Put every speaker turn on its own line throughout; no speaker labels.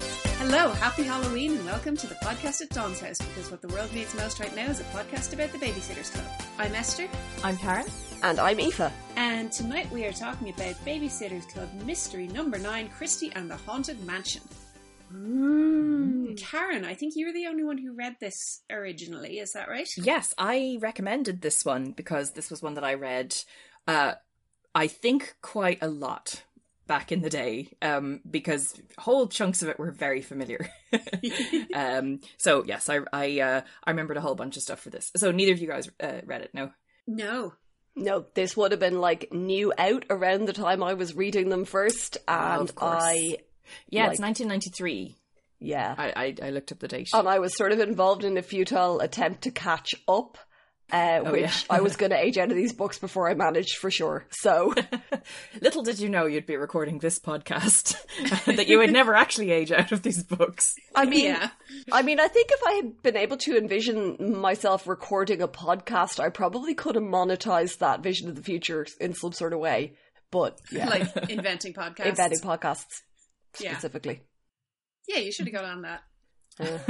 Hello, happy Halloween, and welcome to the podcast at Dawn's House because what the world needs most right now is a podcast about the Babysitters Club. I'm Esther,
I'm Karen.
And I'm Aoife.
and tonight we are talking about Babysitters Club mystery number nine Christie and the Haunted Mansion.
Mm.
Karen, I think you're the only one who read this originally, is that right?
Yes, I recommended this one because this was one that I read, uh, I think, quite a lot back in the day um, because whole chunks of it were very familiar. um, so, yes, I I, uh, I remembered a whole bunch of stuff for this. So, neither of you guys uh, read it, no?
No.
No, this would have been like new out around the time I was reading them first.
Oh,
And
of course.
I,
Yeah,
Like-
it's 1993.
yeah.
I, I, I looked up the date.
And I was sort of involved in a futile attempt to catch up, uh,
Oh,
which
yeah.
I was going to age out of these books before I managed for sure. So,
Little did you know you'd be recording this podcast, that you would never actually age out of these books.
I mean,
Yeah.
I mean, I think if I had been able to envision myself recording a podcast, I probably could have monetized that vision of the future in some sort of way. But yeah,
Like inventing podcasts.
inventing podcasts
Yeah.
specifically.
Yeah, you should have got on that.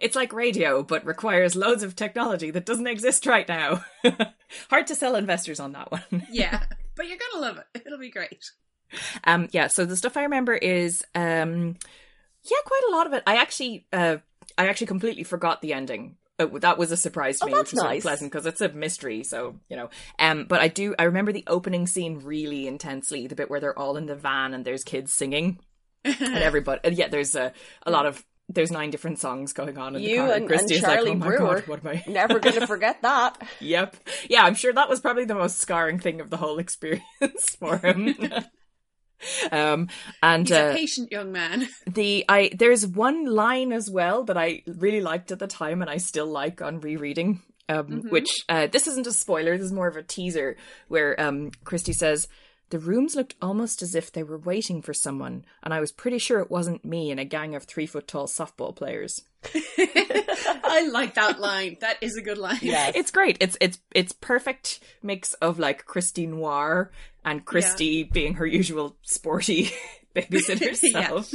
It's like radio, but requires loads of technology that doesn't exist right now. Hard to sell investors on that one.
Yeah. But you're going to love it. It'll be great.
Um, yeah, so the stuff I remember is, um, yeah, quite a lot of it. I actually, uh, I actually completely forgot the ending. Uh, that was a surprise to
Oh,
me,
that's
which was sort of
nice.
pleasant because it's a mystery, so you know. Um, but I do, I remember the opening scene really intensely, the bit where they're all in the van and there's kids singing, and everybody, and yeah, there's a, a lot of. There's nine different songs going on in the
You
car,
and- and
Christy's like,
Charlie
"Oh my
Brewer.
god, what am I?"
Never going to forget that.
Yep. Yeah, I'm sure that was probably the most scarring thing of the whole experience for him. um and
He's a
uh,
patient young man.
the I there's one line as well that I really liked at the time and I still like on rereading. Um which uh this isn't a spoiler, this is more of a teaser where um Christy says the rooms looked almost as if they were waiting for someone, and I was pretty sure it wasn't me and a gang of three foot tall softball players.
I like that line. That is a good line.
Yes.
it's great. It's it's it's perfect mix of like Christy Noir and Christy being her usual sporty babysitter
Yeah.
self.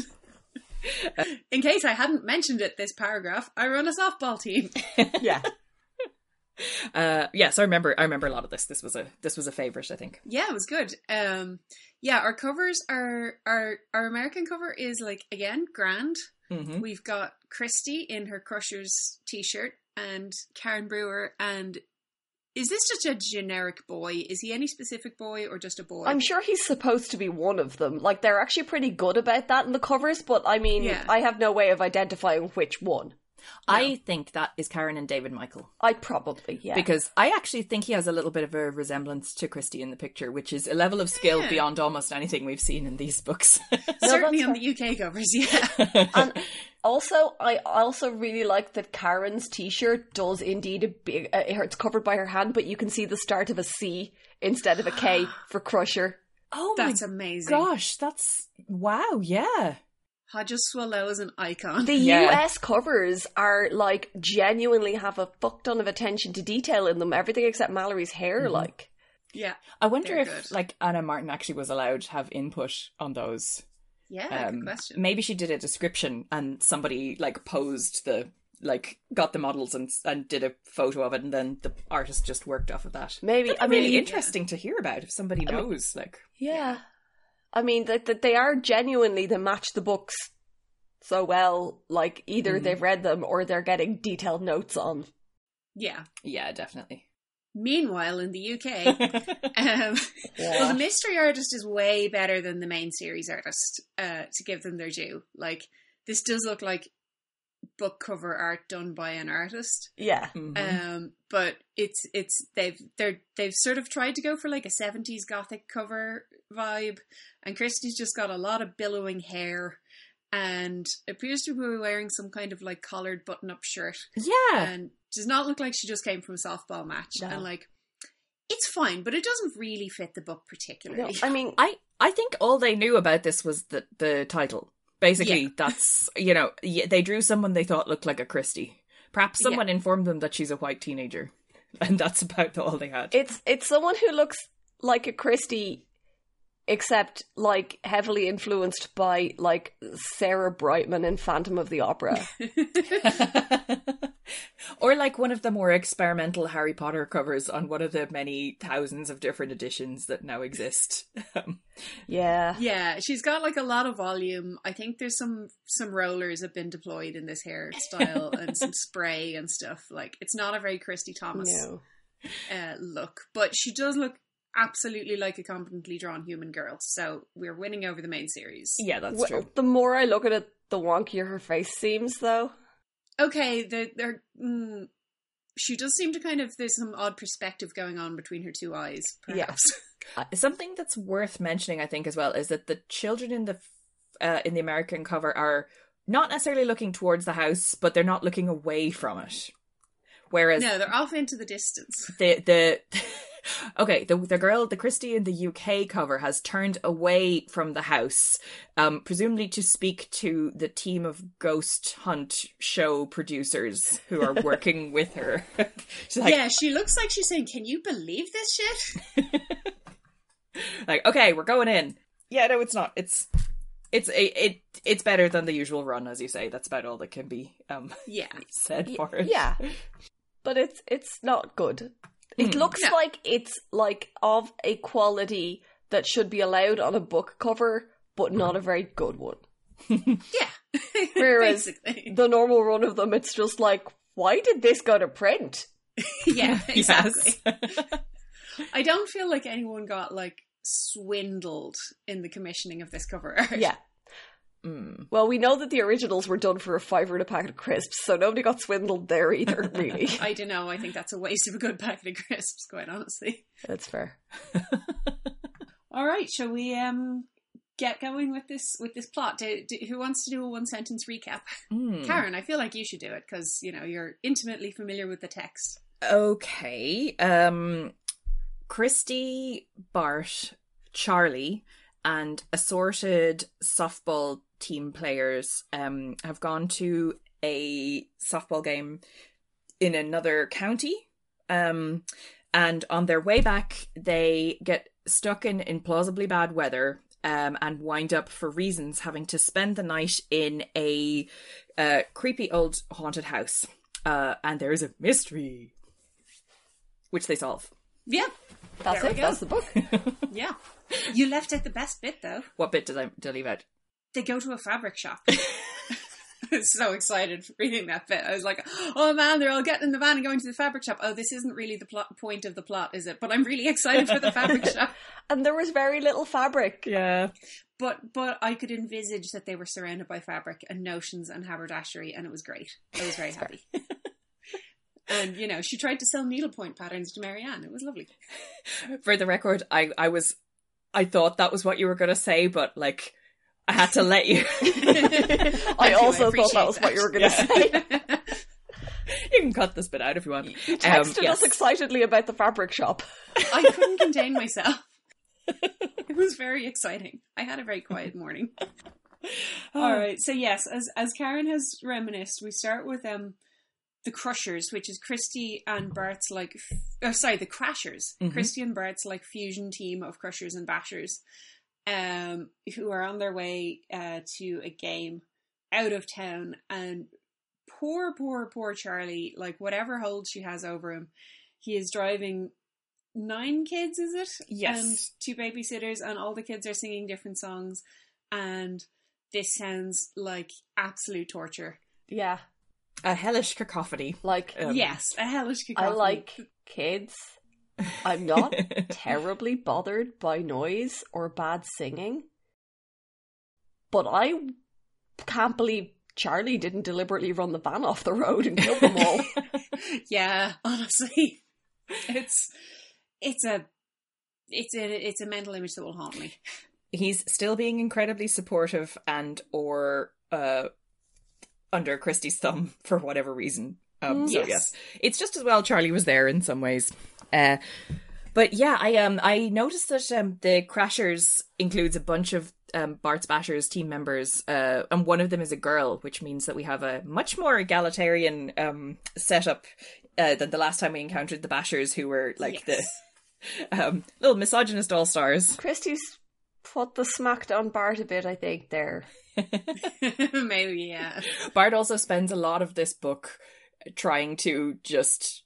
In case I hadn't mentioned it this paragraph, I run a softball team.
yeah.
Uh, yeah, so I remember I remember a lot of this. This was a this was a favorite, I think.
Yeah, it was good. Um yeah, our covers are our our American cover is like again grand.
Mm-hmm.
hmm
We've got Christy in her Crushers t-shirt and Karen Brewer and is this just a generic boy? Is he any specific boy or just a boy?
I'm sure he's supposed to be one of them. Like, they're actually pretty good about that in the covers, but I mean,
Yeah.
I have no way of identifying which one.
I think that is Karen and David Michael
I probably, yeah.
because I actually think he has a little bit of a resemblance to Christy in the picture, which is a level of skill
Yeah.
beyond almost anything we've seen in these books.
Certainly
that's Oh
on the UK covers, yeah.
and also, I also really like that Karen's T-shirt does indeed a big. Uh, it's covered by her hand, but you can see the start of a C instead of a K for Crusher.
oh
That's
my
amazing.
gosh, that's wow, yeah.
Hodges Swallow is an icon.
The
Yeah.
US covers are like genuinely have a fuck ton of attention to detail in them. Everything except Mallory's hair,
Mm-hmm.
like
yeah.
I wonder
They're
if
good.
like Anna Martin actually was allowed to have input on those.
Yeah,
Um,
good question.
Maybe she did a description and somebody like posed the like got the models and and did a photo of it and then the artist just worked off of that.
maybe. I
I
mean,
really interesting to hear about if somebody knows like
yeah. I mean that that they are genuinely they match the books so well. Like either
Mm-hmm.
they've read them or they're getting detailed notes on.
yeah.
yeah, definitely. Mm-hmm.
Meanwhile, in the UK, um, well, the mystery artist is way better than the main series artist. Uh, to give them their due, like this does look like book cover art done by an artist.
Yeah.
Mhm.
Mm-hmm.
Um, but it's it's they've they're they've sort of tried to go for like a seventies gothic cover vibe, and Christie's just got a lot of billowing hair. And appears to be wearing some kind of like collared button up shirt.
yeah.
and does not look like she just came from a softball match.
No.
And like, it's fine, but it doesn't really fit the book
No,
particularly.
I mean,
I I think all they knew about this was the the title. Basically,
Yeah.
that's you know, y- they drew someone they thought looked like a Christie. Perhaps
Yeah.
someone informed them that she's a white teenager. And that's about all they had.
It's it's someone who looks like a Christie except like heavily influenced by like Sarah Brightman in Phantom of the Opera.
or like one of the more experimental Harry Potter covers on one of the many thousands of different editions that now exist. Um,
yeah.
Yeah, she's got like a lot of volume. I think there's some some rollers have been deployed in this hairstyle and some spray and stuff. Like it's not a very Christy Thomas
No.
uh, look, but she does look absolutely like a competently drawn human girl. So we're winning over the main series.
yeah, that's
Well,
true.
The more I look at it, the wonkier her face seems though.
Okay, they're, they're mm, she does seem to kind of there's some odd perspective going on between her two eyes.
Yeah.
Perhaps.
Uh, Something that's worth mentioning, I think, as well, is that the children in the f- uh, in the American cover are not necessarily looking towards the house, but they're not looking away from it. Whereas
No, they're off into the distance.
the the okay the the girl the Christie in the UK cover has turned away from the house, um, presumably to speak to the team of ghost hunt show producers who are working with her. She's like,
yeah, she looks like she's saying, "Can you believe this shit?"
like okay, we're going in. Yeah, no, it's not. It's it's a, it it's better than the usual run, as you say. That's about all that can be um
Yeah,
said
Y-
for it.
Yeah. But it's it's not good. It
Hmm.
looks
No.
like it's like of a quality that should be allowed on a book cover, but not a very good one.
yeah.
Whereas-
Basically.
The normal run of them, it's just like, why did this go to print?
yeah, exactly.
Yes.
I don't feel like anyone got like swindled in the commissioning of this cover. art.
Yeah.
Mm.
Well, we know that the originals were done for a fiver and a packet of crisps, so nobody got swindled there either, really.
I don't know. I think that's a waste of a good packet of crisps, quite honestly.
That's fair.
All right, shall we um get going with this with this plot? Do, do, who wants to do a one sentence recap?
Mm.
Karen, I feel like you should do it because you know you're intimately familiar with the text.
Okay. Um Christy, Bart, Charlie, and assorted softball team players um have gone to a softball game in another county. Um and on their way back they get stuck in implausibly bad weather um and wind up for reasons having to spend the night in a uh, creepy old haunted house. Uh, and there is a mystery which they solve.
Yeah,
That's
There we
it.
go.
That's the book.
yeah. You left out the best bit though.
What bit did I did I leave out?
They go to a fabric shop. I was so excited for reading that bit. I was like, "Oh man, they're all getting in the van and going to the fabric shop." Oh, this isn't really the plot point of the plot, is it? But I'm really excited for the fabric shop.
And there was very little fabric.
Yeah.
But but I could envisage that they were surrounded by fabric and notions and haberdashery, and it was great. I was very happy. and you know, she tried to sell needlepoint patterns to Marianne. It was lovely.
For the record, I I was I thought that was what you were gonna say, but like I had to let you.
I,
do,
also thought
appreciate
that was what you were going to say.
you can cut this bit out if you want. Um,
You texted
yes.
us excitedly about the fabric shop.
I couldn't contain myself. It was very exciting. I had a very quiet morning. All right. So yes, as as Karen has reminisced, we start with um the Crushers, which is Christy and Bart's like, f- oh sorry, the Crashers.
Mhm.
Christy and Bart's like fusion team of Crushers and Bashers, um, who are on their way uh, to a game out of town, and poor, poor, poor Charlie, like whatever hold she has over him, he is driving nine kids, is it?
Yes.
And two babysitters, and all the kids are singing different songs, and this sounds like absolute torture.
Yeah.
A hellish cacophony.
Like,
Um,
yes, a hellish
I
cacophony.
like kids. I'm not terribly bothered by noise or bad singing. But I can't believe Charlie didn't deliberately run the van off the road and kill them all.
Yeah, honestly, it's it's a it's a it's a mental image that will haunt me.
He's still being incredibly supportive and or uh under Christie's thumb for whatever reason. Um, so
Yes.
yes. it's just as well Charlie was there in some ways. Uh, but yeah, I um I noticed that um the Crashers includes a bunch of um Bart's Bashers team members, uh, and one of them is a girl, which means that we have a much more egalitarian um setup uh, than the last time we encountered the Bashers, who were like
Yes.
the um little misogynist all stars.
Christie's put the smack down Bart a bit, I think, there.
Maybe, yeah.
Bart also spends a lot of this book trying to just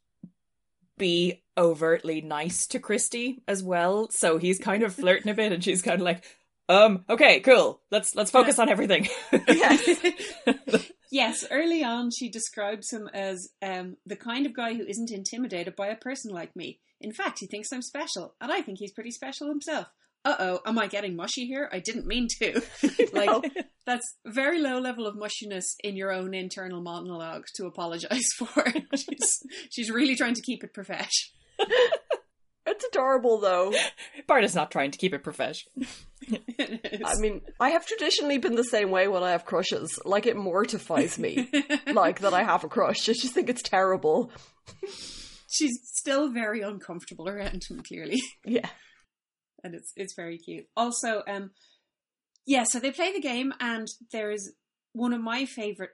be overtly nice to Christy as well. So he's kind of flirting a bit and she's kind of like, um, okay, cool. Let's let's focus on everything.
yes, early on she describes him as um, the kind of guy who isn't intimidated by a person like me. In fact, he thinks I'm special, and I think he's pretty special himself. Uh oh, am I getting mushy here? I didn't mean to. like that's very low level of mushiness in your own internal monologue to apologize for. she's, she's really trying to keep it profesh.
It's adorable though.
Bart is not trying to keep it profesh.
I mean, I have traditionally been the same way when I have crushes. Like it mortifies me, like that I have a crush. I just think it's terrible.
she's still very uncomfortable around him, clearly.
Yeah.
and it's it's very cute. Also, um, yeah, so they play the game, and there is one of my favorite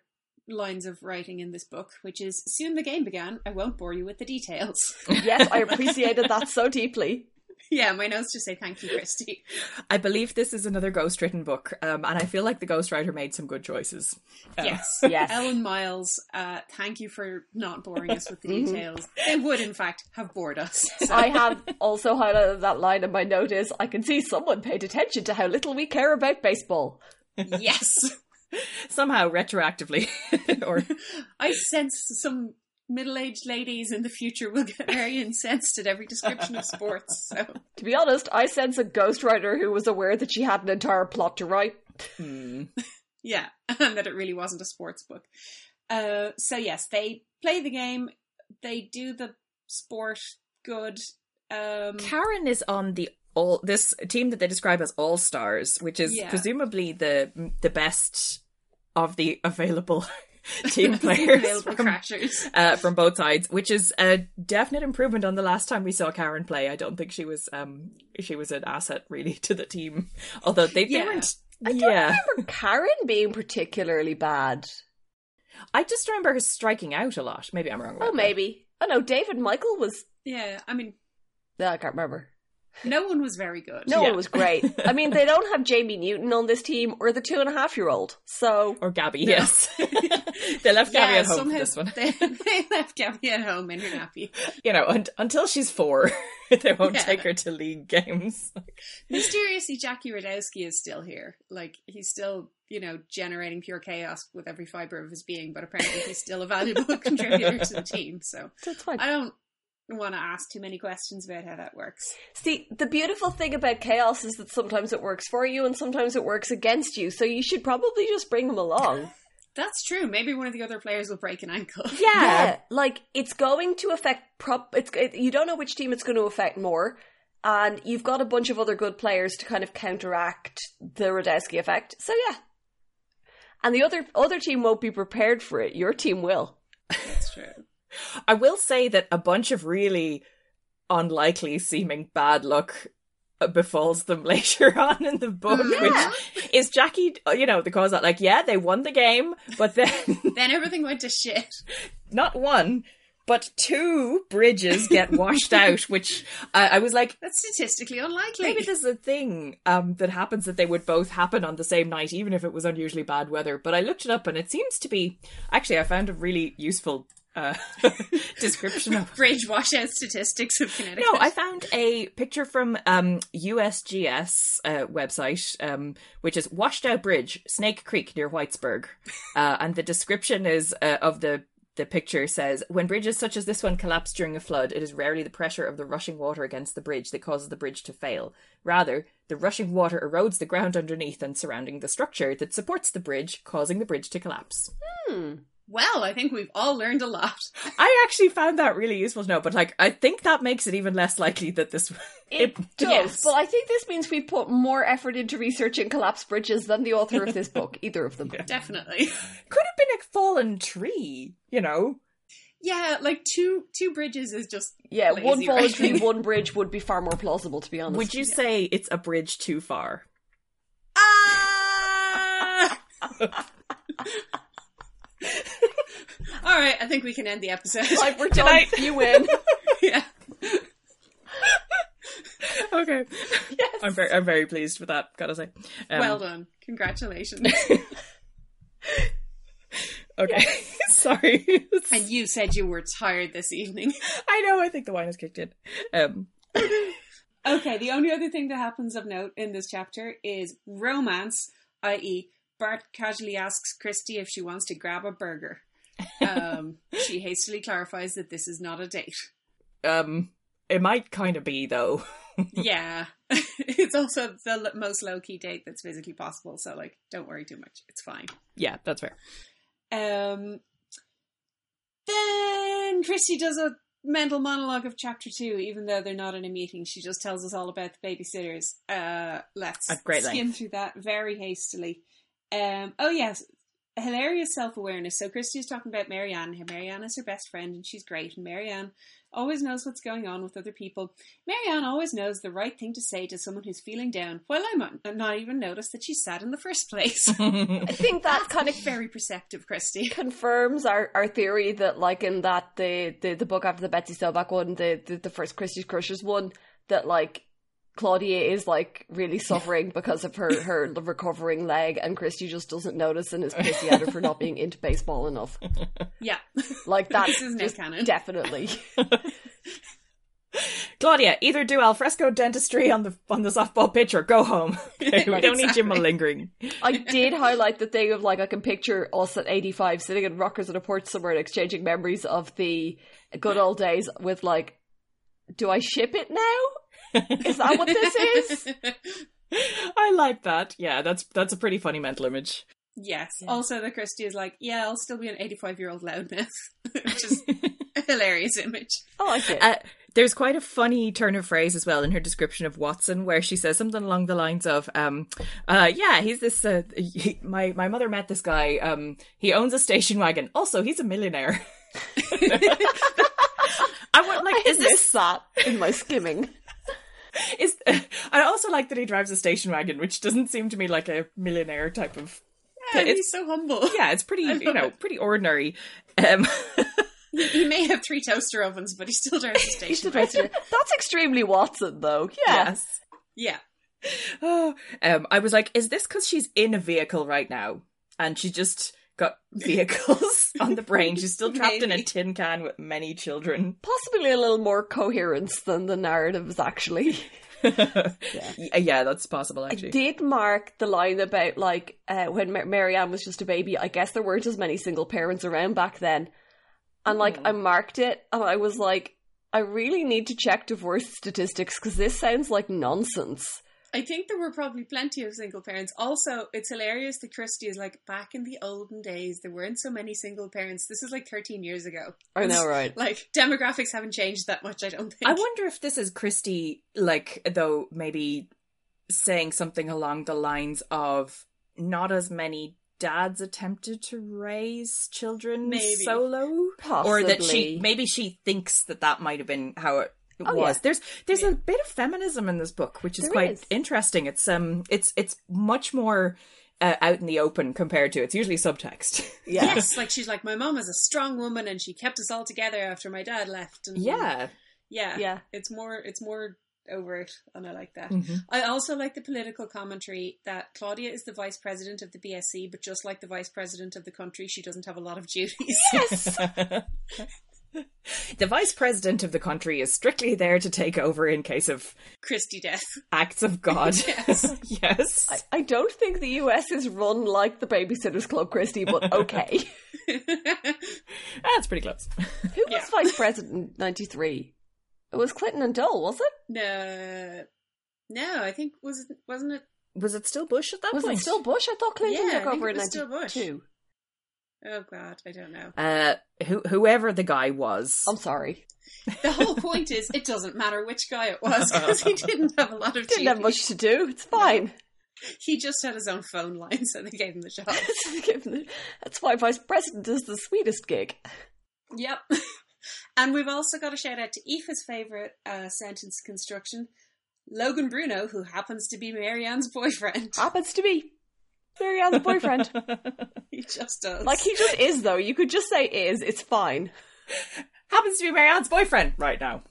lines of writing in this book, which is "Soon the game began. I won't bore you with the details."
Yes, I appreciated that so deeply.
yeah, my notes just say "Thank you, Christy."
I believe this is another ghost-written book, um, and I feel like the ghostwriter made some good choices. Uh,
Yes,
Yes.
Ellen Miles, uh, thank you for not boring us with the details. They would, in fact, have bored us. So,
I have also highlighted that line in my note is I can see someone paid attention to how little we care about baseball.
yes.
somehow retroactively, or
I sense some middle-aged ladies in the future will get very incensed at every description of sports. So
To be honest, I sense a ghostwriter who was aware that she had an entire plot to write.
Hmm.
yeah, and that it really wasn't a sports book. Uh, so yes, they play the game. They do the sport good. Um,
Karen is on the all this team that they describe as all stars, which is
Yeah.
presumably the the best of the available team players
available
from,
crashers.
uh, from both sides, which is a definite improvement on the last time we saw Karen play. I don't think she was um she was an asset really to the team, although they,
Yeah.
they weren't.
I don't
yeah,
remember Karen being particularly bad.
I just remember her striking out a lot. Maybe I'm wrong. about
Oh,
that.
maybe. Oh no, David Michael was.
Yeah, I mean,
No, I can't remember.
no one was very good.
No,
Yeah.
it was great. I mean, they don't have Jamie Newton on this team or the two and a half year old. So
Or Gabby, yes. they left Gabby at home for this one.
They, they left Gabby at home in her nappy.
You know, un- until she's four, they won't
Yeah.
take her to league games.
Mysteriously, Jackie Radowski is still here. Like he's still, you know, generating pure chaos with every fiber of his being. But apparently, he's still a valuable contributor to the team. So
that's fine.
I don't want to ask too many questions about how that works.
See, the beautiful thing about chaos is that sometimes it works for you and sometimes it works against you. So you should probably just bring them along.
That's true. Maybe one of the other players will break an ankle.
Yeah, like it's going to affect prop. It's it, you don't know which team it's going to affect more, and you've got a bunch of other good players to kind of counteract the Radowski effect. So yeah, and the other other team won't be prepared for it. Your team will.
That's true.
I will say that a bunch of really unlikely seeming bad luck uh, befalls them later on in the book,
Yeah.
which is Jackie, uh, you know, the cause that, like, yeah, they won the game, but then
Then everything went to shit.
not one, but two bridges get washed out, which I, I was like,
That's statistically unlikely.
Maybe this is a thing um, that happens that they would both happen on the same night, even if it was unusually bad weather. But I looked it up, and it seems to be actually I found a really useful uh, description of.
bridge washout statistics of Connecticut.
No, I found a picture from um, USGS uh, website, um, which is Washed Out Bridge, Snake Creek near Whitesburg, uh, and the description is uh, of the. The picture says, when bridges such as this one collapse during a flood, it is rarely the pressure of the rushing water against the bridge that causes the bridge to fail. Rather, the rushing water erodes the ground underneath and surrounding the structure that supports the bridge, causing the bridge to collapse.
well, I think we've all learned a lot.
I actually found that really useful to know, but like, I think that makes it even less likely that this.
It, does,
yes.
but I think this means we put more effort into researching collapsed bridges than the author of this book, either of them.
Definitely.
could have been a fallen tree, you know.
Yeah, like two two bridges is just
Yeah,
lazy
one voluntary,
writing.
one bridge would be far more plausible, to be honest.
Would you say it's a bridge too far?
Ah! All right, I think we can end the episode.
Like we're done.
I-
You win.
yeah.
Okay.
yes.
I'm very, I'm very pleased with that. Gotta say. Um,
well done. Congratulations.
okay. Sorry.
and you said you were tired this evening.
I know. I think the wine has kicked in. Um,
Okay, the only other thing that happens of note in this chapter is romance, i.e., Bart casually asks Christy if she wants to grab a burger. Um, she hastily clarifies that this is not a date.
um, it might kind of be though.
Yeah, it's also the l- most low key date that's physically possible, so like, don't worry too much. It's fine.
Yeah, that's fair.
Um, then Christy does a mental monologue of chapter two, even though they're not in a meeting. She just tells us all about the babysitters. Uh, let's
At great
skim
length.
through that very hastily. Um, oh, yes. Hilarious self awareness. So Christy is talking about Marianne. How Marianne is her best friend and she's great. And Marianne always knows what's going on with other people. Marianne always knows the right thing to say to someone who's feeling down, while I might not even notice that she's sad in the first place.
I think that kind of
Very perceptive, Christy.
confirms our, our theory that like in that the, the, the book after the Betsy Sobak one, the, the, the first Christie's Crushers one, that like Claudia is like really suffering because of her, her recovering leg and Christie just doesn't notice and is pissy at her for not being into baseball enough.
Yeah.
Like that's
This is
just
no canon.
definitely
Claudia, either do alfresco dentistry on the on the softball pitch or go home. Okay, we don't need
Exactly.
you malingering.
I did highlight the thing of like I can picture us at eighty five sitting in rockers on a porch somewhere and exchanging memories of the good old days with like do I ship it now? Is that what this is?
I like that. Yeah, that's that's a pretty funny mental image.
Yes.
Yeah.
Also, the Christie is like, yeah, I'll still be an 85 year old loudmouth, which is a hilarious image.
I like it.
Uh, there's quite a funny turn of phrase as well in her description of Watson, where she says something along the lines of, um, uh, "Yeah, he's this. Uh, he, my my mother met this guy. Um, he owns a station wagon. Also, he's a millionaire." I want like
I
is this
missed that in my skimming.
is I also like that he drives a station wagon, which doesn't seem to me like a millionaire type of.
Yeah,
It's-
he's so humble.
Yeah, it's pretty
I love
you know
it.
pretty ordinary. Um,
He, he may have three toaster ovens, but he still drives a
He's
station.
the best. That's extremely Watson, though. Yeah.
yes.
yeah.
Oh, um, I was like, is this because she's in a vehicle right now and she just got vehicles on the brain? She's still trapped in a
Maybe.
tin can with many children.
Possibly a little more coherence than the narratives, actually.
yeah. yeah, that's possible
I
actually.
did mark the line about, like, uh, when Mar- Marianne was just a baby, I guess there weren't as many single parents around back then. And, like, I marked it and I was like, I really need to check divorce statistics because this sounds like nonsense.
I think there were probably plenty of single parents. Also, it's hilarious that Christie is like, back in the olden days, there weren't so many single parents. This is like 13 years ago.
I know, right?
Like, demographics haven't changed that much, I don't think.
I wonder if this is Christy, like, though, maybe saying something along the lines of not as many dads attempted to raise children
Maybe.
solo.
Possibly.
Or that she, maybe she thinks that that might have been how it. It
Oh,
was
yeah.
there's there's a bit of feminism in this book which is
There
quite
is.
interesting it's um it's it's much more uh, out in the open compared to it's usually subtext
Yeah.
Yes, like she's like, my mom is a strong woman and she kept us all together after my dad left. And
yeah
Yeah.
Yeah. Mm-hmm.
It's more it's more overt and I like that.
Mhm.
I also like the political commentary that Claudia is the vice president of the BSC, but just like the vice president of the country, she doesn't have a lot of duties.
Yes.
the vice president of the country is strictly there to take over in case of
Christy Death.
acts of God.
Yes.
Yes.
I, I don't think the US is run like the Babysitters Club, Christie, but okay.
That's pretty close.
Who
Yeah.
was vice president in 93? It was Clinton and Dole, was it?
no no, I think was it wasn't it
Was it still Bush at that
Was
point?
it still Bush? I thought
Yeah,
Clinton
I
took
think
over
it
in
was still
92.
Bush. oh god, I don't know.
Uh, who, whoever the guy was.
I'm sorry.
The whole point is it doesn't matter which guy it was because he didn't have a lot of
Didn't have
duties.
much to do. It's fine.
He just had his own phone line, so they gave him the job.
That's why vice president is the sweetest gig.
Yep. And we've also got a shout out to Aoife's favourite uh, sentence construction, Logan Bruno, who happens to be Marianne's boyfriend.
Happens to be. Marianne's boyfriend.
He just does.
like, he just is, though. You could just say is. It's fine.
Happens to be Marianne's boyfriend right now.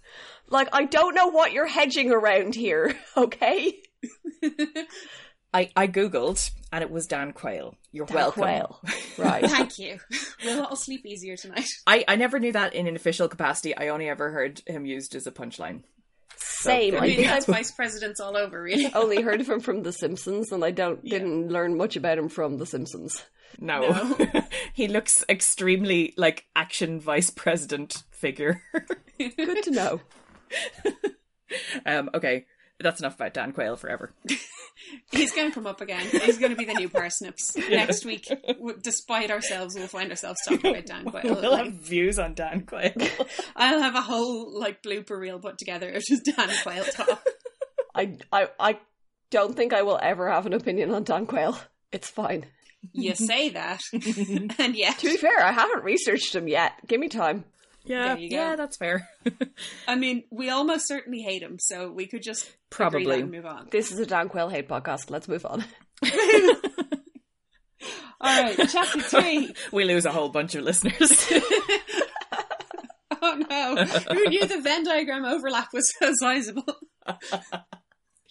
Like, I don't know what you're hedging around here, okay?
I, I googled and it was Dan Quayle. You're
Dan
welcome.
Quayle. Right.
Thank you. We'll all sleep easier tonight.
I, I never knew that in an official capacity. I only ever heard him used as a punchline.
Same.
I
there
I
you
mean,
think Oh.
that's
I've
vice presidents all over, really.
only heard of him from The Simpsons, and I don't
Yeah.
didn't learn much about him from The Simpsons.
No.
No.
he looks extremely like action vice president figure.
Good to know.
um, okay. That's enough about Dan Quayle forever.
He's going to come up again. He's going to be the new parsnips next week. w- Despite ourselves, we'll find ourselves talking about Dan Quayle.
We'll have
Like,
views on Dan Quayle.
I'll have a whole like blooper reel put together of just Dan Quayle talk.
I I I don't think I will ever have an opinion on Dan Quayle. It's fine.
You say that, and yet
To be fair, I haven't researched him yet. Give me time.
yeah,
There you go.
yeah, that's fair.
I mean, we almost certainly hate him, so we could just agree that and
Probably.
move on.
This is a Dan Quayle hate podcast. Let's move on.
All right, chapter three.
We lose a whole bunch of listeners.
Oh no, who knew the Venn diagram overlap was so sizable?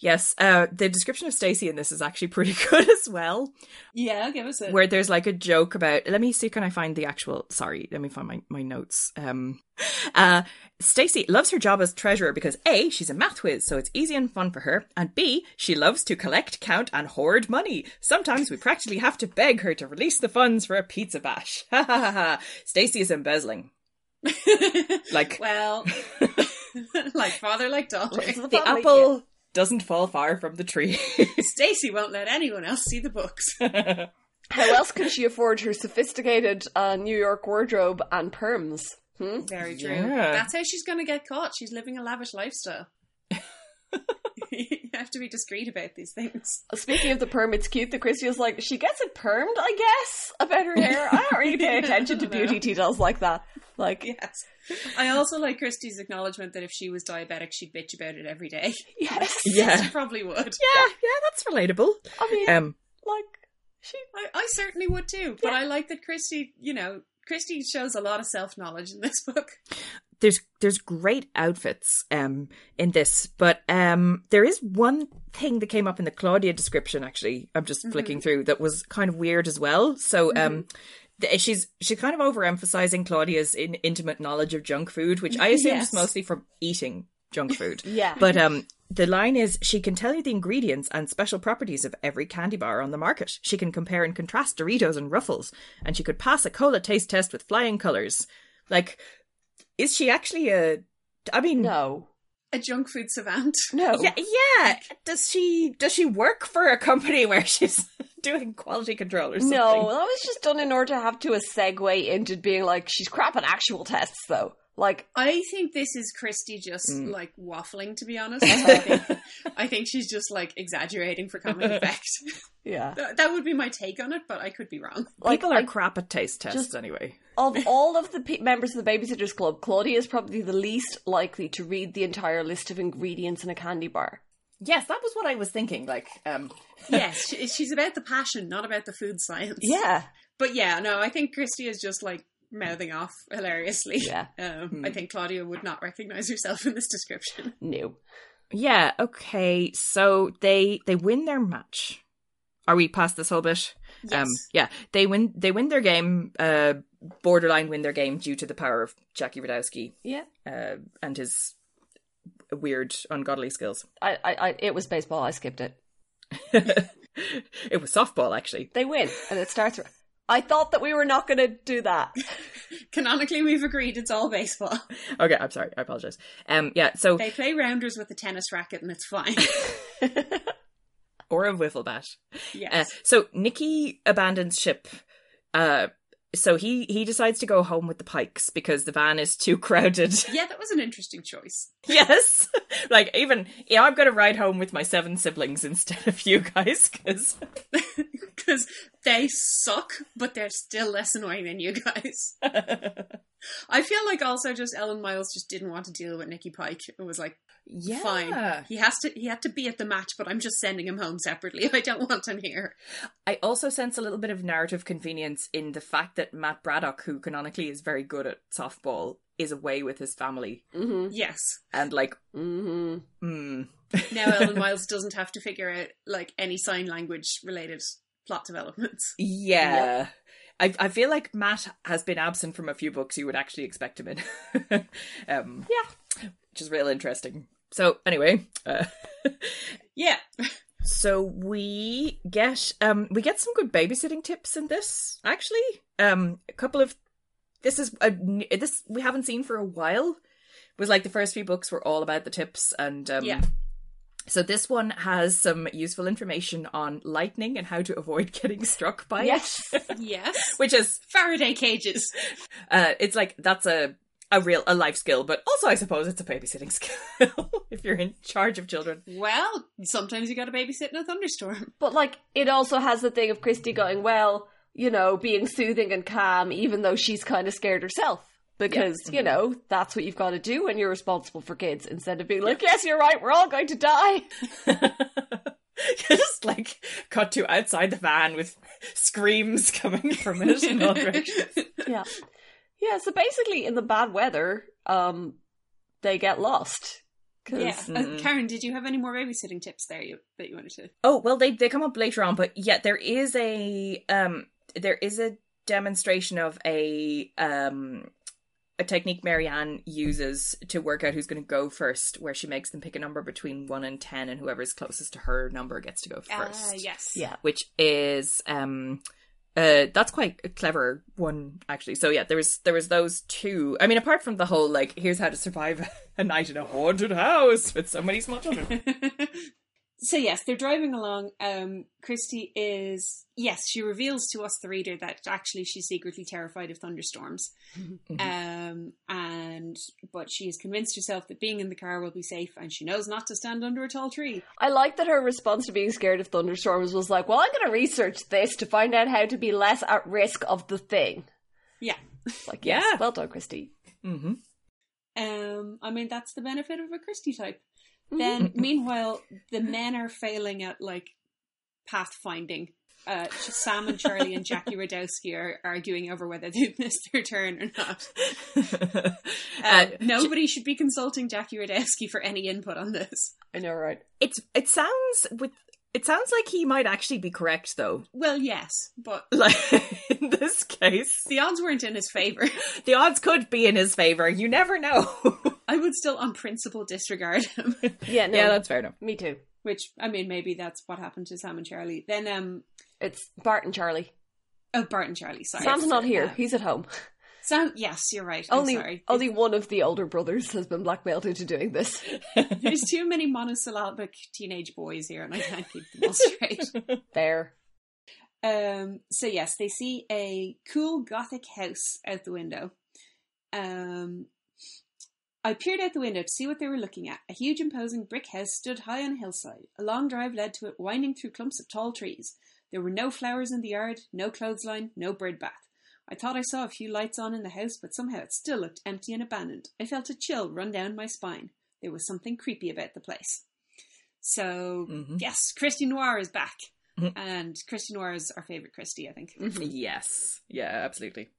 yes, uh, the description of Stacey in this is actually pretty good as well.
Yeah, give us it.
where there's like a joke about let me see can i find the actual sorry let me find my, my notes um uh stacy loves her job as treasurer because a she's a math whiz so it's easy and fun for her and b she loves to collect count and hoard money sometimes we practically have to beg her to release the funds for a pizza bash ha ha ha ha stacy is embezzling like
well, like father, like daughter.
the apple doesn't fall far from the tree
Stacy won't let anyone else see the books.
How else can she afford her sophisticated uh, New York wardrobe and perms? Hmm?
Very true.
Yeah.
That's how she's going to get caught. She's living a lavish lifestyle. you have to be discreet about these things.
Speaking of the perm, it's cute that Christy was like, she gets it permed, I guess, about her hair. I don't really pay attention to
No.
beauty details like that. Like,
Yes. I also like Christie's acknowledgement that if she was diabetic, she'd bitch about it every day.
yes.
yeah
She probably would.
yeah yeah that's relatable
I mean,
um
like, she.
I, I certainly would too. But I like that Christie, you know, Christie shows a lot of self knowledge in this book.
there's there's great outfits um in this but um there is one thing that came up in the claudia description actually i'm just flicking through that was kind of weird as well so um th- she's she's kind of overemphasizing claudia's in, intimate knowledge of junk food which i assume
Yes.
is mostly from eating junk food
Yeah.
but um the line is she can tell you the ingredients and special properties of every candy bar on the market. She can compare and contrast Doritos and Ruffles, and she could pass a cola taste test with flying colors. Like is she actually a I mean
No.
A junk food savant.
No.
Yeah, yeah. Does she does she work for a company where she's doing quality control or something?
No, that was just done in order to have to a segue into being like, she's crap at actual tests, though. Like,
I think this is Christie just
Mm.
like waffling, to be honest. I think, I think she's just like exaggerating for comic effect.
yeah.
that, that would be my take on it, but I could be wrong.
Like,
People are
I-
crap at taste tests
just-
anyway.
Of all of the pe- members of the Babysitters Club, Claudia is probably the least likely to read the entire list of ingredients in a candy bar.
Yes, that was what I was thinking. Like, um
Yes, she, she's about the passion, not about the food science. But yeah, no, I think Christie is just like mouthing off hilariously.
Yeah.
Um, I think Claudia would not recognize herself in this description.
No.
Yeah, okay. So they they win their match. Are we past this whole bit?
Yes.
yeah. They win they win their game, uh borderline win their game due to the power of Jackie Radowski
Yeah.
uh and his weird ungodly skills.
I, I, I, it was baseball. I skipped it.
it was softball actually.
They win, and it starts. with- I thought that we were not going to do that.
Canonically, we've agreed it's all baseball.
Okay, I'm sorry. I apologize. Um yeah, so
They play rounders with a tennis racket and it's fine.
or a wiffle bat. Uh,
Yes.
so Nikki abandons ship. Uh so he he decides to go home with the pikes because the van is too crowded.
yeah, that was an interesting choice.
Yes. Like, even, yeah, I'm going to ride home with my seven siblings instead of you guys because
because they suck, but they're still less annoying than you guys. I feel like also just Ellen Miles just didn't want to deal with Nikki Pike and was like,
yeah.
"Fine, he has to. He had to be at the match, but I'm just sending him home separately. I don't want him here."
I also sense a little bit of narrative convenience in the fact that Matt Braddock, who canonically is very good at softball, is away with his family
Mm-hmm.
Yes.
and like
Mm-hmm.
mm,
Now Ellen Miles doesn't have to figure out like any sign language related plot developments.
yeah. I, I feel like Matt has been absent from a few books you would actually expect him in. um, yeah. Which is real interesting. So, anyway, uh,
Yeah.
so we get um we get some good babysitting tips in this actually um a couple of this is a, n- this we haven't seen for a while was like the first few books were all about the tips and um
Yeah.
so this one has some useful information on lightning and how to avoid getting struck by
Yes.
Yes.
it which is
Faraday cages.
uh it's like that's a a real a life skill but also i suppose it's a babysitting skill if you're in charge of children
Well, sometimes you got to babysit in a thunderstorm.
But like, it also has the thing of Christy going, well, you know, being soothing and calm, even though she's kind of scared herself. Because, you know, that's what you've got to do when you're responsible for kids instead of being like, yes, you're right, we're all going to die.
just like cut to outside the van with screams coming from it in all directions.
yeah. Yeah, so basically, in the bad weather, um, they get lost. 'Cause-
Yeah. Uh,
Mm.
Karen, did you have any more babysitting tips there you, that you wanted to?
Oh well, they they come up later on, but yeah, there is a um there is a demonstration of a um a technique Marianne uses to work out who's going to go first, where she makes them pick a number between one and ten, and whoever's closest to her number gets to go first.
Ah, yes.
Yeah.
which is um uh that's quite a clever one actually so yeah there was there was those two i mean apart from the whole like here's how to survive a night in a haunted house with so many small children
so yes, they're driving along. Um, Christy is yes, she reveals to us the reader that actually she's secretly terrified of thunderstorms. Um, and but she has convinced herself that being in the car will be safe, and she knows not to stand under a tall tree.
I like that her response to being scared of thunderstorms was like, well, I'm going to research this to find out how to be less at risk of the thing.
Yeah.
It's Like, yes,
Yeah.
well done, Christy.
mm-hmm.
Um, I mean that's the benefit of a Christie type.
Mm-hmm.
Then meanwhile, the men are failing at like pathfinding. Uh, Sam and Charlie and Jackie Radowski are arguing over whether they've missed their turn or not.
uh,
Um, nobody should be consulting Jackie Radowski for any input on this.
I know, right?
it's it sounds with it sounds like he might actually be correct though
Well, yes, but
like in this case
the odds weren't in his favor.
the odds could be in his favor you never know
I would still, on principle, disregard him.
Yeah, no,
yeah that's fair enough
me too.
Which, I mean, maybe that's what happened to Sam and Charlie. Then, um,
It's Bart and Charlie.
oh, Bart and Charlie. Sorry,
Sam's not here.
Um,
He's at home.
Sam, yes, you're right.
Only,
I'm sorry.
only one of the older brothers has been blackmailed into doing this.
There's too many monosyllabic teenage boys here, and I can't keep them all straight.
Fair.
Um, so yes, they see a cool gothic house out the window. Um, I peered out the window to see what they were looking at. A huge, imposing brick house stood high on a hillside. A long drive led to it, winding through clumps of tall trees. There were no flowers in the yard, no clothesline, no bird bath. I thought I saw a few lights on in the house, but somehow it still looked empty and abandoned. I felt a chill run down my spine. There was something creepy about the place. So
Mhm.
yes, Christy Noir is back.
Mhm.
And Christy Noir is our favourite Christy, I think.
Mm-hmm. yes yeah absolutely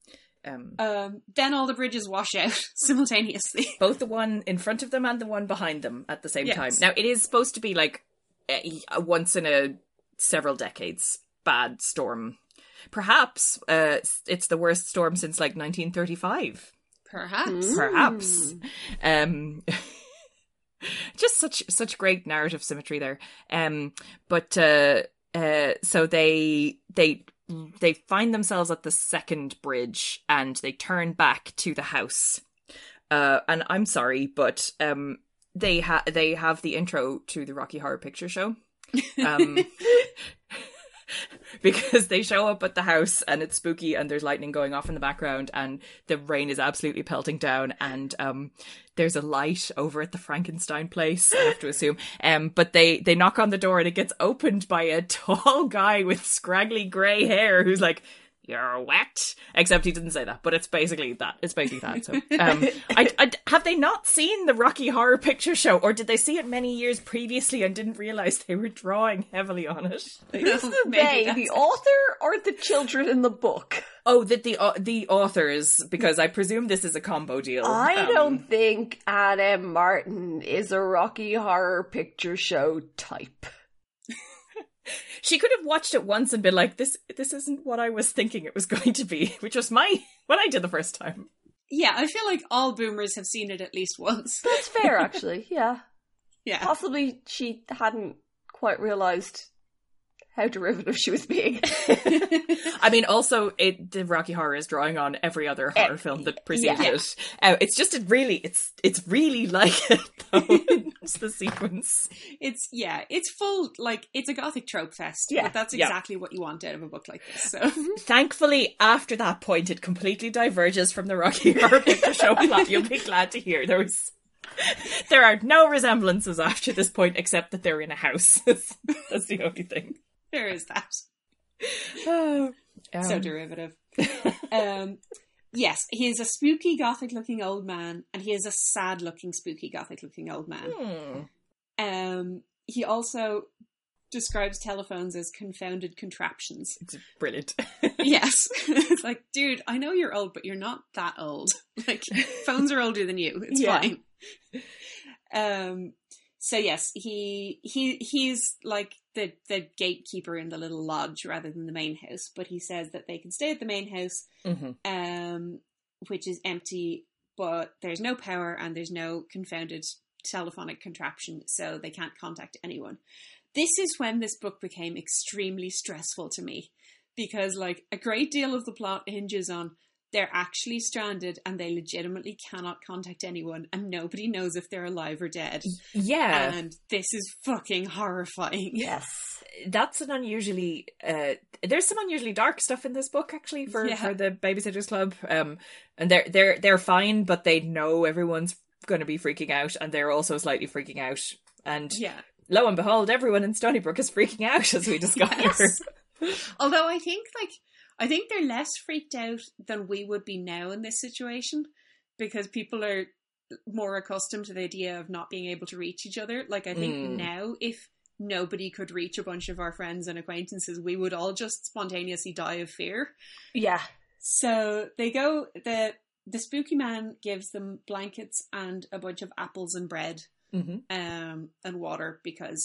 um
Um, then all the bridges wash out simultaneously.
both the one in front of them and the one behind them at the same
Yes.
time. Now it is supposed to be like a, a once in a several decades bad storm. Perhaps uh, it's the worst storm since like 1935.
Perhaps.
Perhaps. Um, just such such great narrative symmetry there. Um, but uh, uh, so they they they find themselves at the second bridge and they turn back to the house. Uh, and I'm sorry, but um, they ha- they have the intro to the Rocky Horror Picture Show. Um, because they show up at the house and it's spooky and there's lightning going off in the background and the rain is absolutely pelting down and um there's a light over at the Frankenstein place I have to assume um but they they knock on the door and it gets opened by a tall guy with scraggly gray hair who's like you're wet. Except he didn't say that, but it's basically that. It's basically that. So, um, I, I, have they not seen the Rocky Horror Picture Show, or did they see it many years previously and didn't realize they were drawing heavily on it?
Who's the they, the author or the children in the book?
Oh, that the uh, the authors, because I presume this is a combo deal. Um,
I don't think Adam Martin is a Rocky Horror Picture Show type.
she could have watched it once and been like, "This this isn't what I was thinking it was going to be," which was my what I did the first time.
Yeah, I feel like all boomers have seen it at least once.
That's fair, actually. Yeah,
Yeah.
possibly she hadn't quite realized how derivative she was being.
I mean, also it the Rocky Horror is drawing on every other
Eh,
horror film that precedes
yeah.
it. Uh, it's just it really it's it's really like it though. it's the sequence.
It's yeah, it's full like it's a gothic trope fest.
Yeah,
but that's
yeah.
exactly what you want out of a book like this. So
Thankfully, after that point, it completely diverges from the Rocky Horror Picture Show plot. You'll be glad to hear there was. There are no resemblances after this point, except that they're in a house. That's the only thing.
there is that.
Um,
so derivative. um, yes, he is a spooky gothic looking old man, and he is a sad looking spooky gothic looking old man.
hmm.
Um, he also describes telephones as confounded contraptions.
It's brilliant.
yes, it's like, dude, I know you're old, but you're not that old. Like, phones are older than you. It's
Yeah.
fine. Um. So yes, he he he's like the the gatekeeper in the little lodge rather than the main house. But he says that they can stay at the main house
hmm
um, which is empty, but there's no power and there's no confounded telephonic contraption, so they can't contact anyone. This is when this book became extremely stressful to me because, like, a great deal of the plot hinges on they're actually stranded and they legitimately cannot contact anyone, and nobody knows if they're alive or dead.
Yeah.
And this is fucking horrifying.
yes.
that's an unusually uh there's some unusually dark stuff in this book actually for
Yeah.
for the babysitters club um and they're they're they're fine but they know everyone's going to be freaking out and they're also slightly freaking out and
Yeah.
lo and behold everyone in stony brook is freaking out as we discover
Yes. Although I think like I think they're less freaked out than we would be now in this situation because people are more accustomed to the idea of not being able to reach each other. Like I think
Mm.
now if nobody could reach a bunch of our friends and acquaintances, we would all just spontaneously die of fear.
Yeah.
So they go the the spooky man gives them blankets and a bunch of apples and bread
hmm
um, and water because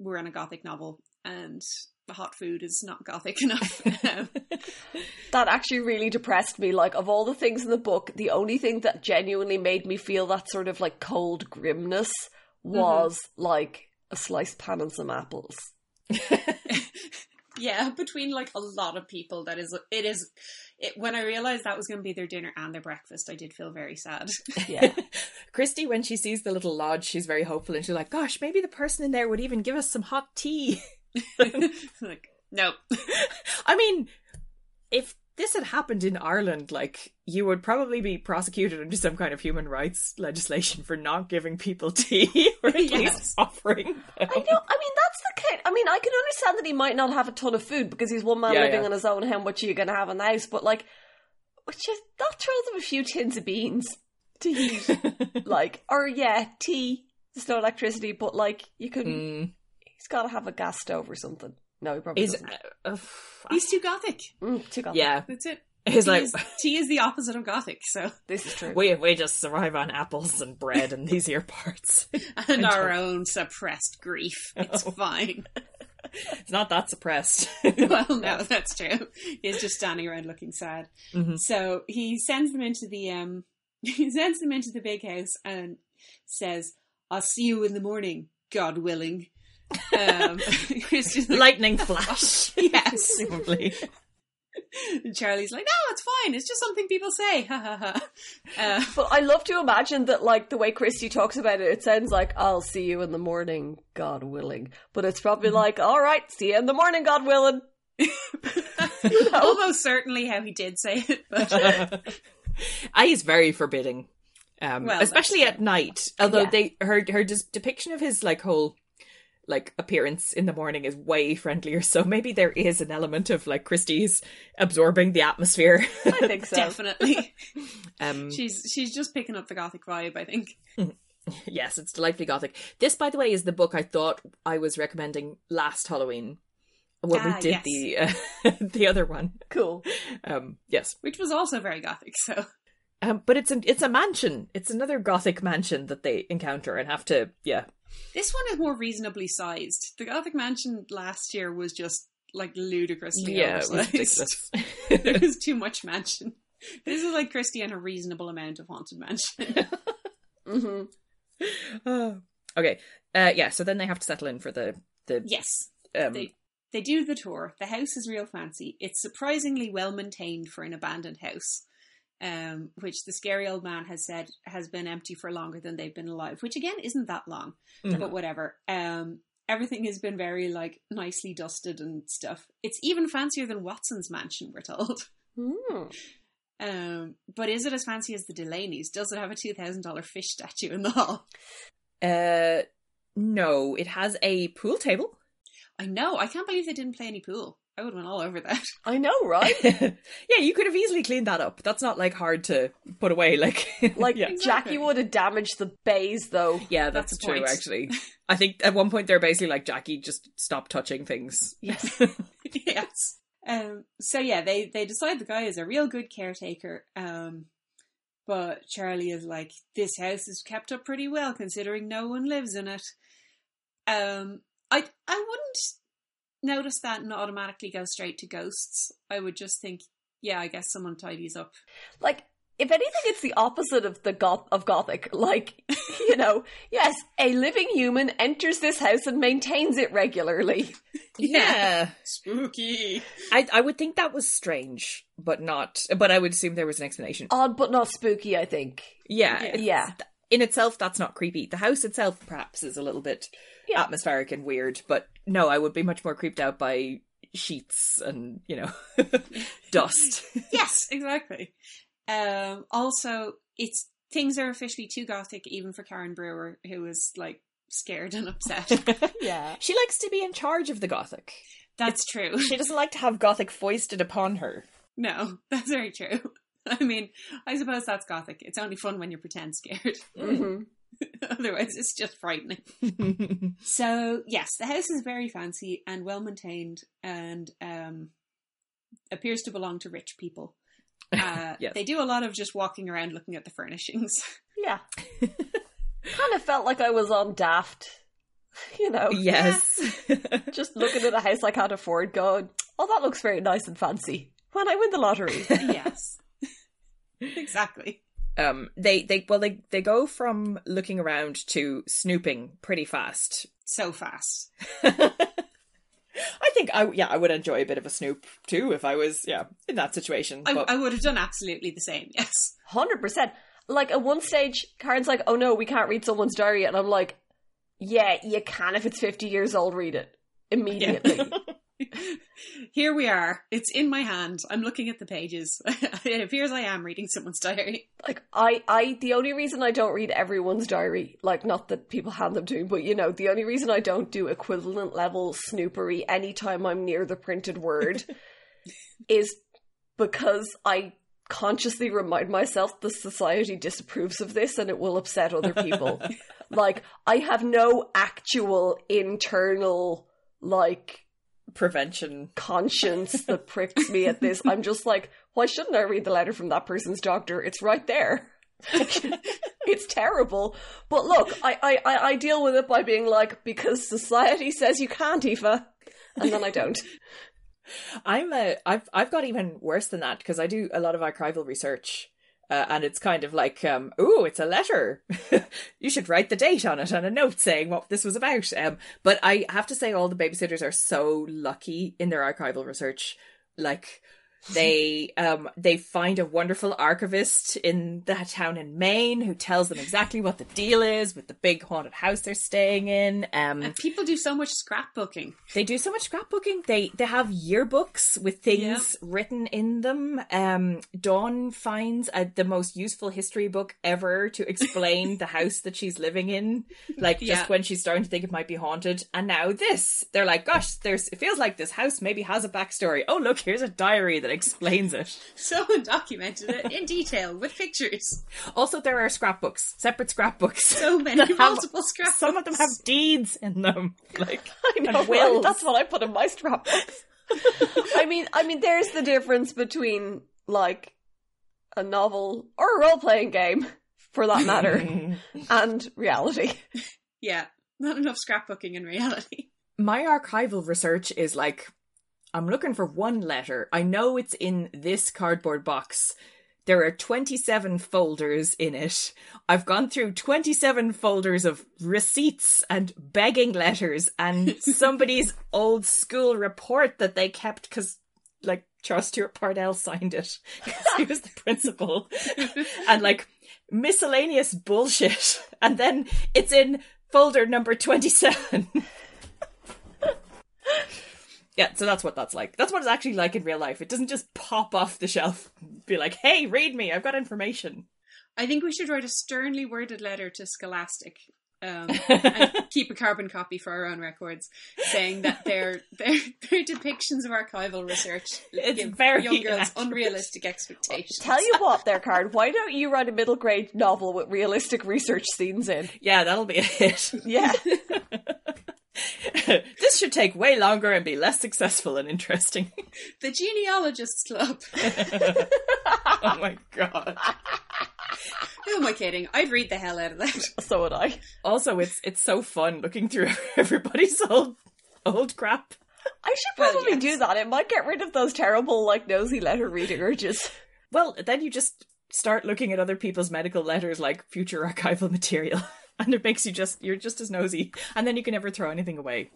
we're in a gothic novel and the hot food is not gothic enough. Um,
That actually really depressed me. Like, of all the things in the book, the only thing that genuinely made me feel that sort of like cold grimness was
Mm-hmm.
like a sliced pan and some apples.
yeah, between like a lot of people, that is it is. It, when I realized that was going to be their dinner and their breakfast, I did feel very sad.
Yeah.
christy when she sees the little lodge she's very hopeful and she's like gosh maybe the person in there would even give us some hot tea
like, no,
I mean, if this had happened in Ireland, like you would probably be prosecuted under some kind of human rights legislation for not giving people tea or at least
Yes.
offering. them.
I know. I mean, that's the kind. I mean, I can understand that he might not have a ton of food because he's one man
Yeah,
living
yeah.
on his own. How much are you going to have in the house? But like, which is that throws him a few tins of beans to heat. like, or yeah, tea. There's no electricity, but like, you can.
Mm.
He's got to have a gas stove or something. No, he probably
Is
doesn't.
uh, uh,
he's too gothic.
Mm, too gothic.
yeah.
That's it.
He's
tea
like
is, tea is the opposite of gothic. So
this is true.
we we just survive on apples and bread and these here parts.
and our own suppressed grief. It's
Oh.
fine.
it's not that suppressed.
well, no, that's true. He's just standing around looking sad.
Mm-hmm.
Mhm.
So he sends them into the um, he sends them into the big house and says, "I'll see you in the morning, God willing." Um, Christian's like,
Lightning flash.
yes.
Presumably.
And Charlie's like, "No, it's fine. It's just something people say." Ha ha ha. Uh,
But I love to imagine that, like, the way Christy talks about it, it sounds like, I'll see you in the morning, God willing. But it's probably like, all right, see you in the morning, God willing.
Almost Uh, certainly how he did say it, but
I is very forbidding, um,
Well,
especially at night. Although
Yeah.
they her her des- depiction of his like whole like appearance in the morning is way friendlier. So maybe there is an element of like Christie's absorbing the atmosphere.
I think so.
Definitely.
um,
she's she's just picking up the gothic vibe, I think.
yes, it's delightfully gothic. This, by the way, is the book I thought I was recommending last Halloween when
Ah,
we did
yes.
the uh, the other one.
Cool.
Um, yes,
Which was also very gothic, so
um, but it's an, it's a mansion. It's another gothic mansion that they encounter and have to yeah
this one is more reasonably sized. The Gothic Mansion last year was just like ludicrously
yeah it was
oversized.
ridiculous.
It was too much mansion. This is like Christie and a reasonable amount of haunted mansion.
hmm
Oh. okay. Uh, yeah. So then they have to settle in for the the
yes.
um,
they they do the tour. The house is real fancy. It's surprisingly well maintained for an abandoned house, um, which the scary old man has said has been empty for longer than they've been alive. Which again isn't that long,
Mhm.
but whatever. Um, everything has been very like nicely dusted and stuff. It's even fancier than Watson's mansion, we're told.
Hmm.
Um, but is it as fancy as the Delaney's? Does it have a two thousand dollar fish statue in the hall?
uh, no, it has a pool table.
I know. I can't believe they didn't play any pool. I would have been all over that.
I know, right?
yeah, you could have easily cleaned that up. That's not like hard to put away. Like,
Like
yeah,
Exactly.
Jackie would have damaged the bays, though.
yeah,
that's
that's,
the
true.
point.
Actually, I think at one point they're basically like Jackie, just stop touching things.
Yes. yes. Um, so yeah, they they decide the guy is a real good caretaker. Um, but Charlie is like, this house is kept up pretty well considering no one lives in it. Um, I I wouldn't notice that and automatically go straight to ghosts. I would just think, yeah, I guess someone tidies up.
Like, if anything, it's the opposite of the goth of gothic. Like, you know, yes, a living human enters this house and maintains it regularly.
Yeah. Spooky.
I I would think that was strange, but not. But I would assume there was an explanation.
Odd but not spooky, I think.
yeah,
Yeah.
it-
Oh, Yeah,
in itself, that's not creepy. The house itself, perhaps, is a little bit
Yeah.
atmospheric and weird, but no, I would be much more creeped out by sheets and, you know, dust.
yes, exactly. Um, also, it's things are officially too gothic, even for Karen Brewer, who is like scared and upset.
yeah.
she likes to be in charge of the Gothic.
That's true.
She doesn't like to have Gothic foisted upon her.
No, that's very true. I mean, I suppose that's gothic. It's only fun when you pretend scared.
hmm
Otherwise, it's just frightening. So, yes, the house is very fancy and well maintained and um, appears to belong to rich people. Uh,
Yes.
They do a lot of just walking around looking at the furnishings.
Yeah. kind of felt like I was on Daft, you know,
Oh, yes.
just looking at a house I can't afford, going, oh, that looks very nice and fancy. When I win the lottery.
yes. exactly.
um they they well they they go from looking around to snooping pretty fast.
So fast.
I think I yeah, I would enjoy a bit of a snoop too if I was yeah, in that situation.
I,
but-
I would have done absolutely the same, yes.
Hundred percent. Like at one stage, Karen's like, "Oh no, we can't read someone's diary," and I'm like, "Yeah, you can if it's fifty years old. Read it immediately."
Here we are. It's in my hand. I'm looking at the pages. it appears I am reading someone's diary.
like I, I, the only reason I don't read everyone's diary, like not that people hand them to me, but you know, the only reason I don't do equivalent level snoopery anytime I'm near the printed word is because I consciously remind myself the society disapproves of this and it will upset other people. like I have no actual internal like
prevention.
conscience that pricks me at this. I'm just like, why shouldn't I read the letter from that person's doctor? It's right there. it's terrible. But look, I, I, I, I deal with it by being like, because society says you can't, Eva. And then I don't.
I'm a I've I've got even worse than that because I do a lot of archival research. Uh, and it's kind of like, um, ooh, it's a letter. you should write the date on it and a note saying what this was about. Um, but I have to say, all the babysitters are so lucky in their archival research. Like, They um they find a wonderful archivist in that town in Maine who tells them exactly what the deal is with the big haunted house they're staying in. Um
And people do so much scrapbooking.
they do so much scrapbooking. They they have yearbooks with things written in them. Um, Dawn finds uh the most useful history book ever to explain the house that she's living in. Like just
Yeah.
when she's starting to think it might be haunted, and now this. They're like, gosh, there's. It feels like this house maybe has a backstory. Oh look, here's a diary that explains it.
Someone documented it uh, in detail with pictures.
Also, there are scrapbooks, separate scrapbooks.
So many
Have-
multiple scrapbooks.
Some of them have deeds in them, like
I know,
and
right?
wills.
That's what I put in my scrapbooks. I mean, I mean, there's the difference between like a novel or a role-playing game, for that matter, and reality.
Yeah. Not enough scrapbooking in reality.
my archival research is like I'm looking for one letter. I know it's in this cardboard box. There are 27 folders in it. I've gone through 27 folders of receipts and begging letters and somebody's old school report that they kept because, like, Charles Stuart Parnell signed it 'cause he was the principal. and, like, miscellaneous bullshit. And then it's in folder number 27. Yeah, so that's what that's like. That's what it's actually like in real life. It doesn't just pop off the shelf and be like, hey, read me, I've got information.
I think we should write a sternly worded letter to Scholastic um, and keep a carbon copy for our own records, saying that their their their depictions of archival research
It's
give
very
young girls
inaccurate.
unrealistic expectations.
Tell you what, there, card. Why don't you write a middle-grade novel with realistic research scenes in?
Yeah, that'll be a hit.
Yeah,
this should take way longer and be less successful and interesting.
the genealogists club.
oh my god.
Who am I kidding? I'd read the hell out of that.
so would I.
Also, it's it's so fun looking through everybody's old old crap.
I should
Well,
probably
yes.
do that. It might get rid of those terrible, like, nosy letter reading urges.
Well, then you just start looking at other people's medical letters like future archival material, and it makes you just you're just as nosy, and then you can never throw anything away.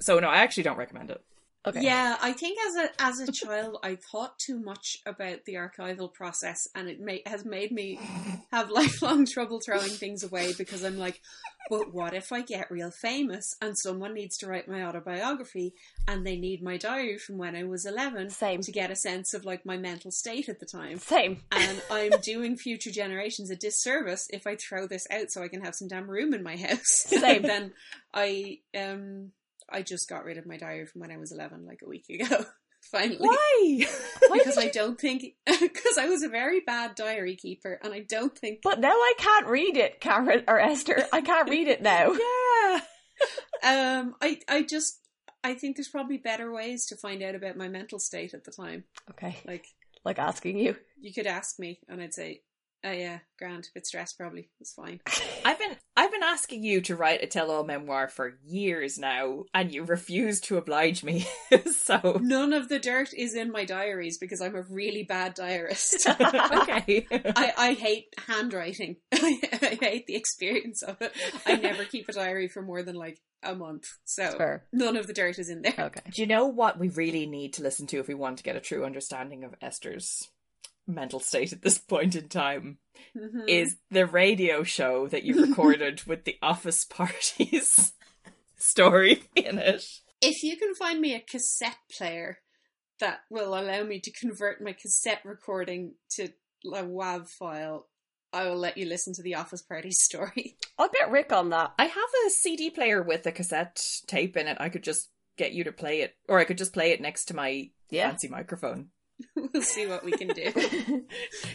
So no, I actually don't recommend it.
Okay.
Yeah, I think as a as a child, I thought too much about the archival process, and it may, has made me have lifelong trouble throwing things away because I'm like, but what if I get real famous and someone needs to write my autobiography and they need my diary from when I was eleven
Same.
to get a sense of like my mental state at the time.
Same.
And I'm doing future generations a disservice if I throw this out so I can have some damn room in my house.
Same.
then I um I just got rid of my diary from when I was eleven, like a week ago. Finally.
Why?
Because I don't think because I was a very bad diary keeper and I don't think
But now I can't read it, Karen or Esther. I can't read it now.
yeah.
um I I just I think there's probably better ways to find out about my mental state at the time.
Okay.
Like
Like asking you.
you could ask me and I'd say, Oh yeah, grand, bit stressed probably, it's fine.
I've been I've been asking you to write a tell-all memoir for years now, and you refuse to oblige me. so
None of the dirt is in my diaries because I'm a really bad diarist.
okay.
I, I hate handwriting. I hate the experience of it. I never keep a diary for more than like a month. So
Fair.
none of the dirt is in there.
Okay.
Do you know what we really need to listen to if we want to get a true understanding of Esther's mental state at this point in time?
Mhm.
is the radio show that you recorded with the office parties story in it.
if you can find me a cassette player that will allow me to convert my cassette recording to a WAV file, I will let you listen to the office party story.
I'll get Rick on that.
I have a CD player with a cassette tape in it. I could just get you to play it, or I could just play it next to my
Yeah.
fancy microphone.
we'll see what we can do.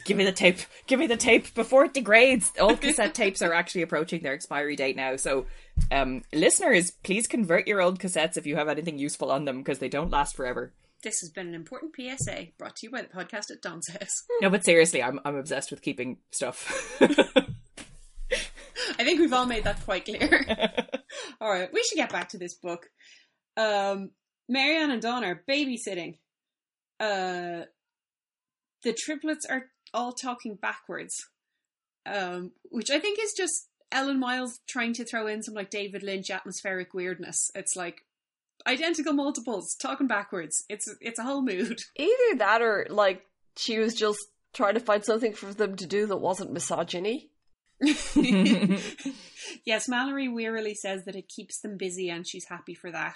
Give me the tape. Give me the tape before it degrades. All cassette tapes are actually approaching their expiry date now. So, um, listeners, please convert your old cassettes if you have anything useful on them because they don't last forever.
This has been an important PSA brought to you by the podcast at Don's House.
No, but seriously, I'm I'm obsessed with keeping stuff.
I think we've all made that quite clear. all right, we should get back to this book. Um, Marianne and Don are babysitting. Uh, the triplets are all talking backwards, um, which I think is just Ellen Miles trying to throw in some like David Lynch atmospheric weirdness. It's like identical multiples talking backwards. It's it's a whole mood.
Either that or like she was just trying to find something for them to do that wasn't misogyny.
yes, Mallory wearily says that it keeps them busy and she's happy for that.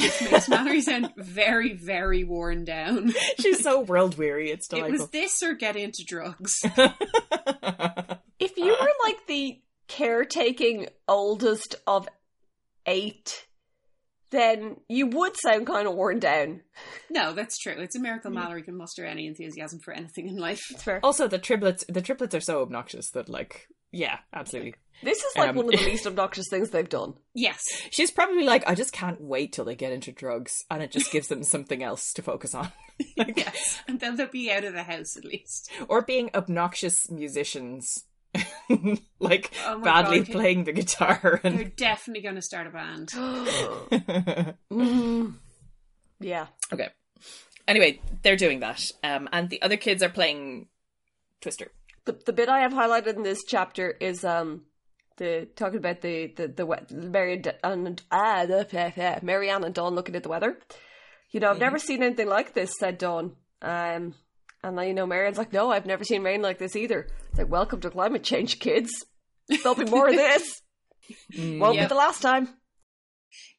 Which makes Mallory sound very, very worn down.
She's so world weary. It's
It
delightful.
was this or get into drugs.
If you were like the caretaking oldest of eight, then you would sound kind of worn down.
No, that's true. It's a miracle Mallory can muster any enthusiasm for anything in life.
It's fair.
also, the triplets. The triplets are so obnoxious that, like, yeah, absolutely.
This is like
Um,
one of the least obnoxious things they've done.
Yes.
She's probably like, I just can't wait till they get into drugs, and it just gives them something else to focus on, Like,
Yes. And then they'll be out of the house at least.
or being obnoxious musicians, like
Oh my
badly
God.
playing the guitar
They're
and.
definitely going to start a band.
Mm. Yeah.
okay. Anyway, they're doing that, um, and the other kids are playing Twister.
The, the bit I have highlighted in this chapter is um the talking about the the the we- Mary and and ah, the, yeah, yeah, Mary Ann and Dawn looking at the weather. You know, I've never seen anything like this," said Dawn. Um, and then you know, Marianne's like, "No, I've never seen rain like this either." It's like, "Welcome to climate change, kids. There'll be more of this. Won't
Yeah.
be the last time."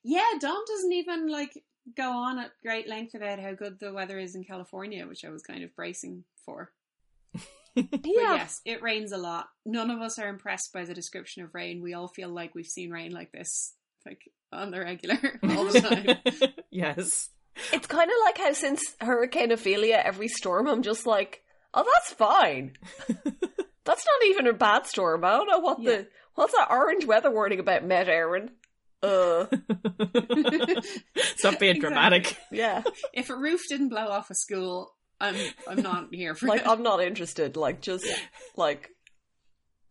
Yeah, Dom doesn't even like go on at great length about how good the weather is in California, which I was kind of bracing for. But yes, it rains a lot. None of us are impressed by the description of rain. We all feel like we've seen rain like this, like on the regular all the time.
yes.
It's kind of like how since Hurricane Ophelia, every storm, I'm just like, oh, that's fine. that's not even a bad storm. I don't know what
Yeah.
the what's that orange weather warning about, Met Aaron. Uh,
Stop being dramatic.
yeah.
if a roof didn't blow off a school, I'm I'm not here for
like
it.
I'm not interested. Like just like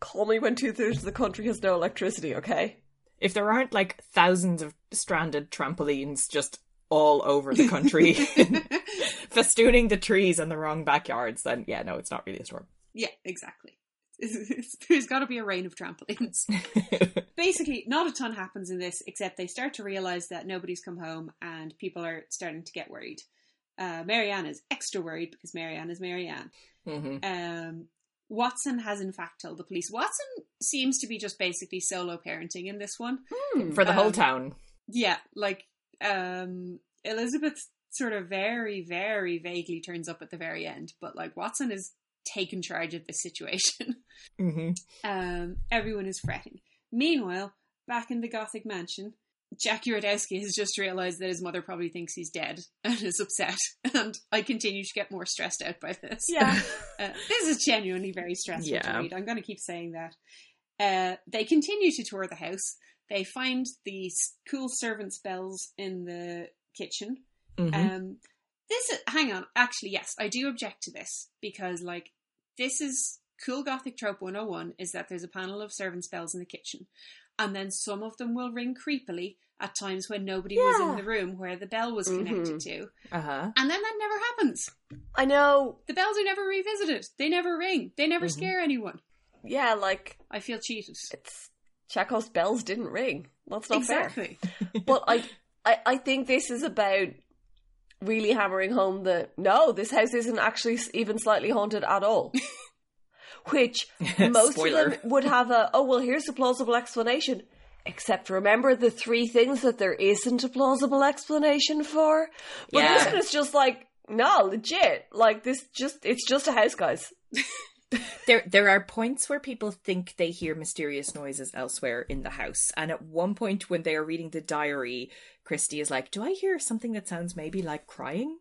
call me when two thirds of the country has no electricity. Okay.
If there aren't like thousands of stranded trampolines just all over the country, festooning the trees in the wrong backyards, then yeah, no, it's not really a storm.
Yeah, exactly. There's got to be a rain of trampolines. Basically, not a ton happens in this, except they start to realize that nobody's come home and people are starting to get worried. Uh, Marianne is extra worried because Marianne is Marianne.
hmm
Um, Watson has, in fact, told the police. Watson seems to be just basically solo parenting in this one.
For the whole
Um,
town.
Yeah, like um, Elizabeth sort of very, very vaguely turns up at the very end, but like Watson is taking charge of the situation.
hmm
Um, everyone is fretting. Meanwhile, back in the Gothic mansion, Jack Urodowski has just realised that his mother probably thinks he's dead and is upset. And I continue to get more stressed out by this.
Yeah.
Uh, this is genuinely very stressful
Yeah.
to read. I'm going to keep saying that. Uh, they continue to tour the house. They find the s- cool servant spells in the kitchen.
Mm-hmm.
Um, this is, hang on, actually, yes, I do object to this because, like, this is cool gothic trope 101 is that there's a panel of servant spells in the kitchen, and then some of them will ring creepily at times when nobody was in
Yeah.
the room where the bell was connected to,
uh huh.
and then that never happens.
I know.
The bells are never revisited, they never ring, they never scare anyone.
Yeah. Like
I feel cheated.
it's Chekhov's bells didn't ring. That's not fair.
exactly.
but I, I, I think this is about really hammering home that no, this house isn't actually s- even slightly haunted at all. Which most of
Spoiler.
them would have a oh well, here's a plausible explanation. Except remember the three things that there isn't a plausible explanation for. But this
Yeah.
one is just like no, legit. Like this, just it's just a house, guys.
There, there are points where people think they hear mysterious noises elsewhere in the house, and at one point when they are reading the diary, Christy is like, "Do I hear something that sounds maybe like crying?"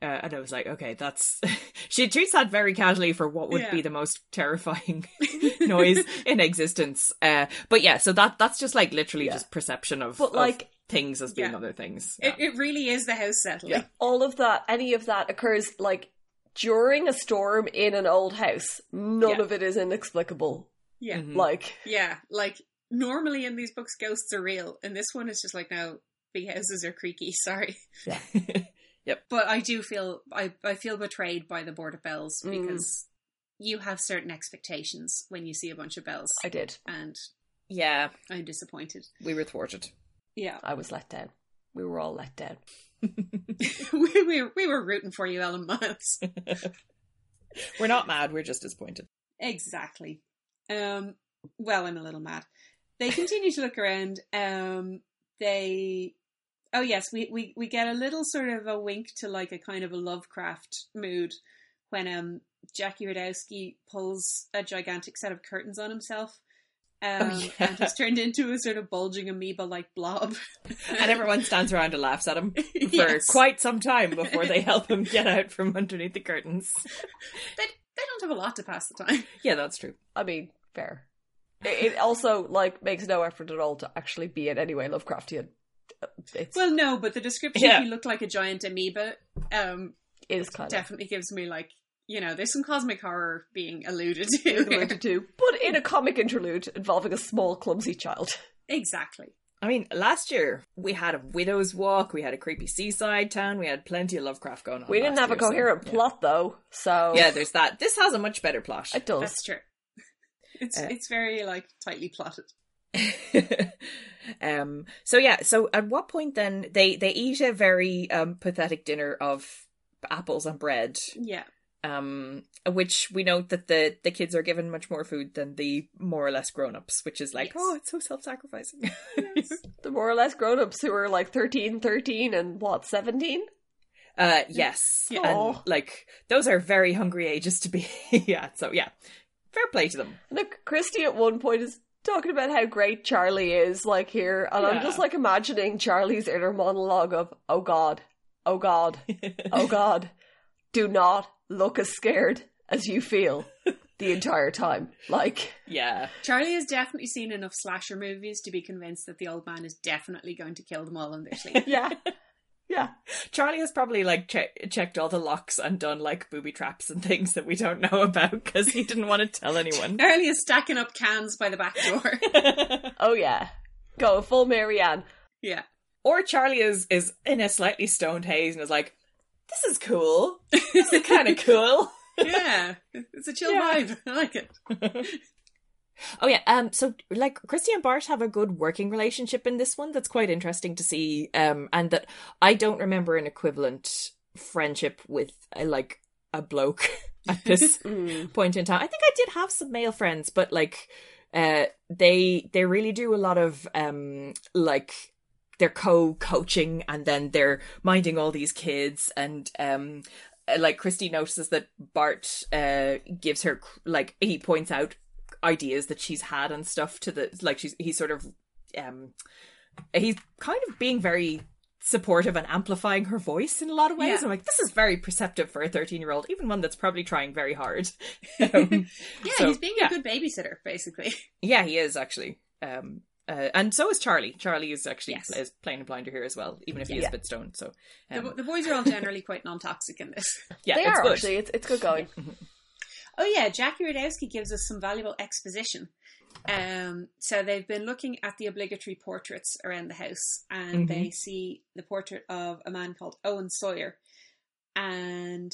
Uh, and I was like, "Okay, that's." she treats that very casually for what would
Yeah.
be the most terrifying noise in existence. Uh, but yeah, so that that's just like literally just perception of,
But,
of
like-
things as being
Yeah.
other things.
It, it really is the house settling.
all of that, any of that occurs like during a storm in an old house. None
Yeah.
of it is inexplicable.
Yeah.
Mhm.
Like,
Yeah, like normally in these books, ghosts are real, and this one is just like, no, big houses are creaky. Sorry, but I do feel I I feel betrayed by the board of bells
Mm.
because you have certain expectations when you see a bunch of bells,
I did.
and
yeah,
I'm disappointed.
we were thwarted.
Yeah,
I was let down. we were all let down.
we, we, we were rooting for you, Ellen Miles.
We're not mad, we're just disappointed.
Exactly. Um, well, I'm a little mad. They continue to look around. Um, they, oh yes, we, we we get a little sort of a wink to like a kind of a Lovecraft mood when um Jackie Radowski pulls a gigantic set of curtains on himself. Um,
Oh, yeah.
and has turned into a sort of bulging amoeba-like blob.
And everyone stands around and laughs at him for
Yes.
quite some time before they help him get out from underneath the curtains.
they, they don't have a lot to pass the time.
Yeah, that's true.
I mean, fair. It, it also like makes no effort at all to actually be in any way Lovecraftian. It's,
Well, no, but the description
Yeah.
he looked like a giant amoeba um,
it is kind of
definitely gives me like you know there's some cosmic horror being alluded to. here.
alluded to, but in a comic interlude involving a small clumsy child.
Exactly.
I mean, last year we had a widow's walk, we had a creepy seaside town, we had plenty of Lovecraft going on.
We didn't
last
have a
year, so,
coherent
Oh, yeah.
plot though, so
Yeah, there's that. This has a much better plot.
it does.
That's true. It's
Uh,
it's very like tightly plotted.
um so yeah so at what point then they they eat a very um pathetic dinner of apples and bread
Yeah.
um which we note that the the kids are given much more food than the more or less grown-ups which is like
Yes.
oh it's so self-sacrificing
the more or less grown-ups who are like 13 13 and what 17
uh yes
Yeah.
and
Aw.
like those are very hungry ages to be at so yeah fair play to them
look christy at one point is talking about how great charlie is like here and i'm
Yeah.
just like imagining charlie's inner monologue of oh god oh god oh god do not look as scared as you feel the entire time like
yeah
Charlie has definitely seen enough slasher movies to be convinced that the old man is definitely going to kill them all in their sleep.
yeah yeah
Charlie has probably like che- checked all the locks and done like booby traps and things that we don't know about because he didn't want to tell anyone.
Charlie is stacking up cans by the back door.
oh yeah go full marianne
yeah.
or Charlie is is in a slightly stoned haze and is like, "This is cool. This is kind of cool."
Yeah. It's a chill
Yeah.
vibe. I like it.
Oh yeah. Um. So like, Christy and Bart have a good working relationship in this one. That's quite interesting to see. Um. And that I don't remember an equivalent friendship with uh, like a bloke at this
Mm.
point in time. I think I did have some male friends, but like uh they they really do a lot of um like they're co-coaching and then they're minding all these kids and um uh, like Christy notices that Bart uh gives her cr- like he points out ideas that she's had and stuff to the like she's he's sort of um he's kind of being very supportive and amplifying her voice in a lot of ways.
Yeah.
I'm like, this is very perceptive for a 13 year old, even one that's probably trying very hard. Um,
Yeah,
so-
he's being
yeah.
a good babysitter, basically.
yeah, he is actually. Um, uh, and so is Charlie. Charlie is actually
Yes.
is playing a blinder here as well, even if he is
Yeah.
a bit stoned. So
The,
um,
bo- the boys are all generally quite non toxic in this.
yeah,
they
it's
are
good.
actually it's, it's good going
Oh yeah, Jackie Radowski gives us some valuable exposition. Um, so they've been looking at the obligatory portraits around the house, and
Mhm.
they see the portrait of a man called Owen Sawyer. And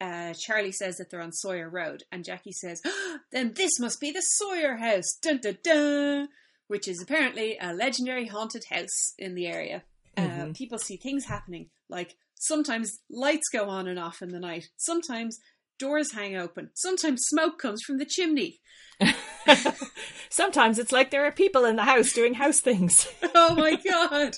uh, Charlie says that they're on Sawyer Road, and Jackie says, "Ah, "Then this must be the Sawyer house." Dun dun dun. Which is apparently a legendary haunted house in the area. Uh,
Mhm.
people see things happening, like sometimes lights go on and off in the night, sometimes doors hang open, sometimes smoke comes from the chimney.
Sometimes it's like there are people in the house doing house things,
Oh my god!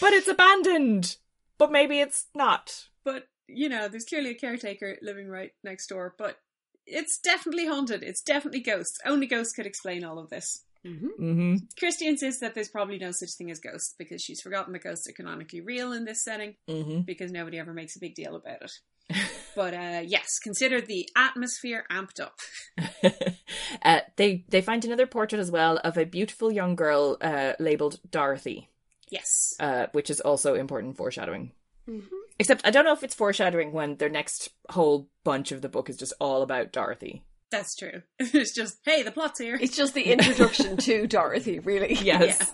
but it's abandoned. But maybe it's not.
But you know, there's clearly a caretaker living right next door. But it's definitely haunted. It's definitely ghosts. Only ghosts could explain all of this.
Mm-hmm.
Christy insists that there's probably no such thing as ghosts because she's forgotten that ghosts are canonically real in this setting.
Mm-hmm.
because nobody ever makes a big deal about it. but uh, yes, consider the atmosphere amped up.
uh, they they find another portrait as well of a beautiful young girl uh, labeled Dorothy,
Yes.
uh, which is also important foreshadowing. Mm-hmm. Except I don't know if it's foreshadowing when their next whole bunch of the book is just all about Dorothy.
That's true. it's just, hey, the plot's here.
it's just the introduction to dorothy really
Yes.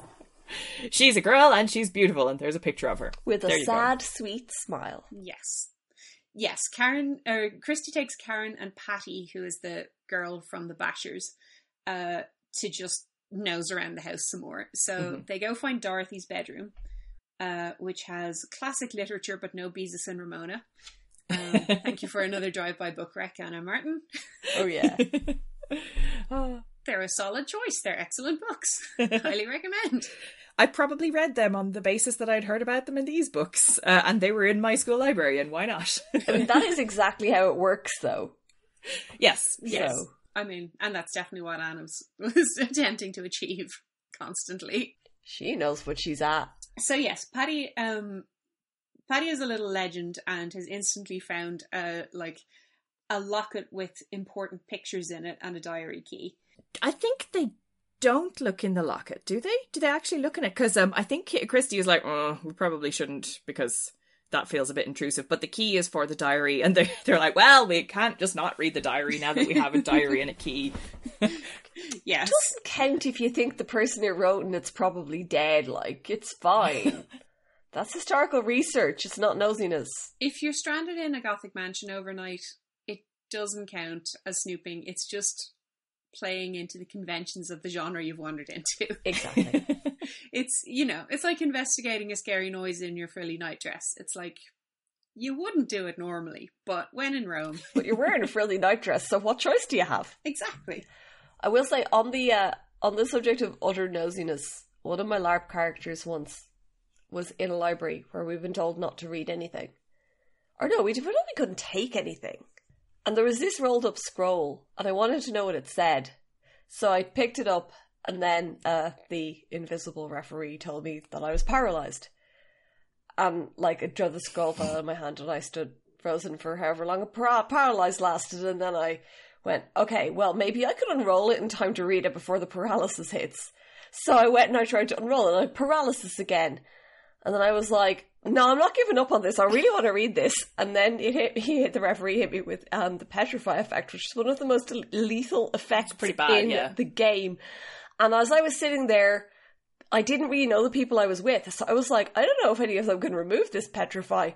She's a girl and she's beautiful, and there's a picture of her.
with
There
a
you go.
sad, sweet smile.
Yes. Yes, Karen, or Christy takes Karen and Patty, who is the girl from the Bashers, uh, to just nose around the house some more. So they go find Dorothy's bedroom, uh, which has classic literature but no Beezus and Ramona. Um, thank you for another drive by book rec, Anna Martin.
Oh yeah.
Oh,
They're a solid choice. They're excellent books. Highly recommend.
I probably read them on the basis that I'd heard about them in these books, uh, and they were in my school library, and why not?
I mean, that is exactly how it works, though.
yes.
Yes.
So,
I mean, and that's definitely what Anna was, was attempting to achieve constantly.
she knows what she's at.
So yes, Paddy. Um, Paddy is a little legend and has instantly found uh like a locket with important pictures in it and a diary key.
I think they don't look in the locket, do they? Do they actually look in it? Because um, I think Ki- Christie is like, oh, we probably shouldn't because that feels a bit intrusive. But the key is for the diary, and they're, they're like, well, we can't just not read the diary now that we have a diary and a key.
Yes,
Doesn't count if you think the person who wrote and it's probably dead. Like it's fine. That's historical research. It's not nosiness.
if you're stranded in a gothic mansion overnight, it doesn't count as snooping. It's just playing into the conventions of the genre you've wandered into.
Exactly.
It's you know, it's like investigating a scary noise in your frilly nightdress. It's like you wouldn't do it normally, but when in Rome,
but you're wearing a frilly nightdress, so what choice do you have?
exactly.
I will say on the uh, on the subject of utter nosiness, one of my LARP characters once was in a library where we've been told not to read anything, or no, we we only couldn't take anything, and there was this rolled up scroll, and I wanted to know what it said, so I picked it up, and then uh, the invisible referee told me that I was paralyzed, and um, like I drew the scroll fell out of my hand, and I stood frozen for however long par- paralyzed lasted, and then I went, okay, well, maybe I could unroll it in time to read it before the paralysis hits. So I went and I tried to unroll it, and I had paralysis again. And then I was like, no, I'm not giving up on this. I really want to read this. And then it hit, he hit the referee hit me with um, the petrify effect, which is one of the most lethal effects
pretty bad,
in
yeah.
the game. And as I was sitting there, I didn't really know the people I was with, so I was like, I don't know if any of them can remove this petrify.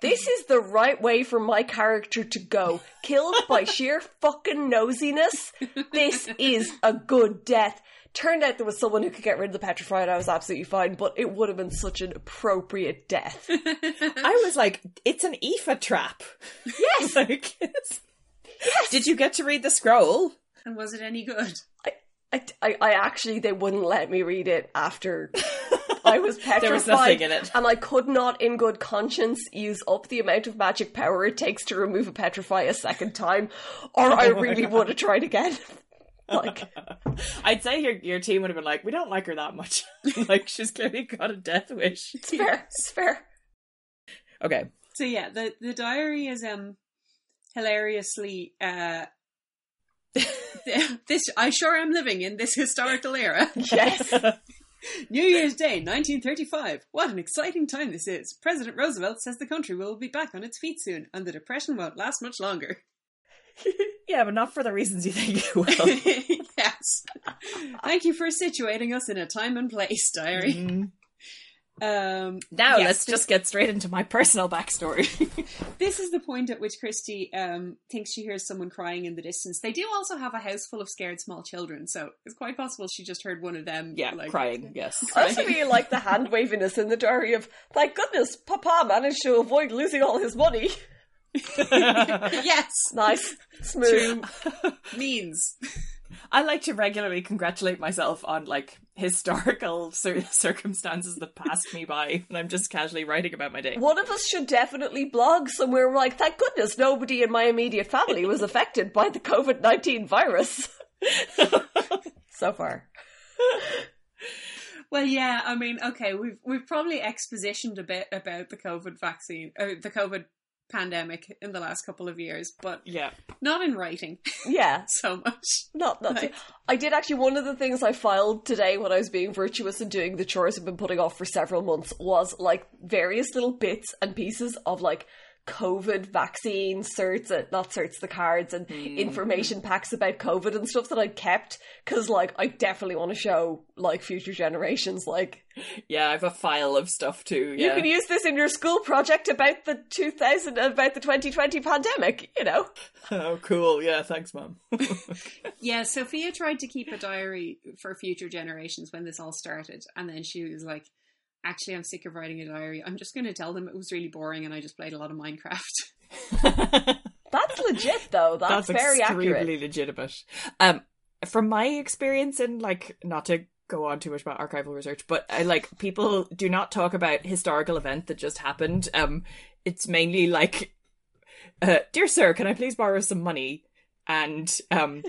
This is the right way for my character to go. Killed by sheer fucking nosiness. This is a good death. Turned out there was someone who could get rid of the petrify, and I was absolutely fine, but it would have been such an appropriate death.
I was like, it's an EFA trap. Yes. like, yes. Did you get to read the scroll?
And was it any good?
I, I, I actually, they wouldn't let me read it after I was petrified.
There was nothing in it.
And I could not, in good conscience, use up the amount of magic power it takes to remove a petrify a second time, or
Oh
I really would have tried again. like,
I'd say your your team would have been like, we don't like her that much. like she's clearly got a death wish.
it's fair, it's fair.
Okay.
So yeah, the the diary is um hilariously uh this I sure am living in this historical era.
Yes.
New Year's Day, 1935. What an exciting time this is. President Roosevelt says the country will be back on its feet soon and the depression won't last much longer.
Yeah, but not for the reasons you think it will.
yes. Thank you for situating us in a time and place, diary.
Mm.
Um
Mm-hmm.
yes,
Now Oh, let's just get straight into my personal backstory.
This is the point at which Christie um, thinks she hears someone crying in the distance. They do also have a house full of scared small children, so it's quite possible she just heard one of them.
yeah,
like,
crying. Yes.
I also really like the hand waviness in the diary of, thank goodness, Papa managed to avoid losing all his money.
yes,
Nice, smooth.
means.
I like to regularly congratulate myself on like historical cir- circumstances that passed me by, and I'm just casually writing about my day.
One of us should definitely blog somewhere like, thank goodness nobody in my immediate family was affected by the COVID 19 virus. so far.
Well, yeah, I mean, okay, we've we've probably expositioned a bit about the COVID vaccine, uh, the COVID pandemic in the last couple of years, but
Yeah.
not in writing
Yeah.
so much.
Not, not
Right.
I did actually, one of the things I filed today when I was being virtuous and doing the chores I've been putting off for several months was like various little bits and pieces of like COVID vaccine certs, uh, not certs, the cards and information packs about COVID and stuff that I kept because like I definitely want to show like future generations like
Yeah, I have a file of stuff too. Yeah.
You can use this in your school project about the 2000 about the 2020 pandemic, you know.
oh, cool. Yeah, thanks, mom.
Yeah, Sophia tried to keep a diary for future generations when this all started, and then she was like, actually, I'm sick of writing a diary. I'm just going to tell them it was really boring and I just played a lot of Minecraft.
That's legit, though. That's, very
extremely
accurate.
legitimate. Um, from my experience, and like not to go on too much about archival research, but I like people do not talk about historical event that just happened. Um, it's mainly like, uh, dear sir, can I please borrow some money? And um,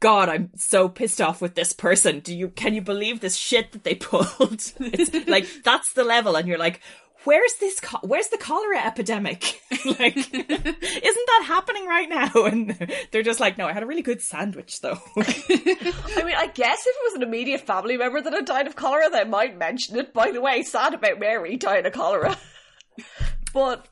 God, I'm so pissed off with this person. Do you can you believe this shit that they pulled? it's like that's the level, and you're like. Where's this? Co- where's the cholera epidemic? like, isn't that happening right now? And they're just like, no, I had a really good sandwich though.
I mean, I guess if it was an immediate family member that had died of cholera, they might mention it. By the way, sad about Mary dying of cholera. but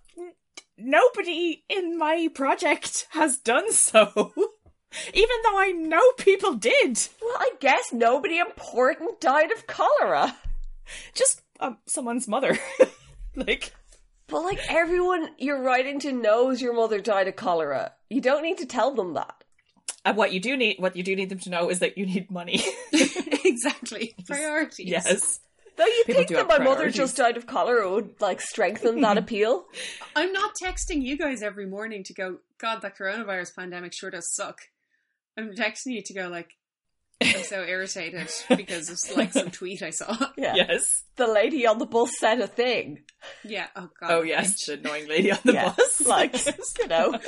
Nobody in my project has done so. Even though I know people did.
well, I guess nobody important died of cholera.
Just um, someone's mother. like,
But like everyone you're writing to knows your mother died of cholera. You don't need to tell them that.
and what you do need, what you do need them to know is that you need money.
exactly. Priorities.
yes.
Though you
People
think
do have
that my mother
priorities.
just died of cholera would like strengthen that appeal.
I'm not texting you guys every morning to go, God, that coronavirus pandemic sure does suck. I'm texting you to go, like, I'm so irritated because of like some tweet I saw.
Yeah.
Yes.
The lady on the bus said a thing.
Yeah. Oh god.
Oh yes, the annoying lady on the
Yeah,
bus.
like, you know.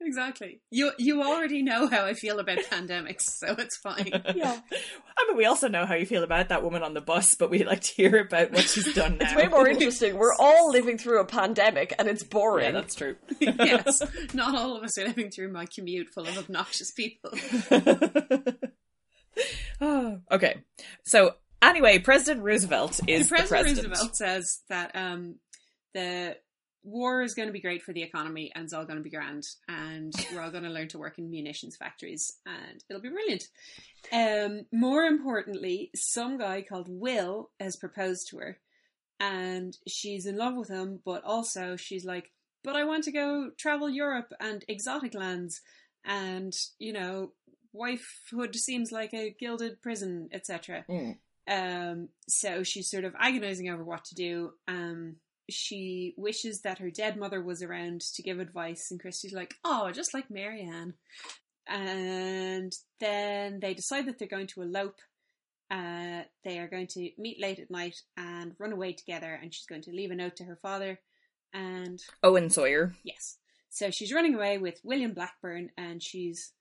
Exactly. You you already know how I feel about pandemics, so it's fine.
Yeah.
I mean, we also know how you feel about that woman on the bus, but we like to hear about what she's done now.
It's way more interesting. We're all living through a pandemic and it's
Yeah,
boring.
that's true.
yes. Not all of us are living through my commute full of obnoxious people.
Oh, okay. So anyway, President Roosevelt is the
President
president.
Roosevelt says that um, the war is going to be great for the economy and it's all going to be grand and we're all going to learn to work in munitions factories and it'll be brilliant. Um, more importantly, some guy called Will has proposed to her and she's in love with him, but also she's like, but I want to go travel Europe and exotic lands and, you know, wifehood seems like a gilded prison, etc.
Mm.
Um, so she's sort of agonizing over what to do. Um, she wishes that her dead mother was around to give advice, and Christie's like, "Oh, just like Marianne." And then they decide that they're going to elope. Uh, they are going to meet late at night and run away together, and she's going to leave a note to her father. And
Owen Sawyer.
Yes. So she's running away with William Blackburn and she's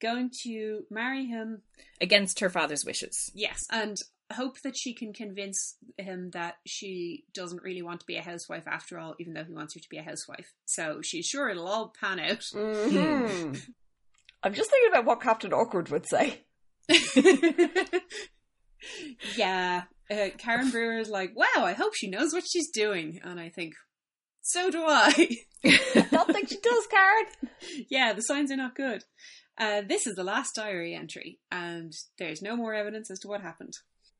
going to marry him.
against her father's wishes.
Yes. And hope that she can convince him that she doesn't really want to be a housewife after all, even though he wants her to be a housewife. So she's sure it'll all pan out.
hmm I'm just thinking about what Captain Awkward would say.
yeah. Uh, Karen Brewer is like, wow, I hope she knows what she's doing. And I think, so do I.
Don't think she does, Karen.
yeah, the signs are not good. Uh, this is the last diary entry, and there's no more evidence as to what happened.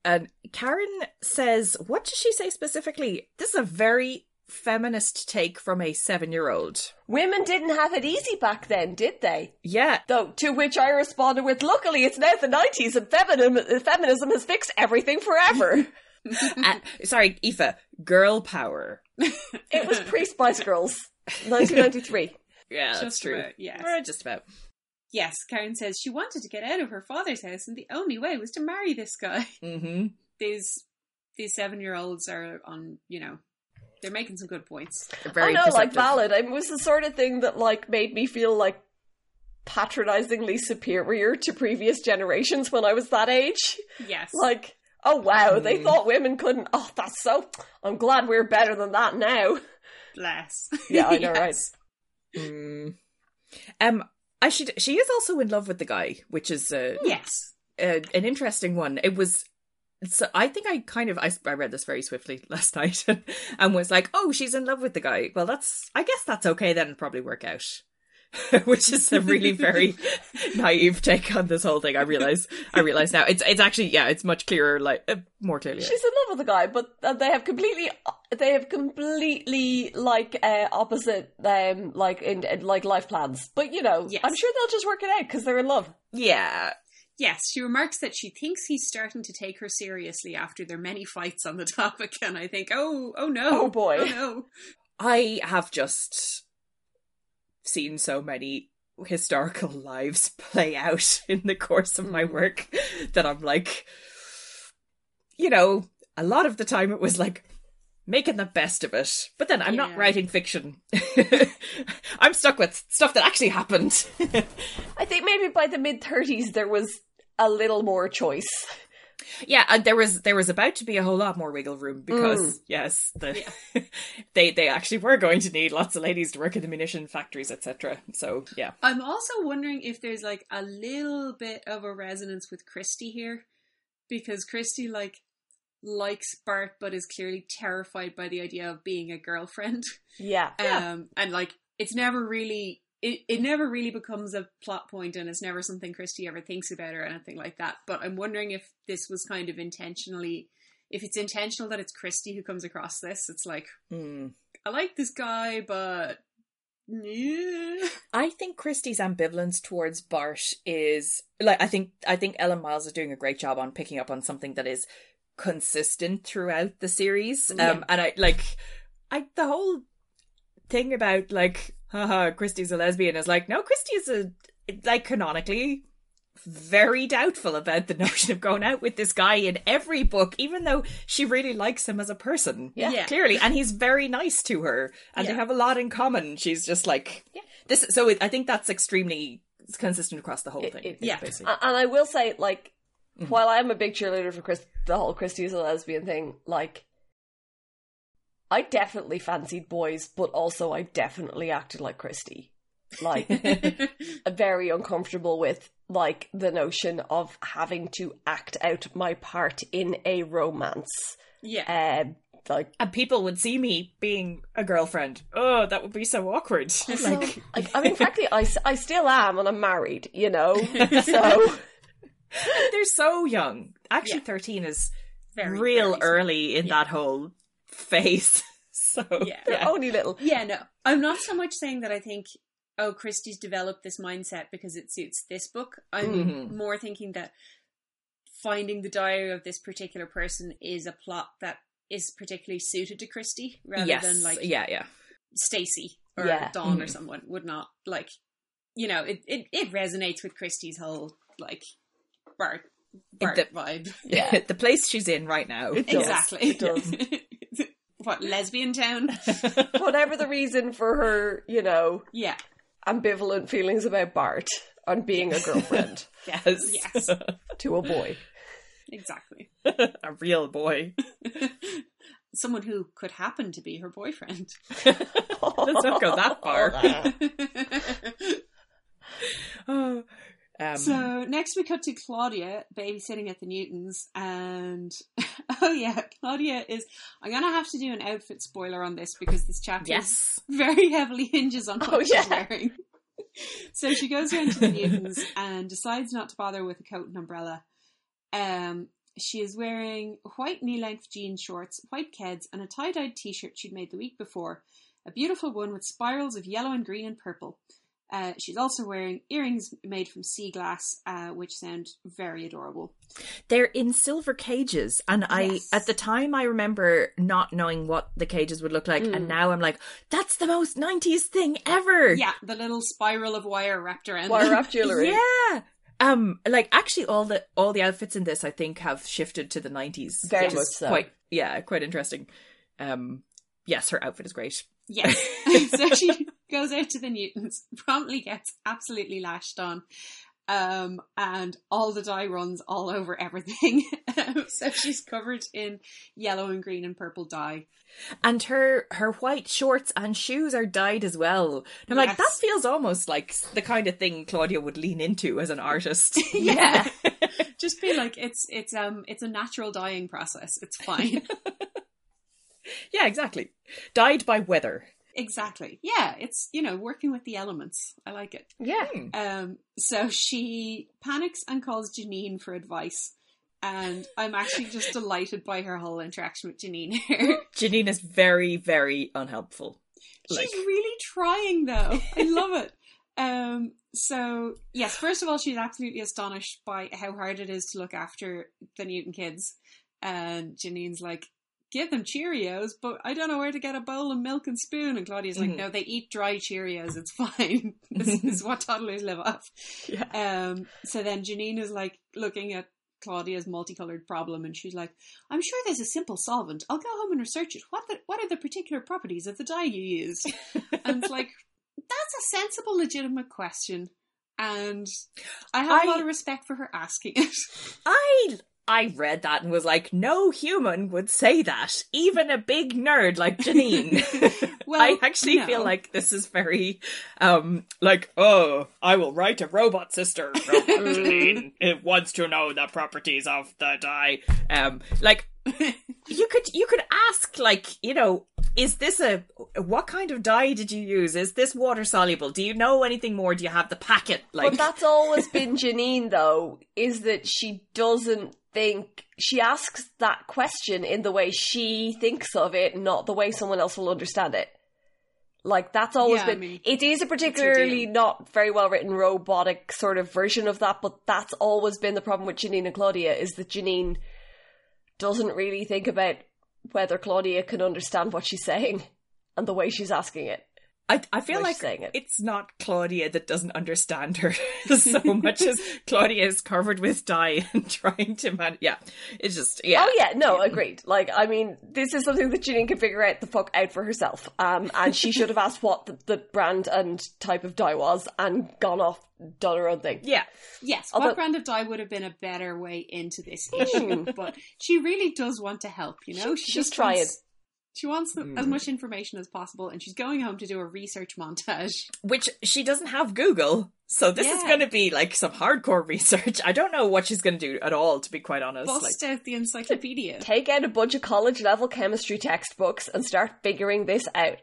And Karen says, what does she say specifically? This is a very feminist take from a seven year old.
Women didn't have it easy back then, did they?
Yeah.
Though, to which I responded with, luckily it's now the 90s and feminism, feminism has fixed everything forever.
Uh, sorry, Aoife, girl power.
it was pre Spice Girls, 1993.
Yeah, Ah, that's
Just
true.
about, yes.
Eh, just about.
Yes, Karen says she wanted to get out of her father's house, and the only way was to marry this guy.
hmm
These these seven year olds are on, you know, they're making some good points.
Very
oh no, like
perceptive.
valid. I mean, it was the sort of thing that like made me feel like patronizingly superior to previous generations when I was that age.
Yes,
Like, oh wow, they
Hmm.
thought women couldn't. Oh, that's so. I'm glad we're better than that now.
bless.
Yeah, I know, right?
Mm. Um, I should. She is also in love with the guy, which is uh,
Yes,
uh, an interesting one. It was. So I think I kind of I, I read this very swiftly last night and, was like, oh, she's in love with the guy. Well, that's I guess that's okay then. It'll probably work out, which is a really very naive take on this whole thing. I realize I realize now it's it's actually yeah, it's much clearer, like uh, more clearly.
She's in love with the guy, but uh, they have completely, they have completely like uh, opposite, um, like in, in like life plans. But you know,
Yes.
I'm sure they'll just work it out because they're in love.
yeah,
Yes, she remarks that she thinks he's starting to take her seriously after their many fights on the topic, and I think, oh, oh no,
Oh, boy.
oh no.
I have just seen so many historical lives play out in the course of my
Mm.
work that I'm like, you know, a lot of the time it was like making the best of it. But then I'm
Yeah.
not writing fiction. I'm stuck with stuff that actually happened.
I think maybe by the mid 30s there was a little more choice.
yeah, and there was there was about to be a whole lot more wiggle room because yes, the, they they actually were going to need lots of ladies to work in the munition factories, etc. So yeah.
I'm also wondering if there's like a little bit of a resonance with Christy here, because Christy like likes Bart, but is clearly terrified by the idea of being a girlfriend.
Yeah.
um and like it's never really it, it never really becomes a plot point and it's never something christie ever thinks about or anything like that but i'm wondering if this was kind of intentionally if it's intentional that it's christie who comes across this it's like
Hmm.
i like this guy but yeah.
I think Christie's ambivalence towards Bart is like I think I think Ellen Miles is doing a great job on picking up on something that is consistent throughout the series.
Yeah.
Um and I like I the whole thing about like haha Christie's a lesbian is like no Christie's a like canonically very doubtful about the notion of going out with this guy in every book even though she really likes him as a person
Yeah.
yeah
clearly and he's very nice to her and
Yeah.
they have a lot in common she's just like this so it, i think that's extremely consistent across the whole
It-
thing
it-
yeah.
basically.
A- And I will say, like,
Mhm.
while I'm a big cheerleader for Chris, the whole Christie is a lesbian thing, like, I definitely fancied boys, but also I definitely acted like Christie. Like, very uncomfortable with, like, the notion of having to act out my part in a romance.
yeah
Um, like,
and people would see me being a girlfriend oh that would be so awkward like
I, I mean, frankly, I, s- I still am, and I'm married, you know? So,
they're so young actually
Yeah.
13 is
very
real
very
early in
Yeah.
that whole phase so
Yeah.
they're only little.
Yeah, no. I'm not so much saying that I think, oh, Christie's developed this mindset because it suits this book. I'm
Mm-hmm.
Mhm.
more thinking that finding the diary of this particular person is a plot that is particularly suited to Christie rather
yes
than like
yeah yeah
Stacy or
Yeah. mm-hmm.
Dawn or
Mhm.
someone would not like you know, it, it, it resonates with Christie's whole like Bart Bart
the-
vibe.
Yeah.
the place she's in right now
It does.
Exactly.
it does.
what, lesbian town?
Whatever the reason for her, you know,
yeah.
ambivalent feelings about Bart and being a girlfriend
yes
Yes.
to a boy.
Exactly.
a real boy
someone who could happen to be her boyfriend.
let's not go that far Oh, um,
so next we cut to Claudia babysitting at the Newtons, and oh yeah, Claudia is. I'm gonna have to do an outfit spoiler on this because this chapter is
yes
very heavily hinges on what
Oh,
she's
yeah.
wearing. So she goes round to the Newtons and decides not to bother with a coat and umbrella. Um, she is wearing white knee-length jean shorts, white keds, and a tie-dyed t-shirt she'd made the week before, a beautiful one with spirals of yellow and green and purple. Uh, she's also wearing earrings made from sea glass, uh, which sound very adorable.
they're in silver cages and
Yes.
i at the time i remember not knowing what the cages would look like and now i'm like that's the most 90s thing ever
Yeah, the little spiral of wire wrapped around.
Wire
them.
up jewelry.
yeah um like actually all the all the outfits in this i think have shifted to the 90s
Very
which
much
is
so.
quite yeah quite interesting um yes her outfit is great
Yes. so she goes out to the Newtons, promptly gets absolutely lashed on, um, and all the dye runs all over everything. so she's covered in yellow and green and purple dye.
and her her white shorts and shoes are dyed as well and i'm
Yes.
like that feels almost like the kind of thing claudia would lean into as an artist
Yeah. Just be like it's it's um it's a natural dyeing process. It's fine.
yeah exactly dyed by weather
exactly. Yeah, it's you know, working with the elements. I like it.
Yeah.
Um, so she panics and calls Janine for advice. And I'm actually just delighted by her whole interaction with Janine here.
Janine is very, very unhelpful. Like,
She's really trying though. I love it. Um, so yes, first of all, she's absolutely astonished by how hard it is to look after the Newton kids, and Janine's like, "Give them Cheerios, but I don't know where to get a bowl and milk and spoon." And Claudia's like,
Mhm.
"No, they eat dry Cheerios. It's fine. this is what toddlers live off."
Yeah.
Um, so then Janine is like looking at Claudia's multicolored problem, and she's like, "I'm sure there's a simple solvent. I'll go home and research it. What the, what are the particular properties of the dye you used?" and it's like, "That's a sensible, legitimate question." And I have a
I-
lot of respect for her asking it.
I I read that and was like, no human would say that, even a big nerd like Janine.
Well,
I actually
no.
feel like this is very, um, like, oh, I will write a robot sister. Robot Janine it wants to know the properties of the dye. Um, like you could you could ask like you know is this a what kind of dye did you use is this water soluble do you know anything more do you have the packet like
But that's always been Janine, though, is that she doesn't think she asks that question in the way she thinks of it, not the way someone else will understand it. Like that's always
Yeah, I
been.
mean,
it is a particularly not very well written robotic sort of version of that, but that's always been the problem with Janine and Claudia is that Janine doesn't really think about whether Claudia can understand what she's saying and the way she's asking it.
I, I feel
Way
like
she's saying it.
it's not Claudia that doesn't understand her so much as Claudia is covered with dye and trying to man. Yeah, it's just yeah.
Oh yeah, no, agreed. Like, I mean, this is something that Janine can figure out the fuck out for herself. Um, and she should have asked what the, the brand and type of dye was and gone off, done her own thing.
yeah.
yes,
Although- Hmm.
what brand of dye would have been a better way into this issue? but she really does want to help. You know,
She-
she
she's
just
trying.
Wants, she wants the- as
Mm.
much information as possible, and she's going home to do a research montage.
Which she doesn't have Google, so this is
Yeah.
going to be like some hardcore research. I don't know what she's going to do at all, to be quite honest. Like,
bust out the encyclopedia.
Take out a bunch of college level chemistry textbooks and start figuring this out.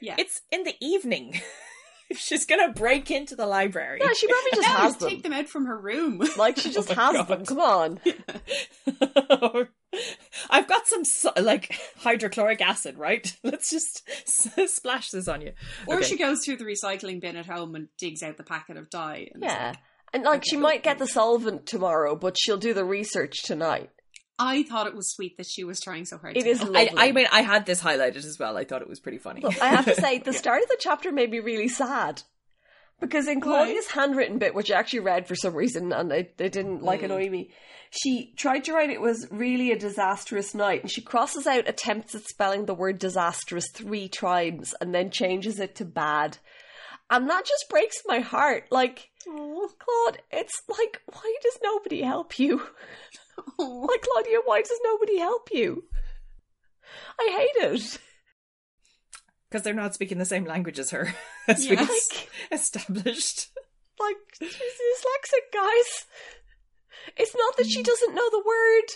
Yeah,
it's in the evening. she's going to break into the library.
Yeah, she probably just
no,
has
just
them.
take them out from her room.
Like, she just
Oh my
has
God.
them. Come on.
I've got some so- like hydrochloric acid, right? Let's just s- splash this on you.
or
Okay.
she goes through the recycling bin at home and digs out the packet of dye. And is
Yeah.
like,
And like, she
Okay.
might get the solvent tomorrow, but she'll do the research tonight.
I thought it was sweet that she was trying so hard.
It
to
is
help.
lovely.
I, I mean, I had this highlighted as well. I thought it was pretty funny.
Look, I have to say, the start of the chapter made me really sad. Because in
Why?
Claudia's handwritten bit, which I actually read for some reason and they, they didn't like annoy me, she tried to write it was really a disastrous night. And she crosses out attempts at spelling the word disastrous three times and then changes it to bad. And that just breaks my heart. Like, Claude, it's like, why does nobody help you?
Oh.
Like, Claudia, why does nobody help you? I hate it.
Because they're not speaking the same language as her, as we
Yeah.
s- established.
Like, she's dyslexic, guys. It's not that she doesn't know the word.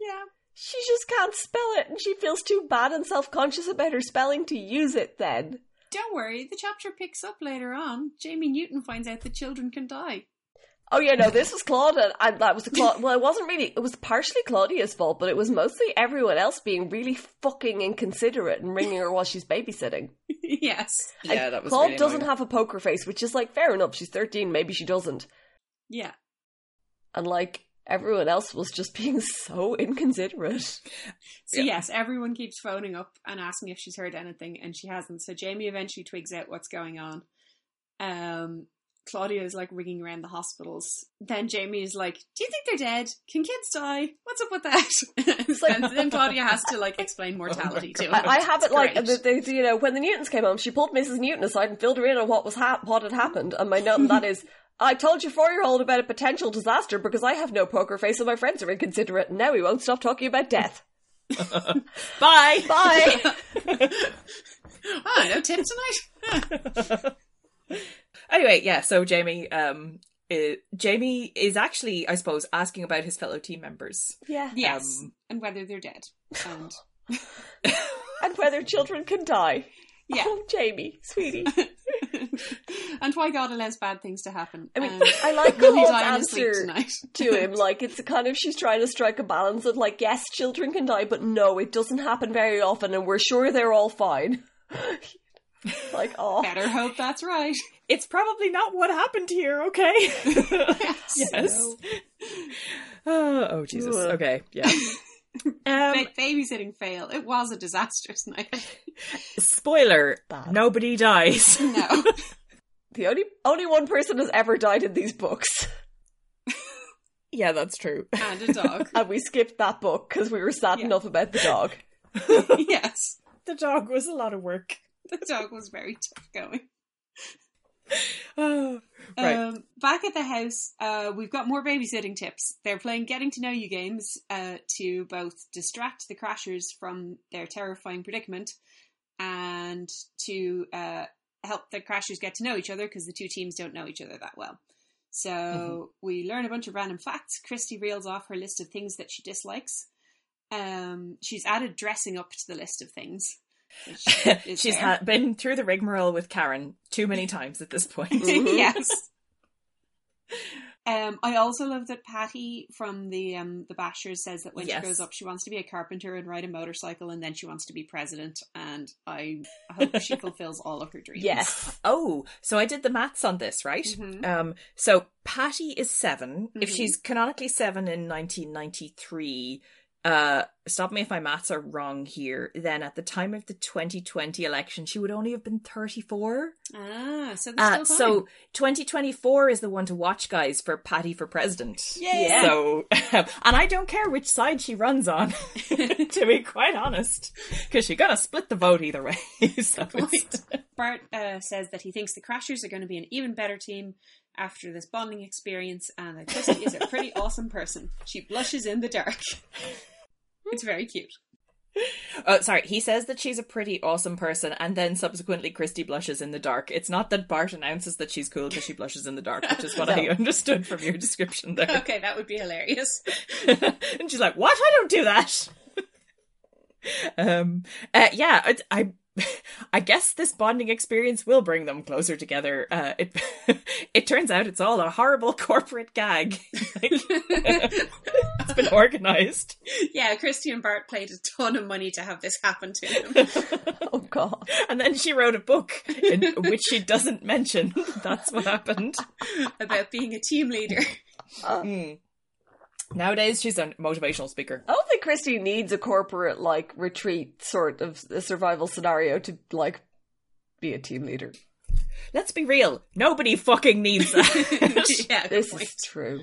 yeah.
She just can't spell it, and she feels too bad and self conscious about her spelling to use it then.
Don't worry, the chapter picks up later on. Jamie Newton finds out that children can die.
Oh, yeah, no, this was Claudia, and that was a Claudia. Well, it wasn't really, it was partially Claudia's fault, but it was mostly everyone else being really fucking inconsiderate and ringing her while she's babysitting.
yes.
And
Yeah, that was
Claude
really
doesn't
annoying.
have a poker face, which is like, fair enough, she's 13, maybe she doesn't.
Yeah.
And like, everyone else was just being so inconsiderate.
So
Yeah.
yes, everyone keeps phoning up and asking if she's heard anything, and she hasn't. So Jamie eventually twigs out what's going on. Um, Claudia is like ringing around the hospitals. Then Jamie is like, "Do you think they're dead? Can kids die? What's up with that?"
like-
and then Claudia has to like explain mortality to him.
God.
Oh I, I have
It's
it like
great.
the, the, you know when the Newtons came home, she pulled Mrs. Newton aside and filled her in on what was hap what had happened. And my note on that is, I told your four year old about a potential disaster because I have no poker face and my friends are inconsiderate. And now we won't stop talking about death.
Bye.
Bye.
oh, no tip tonight.
Anyway, yeah. So Jamie, um, i Jamie is actually, I suppose, asking about his fellow team members.
yeah.
yes,
Um,
and whether they're dead. And
And whether children can die.
yeah,
Oh, Jamie, sweetie.
and why God allows bad things to happen. Um,
I mean,
And
I like
will he
Claude's
die in his sleep
answer
tonight?
to him. Like it's a kind of she's trying to strike a balance of like, yes, children can die, but no, it doesn't happen very often, and we're sure they're all fine. like, oh,
Better hope that's right.
it's probably not what happened here, okay? yes. Oh, oh, Jesus.
Ugh.
Okay, yeah. Um,
Ba- babysitting fail. It was a disastrous night.
spoiler:
Bad.
nobody dies.
no.
The only only one person has ever died in these books,
yeah, that's true.
And a dog.
and we skipped that book because we were sad
Yeah.
enough about the dog.
yes.
The dog was a lot of work.
The dog was very tough going.
Oh, right.
Um, back at the house, uh, we've got more babysitting tips. They're playing getting to know you games uh, to both distract the crashers from their terrifying predicament and to uh, help the crashers get to know each other because the two teams don't know each other that well. So
Mm-hmm.
we learn a bunch of random facts. Christy reels off her list of things that she dislikes. Um, she's added dressing up to the list of things. which is
She's
there.
ha- been through the rigmarole with Karen too many times at this point.
Mhm.
yes. Um, I also love that Patty from the um, the Bashers says that when
Yes.
she grows up, she wants to be a carpenter and ride a motorcycle, and then she wants to be president. And I hope she fulfills all of her dreams.
Yes,
Oh, so I did the maths on this, right?
Mhm.
Um, so Patty is 7 If
Mhm.
she's canonically seven in 1993, uh, stop me if my maths are wrong here. Then at the time of the 2020 election, she would only have been 34.
Ah, so there's still time.
Uh, so 2024 is the one to watch, guys, for Patty for president.
Yay.
Yeah.
So, and I don't care which side she runs on, to be quite honest, because she's gonna split the vote either way. so it's-
Bart uh, says that he thinks the Crashers are going to be an even better team after this bonding experience, and that Christy is a pretty awesome person. She blushes in the dark. It's very cute.
Oh, sorry. He says that she's a pretty awesome person, and then subsequently, Christy blushes in the dark. It's not that Bart announces that she's cool because she blushes in the dark, which is what I
No.
understood from your description there.
Okay, that would be hilarious.
and she's like, "What? I don't do that." um. uh, yeah. I. I I guess this bonding experience will bring them closer together. Uh, it it turns out it's all a horrible corporate gag. Like, it's been organized.
Yeah, Christy and Bart played a ton of money to have this happen to them.
oh god,
And then she wrote a book in which she doesn't mention that's what happened.
about being a team leader.
Hmm. Nowadays, she's a motivational speaker.
I don't think Christy needs a corporate like retreat sort of a survival scenario to like be a team leader.
Let's be real, nobody fucking needs that.
yeah, good
This
point.
is true.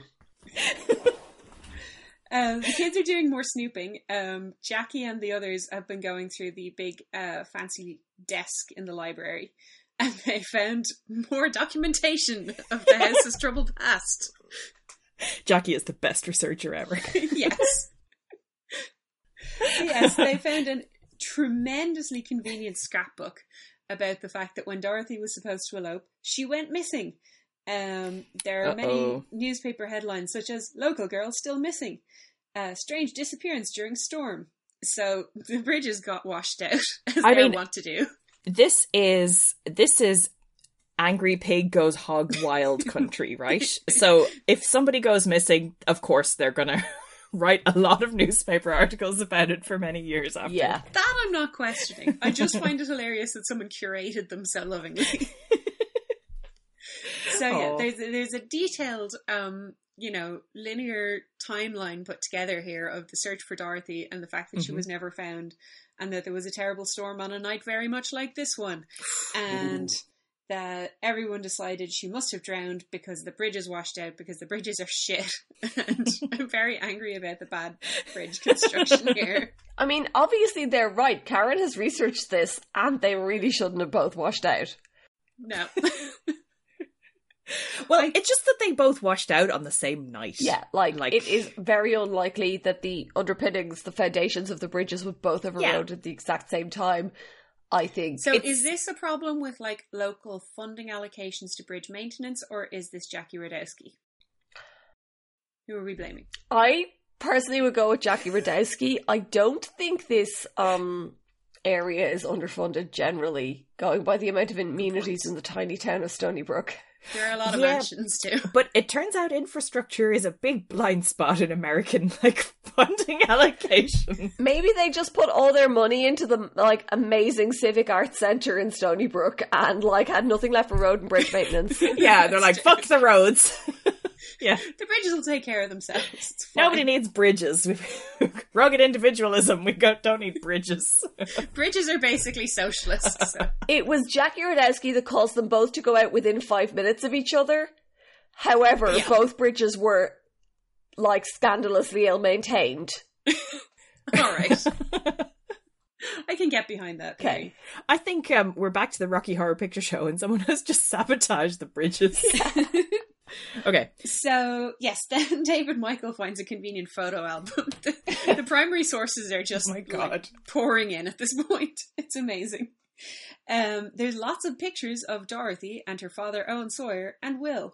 Um, the kids are doing more snooping. Um, Jackie and the others have been going through the big uh, fancy desk in the library, and they found more documentation of the house's troubled past.
Jackie is the best researcher ever.
yes. yes, they found a tremendously convenient scrapbook about the fact that when Dorothy was supposed to elope, she went missing. Um, there are many
Uh-oh.
newspaper headlines such as "Local girl still missing," uh, "Strange disappearance during storm." So the bridges got washed out, as
I
they
mean-
want to do.
This is this is angry pig goes hog wild country, right? So if somebody goes missing, of course they're gonna write a lot of newspaper articles about it for many years after.
Yeah,
That I'm not questioning. I just find it hilarious that someone curated them so lovingly. so yeah,
Aw.
there's there's a detailed, um, you know, linear timeline put together here of the search for Dorothy and the fact that she was never found, and that there was a terrible storm on a night very much like this one, and. That everyone decided she must have drowned because the bridge is washed out because the bridges are shit. and I'm very angry about the bad bridge construction here.
I mean, obviously they're right. Karen has researched this, and they really shouldn't have both washed out.
No.
Well, it's just that they both washed out on the same night.
Yeah, like,
Like-
it is very unlikely that the underpinnings, the foundations of the bridges would both have
Yeah.
eroded at the exact same time. I think.
So
It's-
is this a problem with like local funding allocations to bridge maintenance or is this Jackie Radowski? Who are we blaming?
I personally would go with Jackie Radowski. I don't think this um area is underfunded generally, going by the amount of amenities in the tiny town of Stony Brook.
There are a lot of
Yeah.
mansions too.
But it turns out infrastructure is a big blind spot in American like funding allocation.
Maybe they just put all their money into the like amazing civic arts centre in Stony Brook and like had nothing left for road and bridge maintenance.
Yeah, they're like, fuck the roads. yeah.
The bridges will take care of themselves. It's fine.
Nobody needs bridges. We've- Rugged individualism. We go- don't need bridges.
Bridges are basically socialists. So.
It was Jack Urodowski that caused them both to go out within five minutes of each other. However, both bridges were like scandalously ill maintained.
All right. I can get behind that.
Okay.
I think um, we're back to the Rocky Horror Picture Show, and someone has just sabotaged the bridges. okay.
So, yes, then David Michael finds a convenient photo album. the, the primary sources are just
Oh my
like,
God.
pouring in at this point. It's amazing. Um, there's lots of pictures of Dorothy and her father, Owen Sawyer, and Will,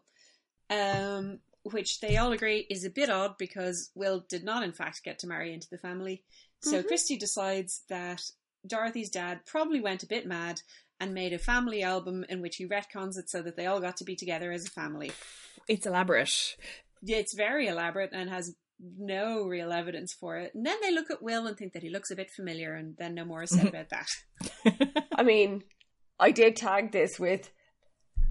um, which they all agree is a bit odd because Will did not, in fact, get to marry into the family. So
Mm-hmm.
Christie decides that Dorothy's dad probably went a bit mad and made a family album in which he retcons it so that they all got to be together as a family.
It's elaborate.
It's very elaborate and has no real evidence for it. And then they look at Will and think that he looks a bit familiar, and then no more is said about that.
I mean, I did tag this with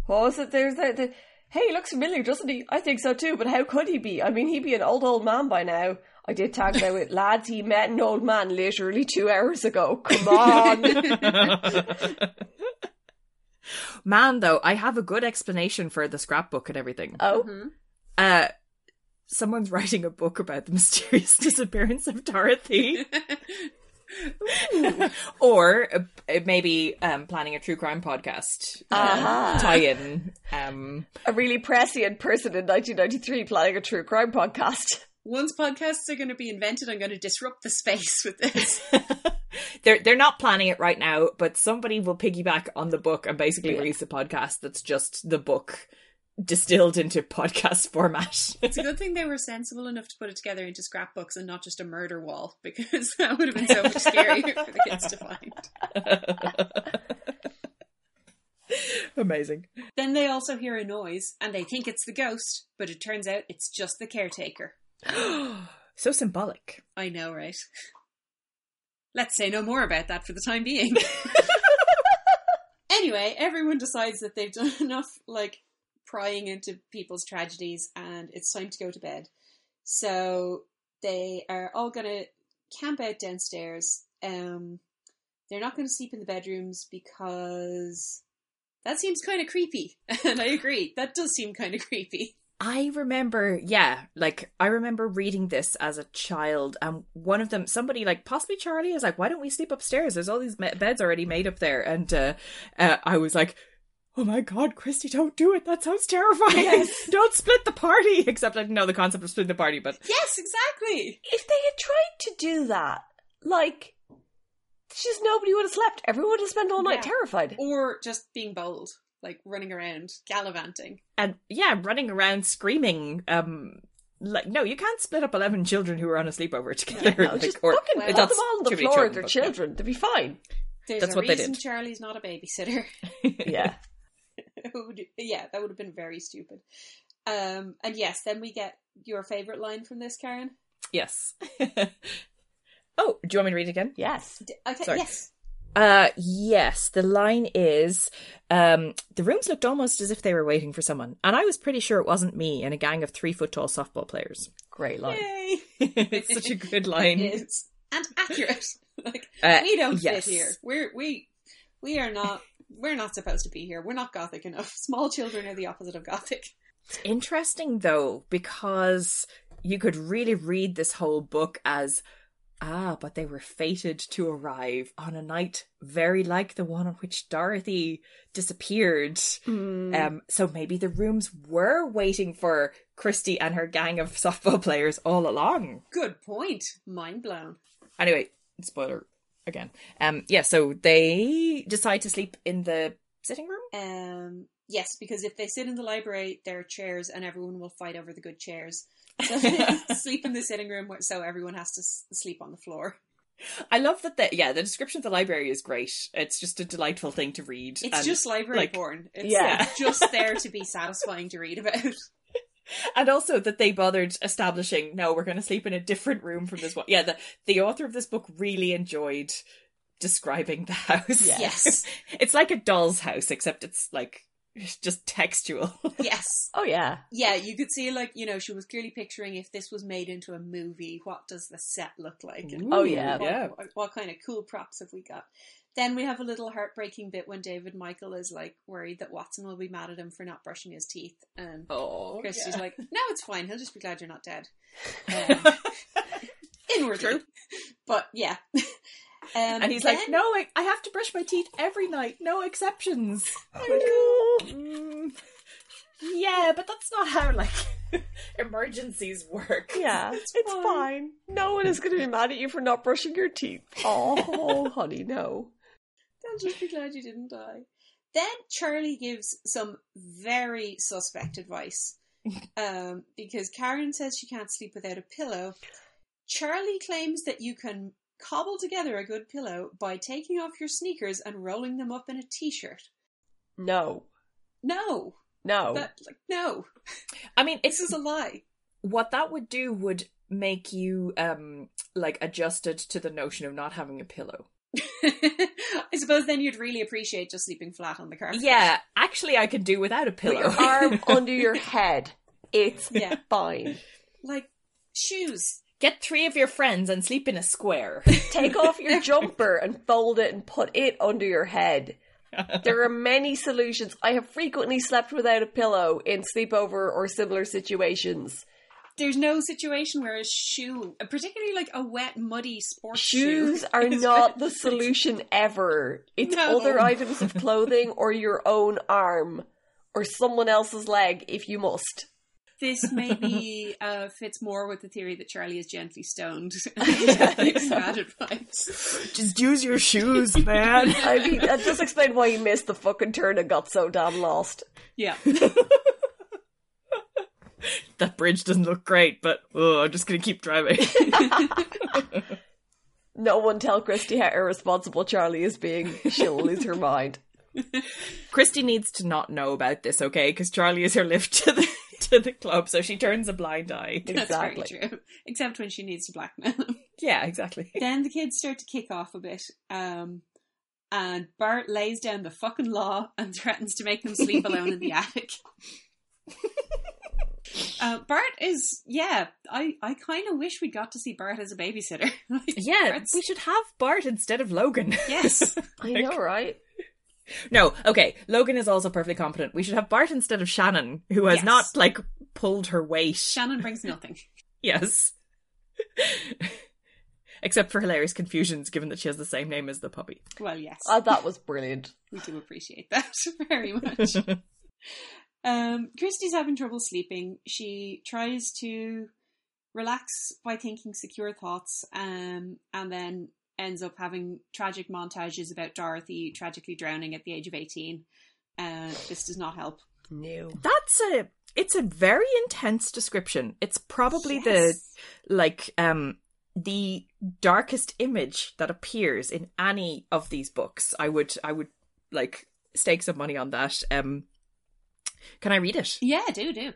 what was it? There's that. The, hey, he looks familiar, doesn't he? I think so too. But how could he be? I mean, he'd be an old old man by now. I did tag that with lads. He met an old man literally two hours ago. Come on.
Man, though, I have a good explanation for the scrapbook and everything.
oh,
Uh, someone's writing a book about the mysterious disappearance of Dorothy. or uh, maybe um, planning a true crime podcast uh,
Aha.
tie-in. Um,
a really prescient person in 1993 planning a true crime podcast.
Once podcasts are going to be invented, I'm going to disrupt the space with this.
they're they're not planning it right now, but somebody will piggyback on the book and basically release a podcast that's just the book distilled into podcast format.
It's a good thing they were sensible enough to put it together into scrapbooks and not just a murder wall, because that would have been so much scarier for the kids to find.
Amazing.
Then they also hear a noise and they think it's the ghost, but it turns out it's just the caretaker.
So symbolic.
I know, right? Let's say no more about that for the time being. anyway, everyone decides that they've done enough, like, prying into people's tragedies and it's time to go to bed. So they are all going to camp out downstairs. Um, they're not going to sleep in the bedrooms because that seems kind of creepy. And I agree, that does seem kind of creepy.
I remember, yeah, like I remember reading this as a child, and one of them, somebody like possibly Charlie, is like, "Why don't we sleep upstairs? There's all these me- beds already made up there." And uh, uh, I was like, "Oh my god, Christy, don't do it! That sounds terrifying! don't split the party!" Except I didn't know the concept of splitting the party, but
Yes, exactly.
if they had tried to do that, like, just nobody would have slept. Everyone would have spent all night
Yeah.
terrified.
Or just being bold, like running around, gallivanting.
and yeah, running around screaming, um. Like no, you can't split up eleven children who are on a sleepover together.
No,
like,
just
or-
fucking put them
that's
all on the
too many
floor with their
but, yeah.
children. They'd be fine.
There's
That's
a
what they
reason
did.
Charlie's not a babysitter.
Yeah.
Who d- yeah, that would have been very stupid. Um, and yes, then we get your favorite line from this, Karen.
Yes. oh, do you want me to read it again?
yes.
D- Okay,
Sorry.
yes,
Uh, yes. The line is, um, the rooms looked almost as if they were waiting for someone, and I was pretty sure it wasn't me and a gang of three foot tall softball players.
Great line.
yay!
it's such a good line.
It's and accurate. like
Uh,
we don't
yes.
fit here. We're we we are not. We're not supposed to be here. We're not gothic enough. Small children are the opposite of gothic.
Interesting though, because you could really read this whole book as, ah, but they were fated to arrive on a night very like the one on which Dorothy disappeared.
Hmm.
Um, so maybe the rooms were waiting for Christie and her gang of softball players all along.
Good point. Mind blown.
Anyway, spoiler again. Um, yeah, so they decide to sleep in the sitting room.
Um, yes, because if they sit in the library, there are chairs, and everyone will fight over the good chairs. So they sleep in the sitting room, where- so everyone has to s- sleep on the floor.
I love that. The, yeah, the description of the library is great. It's just a delightful thing to read.
It's
and-
just library
like-
porn. It's
yeah.
like, just there to be satisfying to read about.
and also that they bothered establishing no we're going to sleep in a different room from this one yeah the, the author of this book really enjoyed describing the house
Yeah.
Yes.
it's like a doll's house except it's like just textual
yes.
Oh yeah.
Yeah, you could see, like, you know, she was clearly picturing if this was made into a movie, what does the set look like? And
Oh, yeah.
what, What, what kind of cool props have we got? Then we have a little heartbreaking bit when David Michael is, like, worried that Watson will be mad at him for not brushing his teeth. And
oh
Christie's like, no, it's fine. He'll just be glad you're not dead. Um, inwardly. But yeah. Um,
and he's like no I, I have to brush my teeth every night no exceptions Mm, yeah but that's not how like emergencies work
Yeah, it's, fine. No one is going to be mad at you for not brushing your teeth. Oh, honey, no.
I'll just be glad you didn't die. Then Charlie gives some very suspect advice um, because Karen says she can't sleep without a pillow. Charlie claims that you can cobble together a good pillow by taking off your sneakers and rolling them up in a t-shirt.
No.
No,
No.
that, like, no,
i mean
this
it's
is a lie.
what that would do would make you um like adjusted to the notion of not having a pillow
I suppose then you'd really appreciate just sleeping flat on the carpet.
yeah actually i can do without a
Put
pillow
your arm under your head. It's
Yeah.
fine.
like shoes.
get three of your friends and sleep in a square
Take off your jumper and fold it and put it under your head. There are many solutions. I have frequently slept without a pillow in sleepover or similar situations.
there's no situation where a shoe, particularly like a wet, muddy sports
Shoes
shoe,
are
is
not
better.
the solution ever. It's
No.
other items of clothing or your own arm or someone else's leg if you must.
This maybe uh, fits more with the theory that Charlie is gently stoned.
think
It's
so.
bad advice.
just use your shoes man
I mean, that does explain why you missed the fucking turn and got so damn lost.
Yeah,
that bridge doesn't look great but oh i'm just gonna keep driving
No one tell Christy how irresponsible Charlie is being. She'll lose her mind.
christy needs to not know about this okay because charlie is her lift to the to the club so she turns a blind eye
that's
Exactly.
very true. Except when she needs to blackmail him.
yeah exactly
then the kids start to kick off a bit, um, and Bart lays down the fucking law and threatens to make them sleep alone in the attic. Uh, Bart is, yeah, I, I kind of wish we got to see Bart as a babysitter. Like,
yeah
Bart's-
we should have bart instead of logan
yes.
I know, right?
No, okay. Logan is also perfectly competent. We should have Bart instead of Shannon, who has
Yes.
not like pulled her weight.
Shannon brings nothing.
yes. Except for hilarious confusions, given that she has the same name as the puppy.
Well, yes,
Uh, that was brilliant.
we do appreciate that very much. um, Christy's having trouble sleeping. She tries to relax by thinking secure thoughts, um, and then ends up having tragic montages about Dorothy tragically drowning at the age of eighteen. Uh, this does not help.
No.
That's a. It's a very intense description. It's probably
Yes.
the like um the darkest image that appears in any of these books. I would I would like stake some money on that. Um, can I read it?
yeah, do do.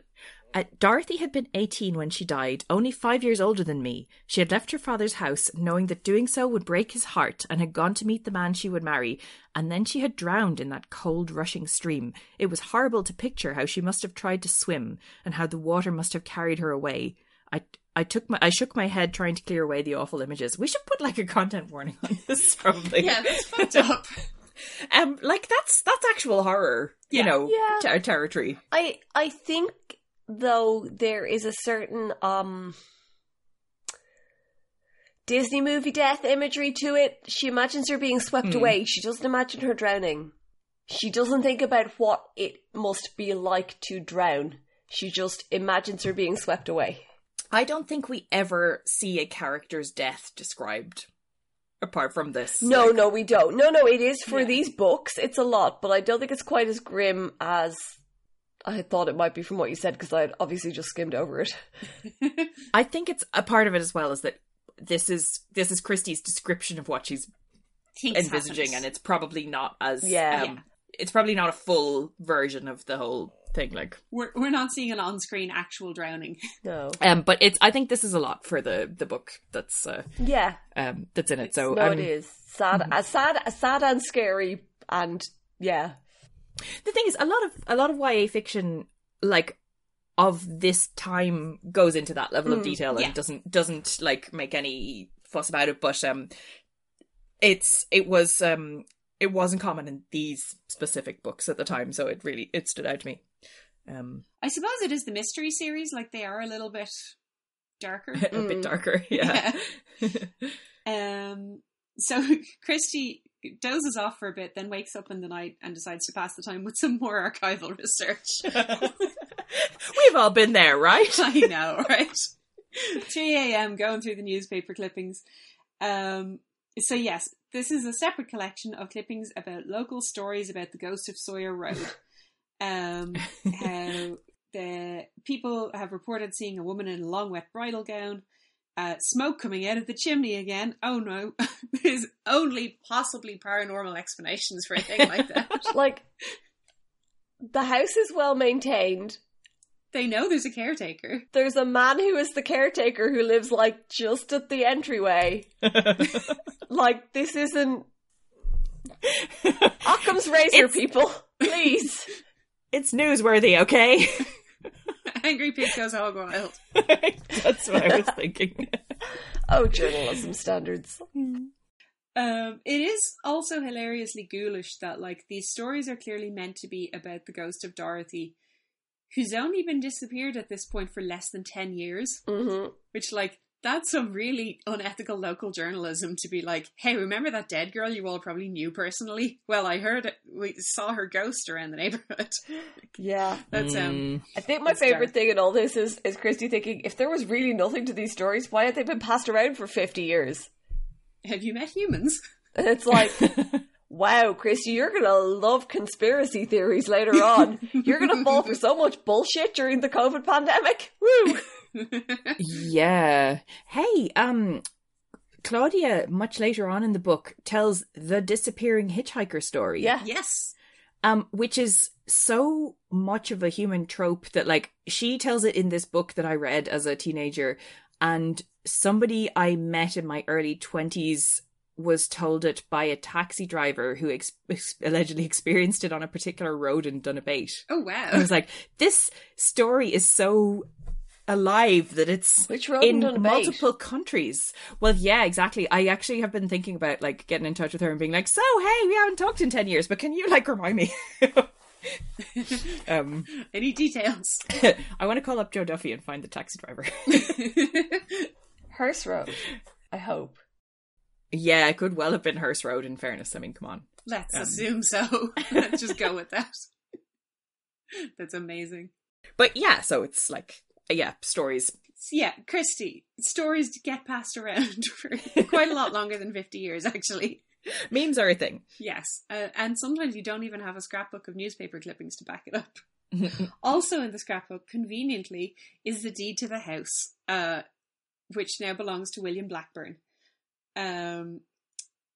Uh, Dorothy had been 18 when she died, only five years older than me. She had left her father's house, knowing that doing so would break his heart, and had gone to meet the man she would marry, and then she had drowned in that cold, rushing stream. It was horrible to picture how she must have tried to swim, and how the water must have carried her away. I, I took my I shook my head trying to clear away the awful images. We should put like a content warning on this probably.
Yeah, that's fucked up.
Um like that's that's actual horror,
Yeah.
you know,
Yeah.
ter- territory.
I I think though there is a certain um Disney movie death imagery to it. She imagines her being swept away. She doesn't imagine her drowning. She doesn't think about what it must be like to drown. She just imagines her being swept away.
I don't think we ever see a character's death described apart from this.
No,
Like,
no, we don't. No, no, it is for
Yeah.
these books. It's a lot, but I don't think it's quite as grim as I had thought it might be from what you said because I had obviously just skimmed over it.
I think it's a part of it as well is that this is this is Christie's description of what she's
Things
envisaging
happens.
and it's probably not as
Yeah.
um, it's probably not a full version of the whole thing. Like,
We're we're not seeing an on-screen actual drowning.
No.
um, but it's I think this is a lot for the the book that's uh,
Yeah.
um that's in it. So
no,
I'm-
it is sad. uh, sad, uh, sad, and scary, and yeah,
the thing is a lot of a lot of YA fiction like of this time goes into that level of
Mm,
detail and
yeah.
doesn't doesn't like make any fuss about it but um it's it was um it wasn't common in these specific books at the time so it really it stood out to me um
I suppose it is the mystery series, like they are a little bit darker.
a bit
Mm.
darker yeah,
Um, so Christy dozes off for a bit, then wakes up in the night and decides to pass the time with some more archival research.
we've all been there right
I know, right? 3 a.m. going through the newspaper clippings. Um, so, yes, this is a separate collection of clippings about local stories about the ghost of Sawyer Road. Um, how the people have reported seeing a woman in a long, wet bridal gown. Uh, smoke coming out of the chimney again. Oh no, there's only possibly paranormal explanations for a thing like that.
like the house is well maintained.
they know there's a caretaker.
There's a man who is the caretaker who lives like just at the entryway. Like this isn't Occam's razor,
It's-
people. Please.
it's newsworthy okay
Angry pig goes "Oh, hog wild.
that's what i was thinking
Oh, journalism standards.
Um, it is also hilariously ghoulish that like these stories are clearly meant to be about the ghost of Dorothy, who's only been disappeared at this point for less than ten years.
hmm
Which like that's some really unethical local journalism to be like, hey, remember that dead girl you all probably knew personally? Well, I heard it, we saw her ghost around the neighborhood.
Yeah.
that's um,
Mm.
I think my
It's dark.
favorite thing in all this is is Christy thinking if there was really nothing to these stories, why had they been passed around for fifty years?
have you met humans?
And it's like, wow, Christy, you're gonna love conspiracy theories later on. You're gonna fall for so much bullshit during the COVID pandemic. Woo!
Yeah. Hey, um Claudia much later on in the book tells the disappearing hitchhiker story.
Yeah.
yes.
Um which is so much of a human trope that like she tells it in this book that I read as a teenager and somebody I met in my early 20s was told it by a taxi driver who ex- ex- allegedly experienced it on a particular road in Dunabate.
Oh
I
wow.
was like, this story is so alive that it's
Which road
in
in Dunabate?
multiple countries. Well, yeah, exactly. I actually have been thinking about like getting in touch with her and being like, "So, hey, we haven't talked in ten years, but can you like remind me?" um,
Any details?
I want to call up Joe Duffy and find the taxi driver.
Hearse Road. I hope.
yeah, it could well have been Hearst Road. In fairness, I mean, come on.
Let's
Um.
assume so. Let's just go with that. That's amazing.
But yeah, so it's like yeah, stories.
So yeah, Christy, stories to get passed around for quite a lot longer than 50 years, actually.
Memes are a thing.
Yes. Uh, and sometimes you don't even have a scrapbook of newspaper clippings to back it up. also in the scrapbook, conveniently, is the deed to the house, uh, which now belongs to William Blackburn. Um,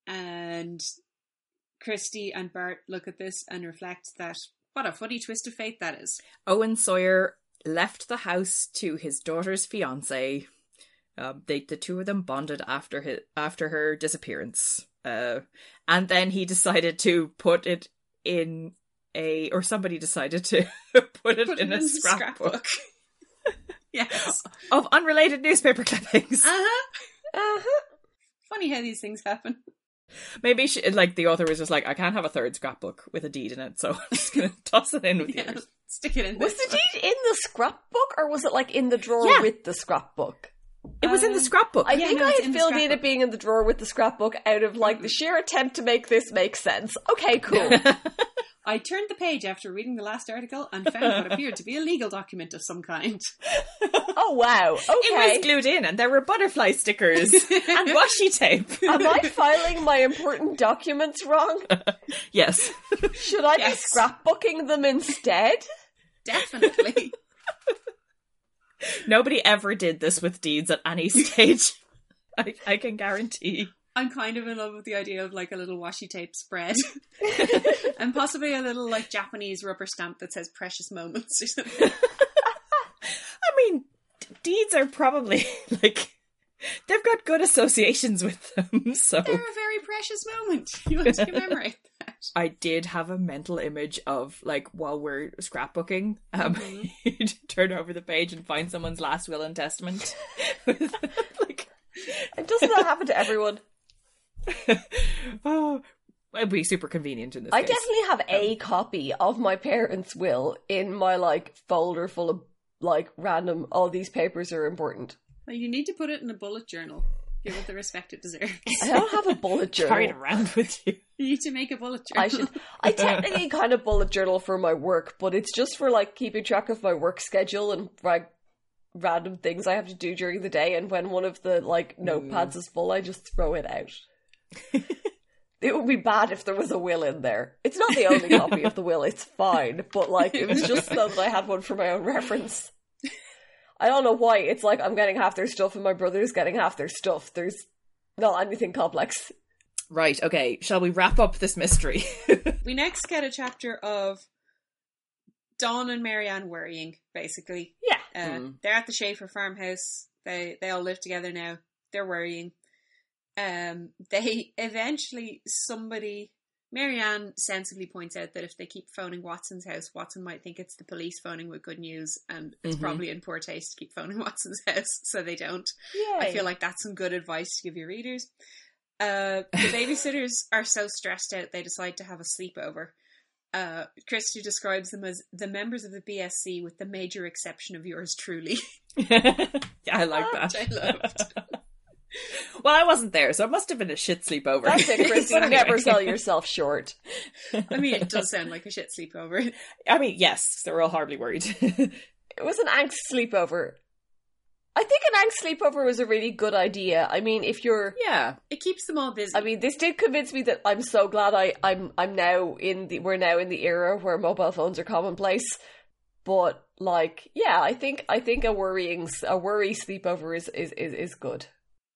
and Christy and Bart look at this and reflect that what a funny twist of fate that is.
Owen Sawyer left the house to his daughter's fiance. Um, they the two of them bonded after his, after her disappearance, uh, and then he decided to put it in a or somebody decided to put it
Put
in
it
a
in the scrapbook.
scrapbook,
Yes.
of unrelated newspaper clippings.
Uh-huh.
Uh-huh.
Funny how these things happen.
Maybe she, like the author was just like, I can't have a third scrapbook with a deed in it, so I'm just gonna toss it in with
Yeah,
yours.
stick it in
Was
this
the
one.
deed in the scrapbook or was it like in the drawer
Yeah.
with the scrapbook?
It was in the
Um,
scrapbook.
I
Yeah,
think
no,
I
it's in
had
the
filled in it
scrapbook.
being in the drawer with the scrapbook out of like the sheer attempt to make this make sense. Okay, cool.
I turned the page after reading the last article and found what appeared to be a legal document of some kind.
oh wow.
It was
Okay.
glued in, and there were butterfly stickers and washi tape.
Am I filing my important documents wrong?
Yes.
Should I
Yes.
be scrapbooking them instead?
Definitely.
Nobody ever did this with deeds at any stage. I, I can guarantee.
I'm kind of in love with the idea of like a little washi tape spread and possibly a little like Japanese rubber stamp that says precious moments or something.
I mean, d- deeds are probably like they've got good associations with them. So
They're a very precious moment. You want to commemorate that.
I did have a mental image of like while we're scrapbooking, um,
Mhm.
you'd turn over the page and find someone's last will and testament. With, like,
And doesn't that happen to everyone?
oh, it'd be super convenient in this.
I
case.
definitely have a copy of my parents' will in my like folder full of like random. All these papers are important.
Well, you need to put it in a bullet journal. Give it the respect it deserves.
I don't have a bullet
carry it
journal.
around with you.
you need to make a bullet journal.
I should. I technically kind of bullet journal for my work, but it's just for like keeping track of my work schedule and like random things I have to do during the day. And when one of the like
Mm.
notepads is full, I just throw it out. it would be bad if there was a will in there. It's not the only copy of the will. It's fine, but like it was just so that I had one for my own reference. I don't know why. It's like I'm getting half their stuff and my brother's getting half their stuff. There's not anything complex.
Right. Okay. Shall we wrap up this mystery?
We next get a chapter of Dawn and Marianne worrying, basically.
Yeah.
Uh,
Hmm.
They're at the Schaefer farmhouse. They they all live together now. They're worrying. Um, they eventually somebody Marianne sensibly points out that if they keep phoning Watson's house, Watson might think it's the police phoning with good news, and it's
Mhm.
probably in poor taste to keep phoning Watson's house, so they don't.
Yeah.
I feel like that's some good advice to give your readers. Uh, the babysitters are so stressed out they decide to have a sleepover. Uh, Christie describes them as the members of the BSC with the major exception of yours truly.
yeah, I like that.
Which I loved.
well, I wasn't there, so it must have been a shit sleepover.
That's it, Chrissy.
Anyway.
Never sell yourself short.
I mean, it does sound like a shit sleepover.
I mean, yes, they're all hardly worried.
It was an angst sleepover. I think an angst sleepover was a really good idea. I mean, if you're
yeah.
It keeps them all
Um,
busy.
I mean, this did convince me that I'm so glad I, I'm I'm now in the we're now in the era where mobile phones are commonplace. But like, yeah, I think I think a worrying s- a worry sleepover is is is, is good.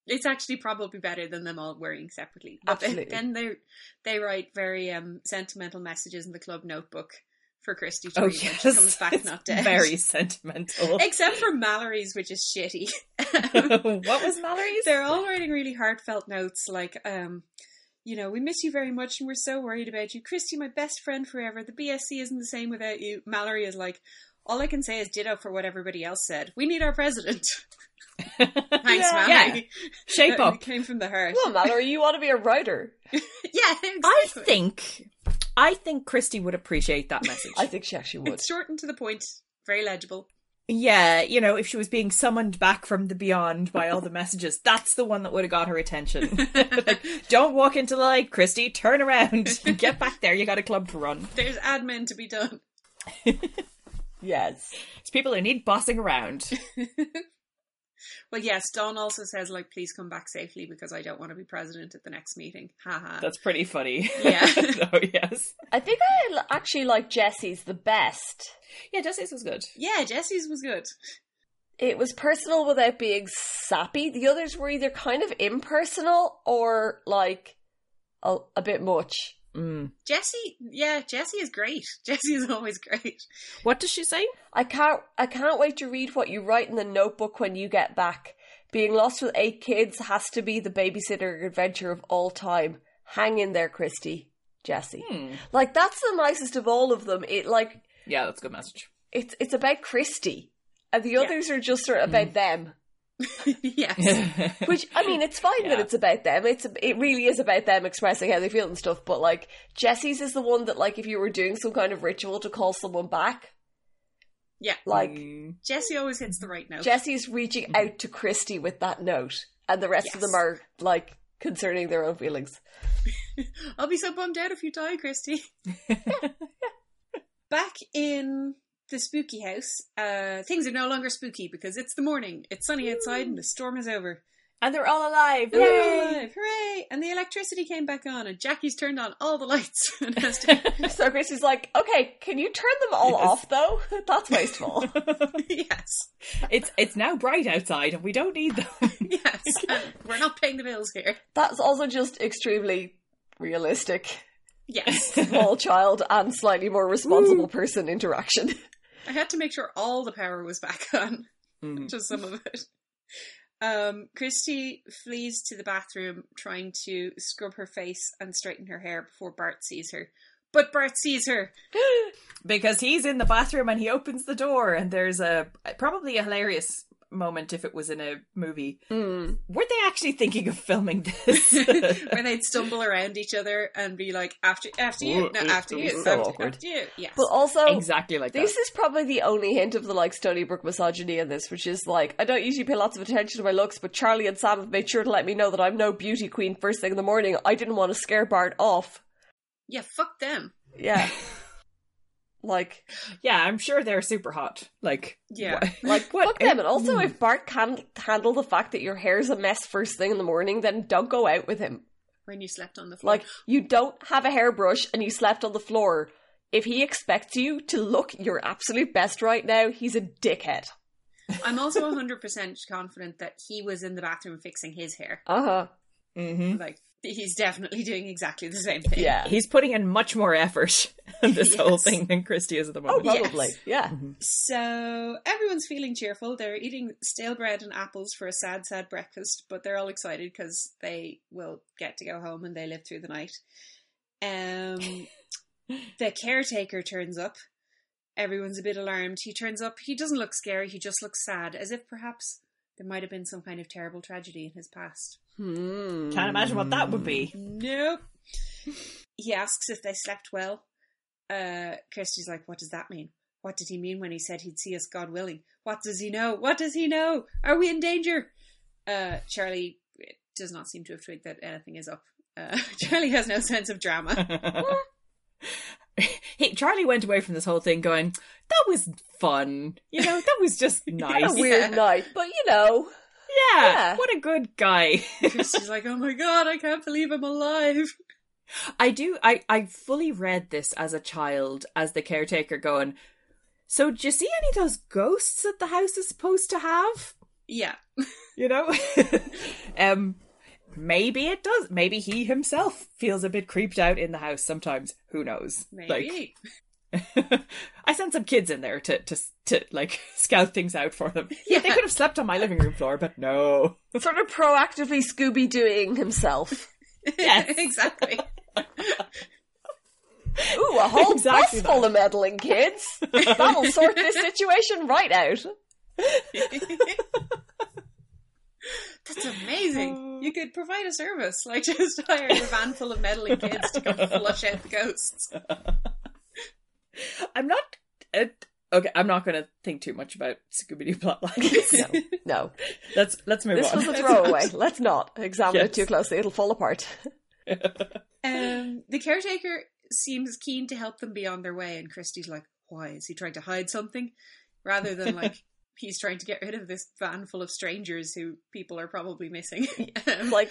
it's actually probably better than them all worrying separately. But then-
Absolutely.
Then they they write very um, sentimental messages in the club notebook for Christie to
Oh,
read
yes.
when she comes back
It's
not dead.
Very sentimental.
Except for Mallory's, which is shitty. Um,
what was Mallory's?
They're all writing really heartfelt notes like, um, you know, we miss you very much and we're so worried about you. Christy, my best friend forever. The BSC isn't the same without you. Mallory is like, all I can say is ditto for what everybody else said. We need our president. Thanks,
Yeah.
Mallory.
Shape
That
up.
came from the heart.
Well, Mallory, you want to be a writer?
yeah,
I
exactly.
think, I think Christy would appreciate that message.
I think she actually would.
It's short and to the point, very legible.
yeah, you know, if she was being summoned back from the beyond by all the messages, that's the one that would have got her attention. like, don't walk into the light, Christy. Turn around. Get back there. You got a club to run.
There's admin to be done.
Yes.
It's people who need bossing around.
Well, yes, Don also says, like, please come back safely because I don't want to be president at the next meeting. Haha.
That's pretty funny.
Yeah.
so, yes.
I think I l- actually like Jesse's the best.
Yeah, Jesse's was good.
yeah, Jesse's was good.
It was personal without being sappy. The others were either kind of impersonal or like a, a bit much.
Mm.
Jesse, yeah, Jesse is great. Jesse is always great.
What does she say?
I can't I can't wait to read what you write in the notebook when you get back. Being lost with eight kids has to be the babysitter adventure of all time. Hang in there, Christy. Jesse.
Hmm.
Like that's the nicest of all of them. It like
Yeah, that's a good message.
it's it's about Christy. And the
Yeah.
others are just sort of about them.
yes.
Which I mean, it's fine that
Yeah.
it's about them. It's it really is about them expressing how they feel and stuff. But like Jesse's is the one that like if you were doing some kind of ritual to call someone back,
Yeah.
like
Mm.
Jesse always hits the right note.
Jesse's reaching out to Christy with that note, and the rest of
Yes.
them are like concerning their own feelings.
I'll be so bummed out if you die, Christy. Back in the spooky house, uh, things are no longer spooky because it's the morning, it's sunny outside, and the storm is over.
And they're all alive.
They're
Yay!
all alive. Hooray! And the electricity came back on, and Jackie's turned on all the lights. and has to-
So Gracie's like, okay, can you turn them all
Yes.
off though? That's wasteful.
yes,
It's it's now bright outside and we don't need them.
yes. And we're not paying the bills here.
That's also just extremely realistic.
Yes.
Small child and slightly more responsible person interaction.
I had to make sure all the power was back on,
Hmm.
just some of it. Um, Christy flees to the bathroom, trying to scrub her face and straighten her hair before Bart sees her. But Bart sees her.
because he's in the bathroom and he opens the door and there's a probably a hilarious moment if it was in a movie.
Mm.
Were they actually thinking of filming this?
where they'd stumble around each other and be like, "After, after you,
Ooh,
no,
it-
after
it
you,
was so
after,
awkward.
after you." Yes,
But also,
exactly like
this is probably the only hint of the like Stony Brook misogyny in this, which is like, I don't usually pay lots of attention to my looks, but Charlie and Sam have made sure to let me know that I'm no beauty queen first thing in the morning. I didn't want to scare Bart off.
yeah, fuck them.
Yeah. like,
that. Yeah, I'm sure they're super hot. Like
Yeah.
wha-
Like
What
fuck
a-
them. And also, if Bart can't handle the fact that your hair's a mess first thing in the morning, then don't go out with him.
When you slept on the floor,
Like you don't have a hairbrush and you slept on the floor. If he expects you to look your absolute best right now, he's a dickhead.
I'm also 100 percent confident that he was in the bathroom fixing his hair.
Uh huh.
Mhm.
Like he's definitely doing exactly the same thing.
Yeah.
He's putting in much more effort in this whole
Yes.
thing than Christie is at the
Oh,
moment.
yes.
probably. Yeah.
So everyone's feeling cheerful. They're eating stale bread and apples for a sad, sad breakfast, but they're all excited because they will get to go home and they live through the night. Um, the caretaker turns up. Everyone's a bit alarmed. He turns up. He doesn't look scary. He just looks sad, as if perhaps there might have been some kind of terrible tragedy in his past.
Hmm.
Can't imagine what that would be.
Nope. He asks if they slept well. Uh, Kirsty's like, What does that mean? What did he mean when he said he'd see us, God willing? What does he know? What does he know? Are we in danger? Uh, Charlie does not seem to have twigged that anything is up. Uh, Charlie has no sense of drama.
he, Charlie went away from this whole thing going, that was fun. You know, that was just nice.
What a weird
Yeah.
night, but you know,
yeah,
Yeah.
what a good guy.
Kirsty's like, Oh my god, I can't believe I'm alive.
I do, I, I fully read this as a child, as the caretaker going, so do you see any of those ghosts that the house is supposed to have?
Yeah.
You know? um, maybe it does. Maybe he himself feels a bit creeped out in the house sometimes. Who knows?
Maybe.
Like, I sent some kids in there to to to like scout things out for them. Yeah, they could have slept on my living room floor, but no.
sort of proactively Scooby Dooing himself.
Yes.
exactly.
Ooh, a whole
Exactly
bus full of meddling kids. That'll sort this situation right out.
That's amazing. You could provide a service, like just hire a van full of meddling kids to come flush out the ghosts.
I'm not. Uh, okay, I'm not going to think too much about Scooby Doo plotlines.
No, no.
let's let's move
This
on.
was a throwaway. Let's not examine it
Yes.
too closely. It'll fall apart.
Um, the caretaker seems keen to help them be on their way, and Christie's like, "Why is he trying to hide something?" Rather than like he's trying to get rid of this van full of strangers who people are probably missing. Um,
Like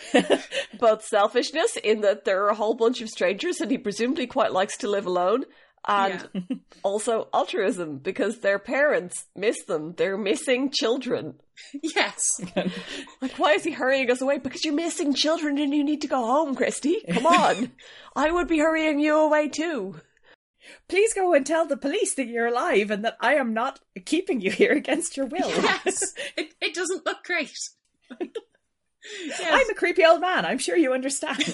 both selfishness in that there are a whole bunch of strangers and he presumably quite likes to live alone. And also altruism because their parents miss them. They're missing children.
yes,
Like, why is he hurrying us away? Because you're missing children and you need to go home, Christy. Come on. I would be hurrying you away too.
Please go and tell the police that you're alive and that I am not keeping you here against your will.
yes, it, it doesn't look great. Yes.
I'm a creepy old man. I'm sure you understand.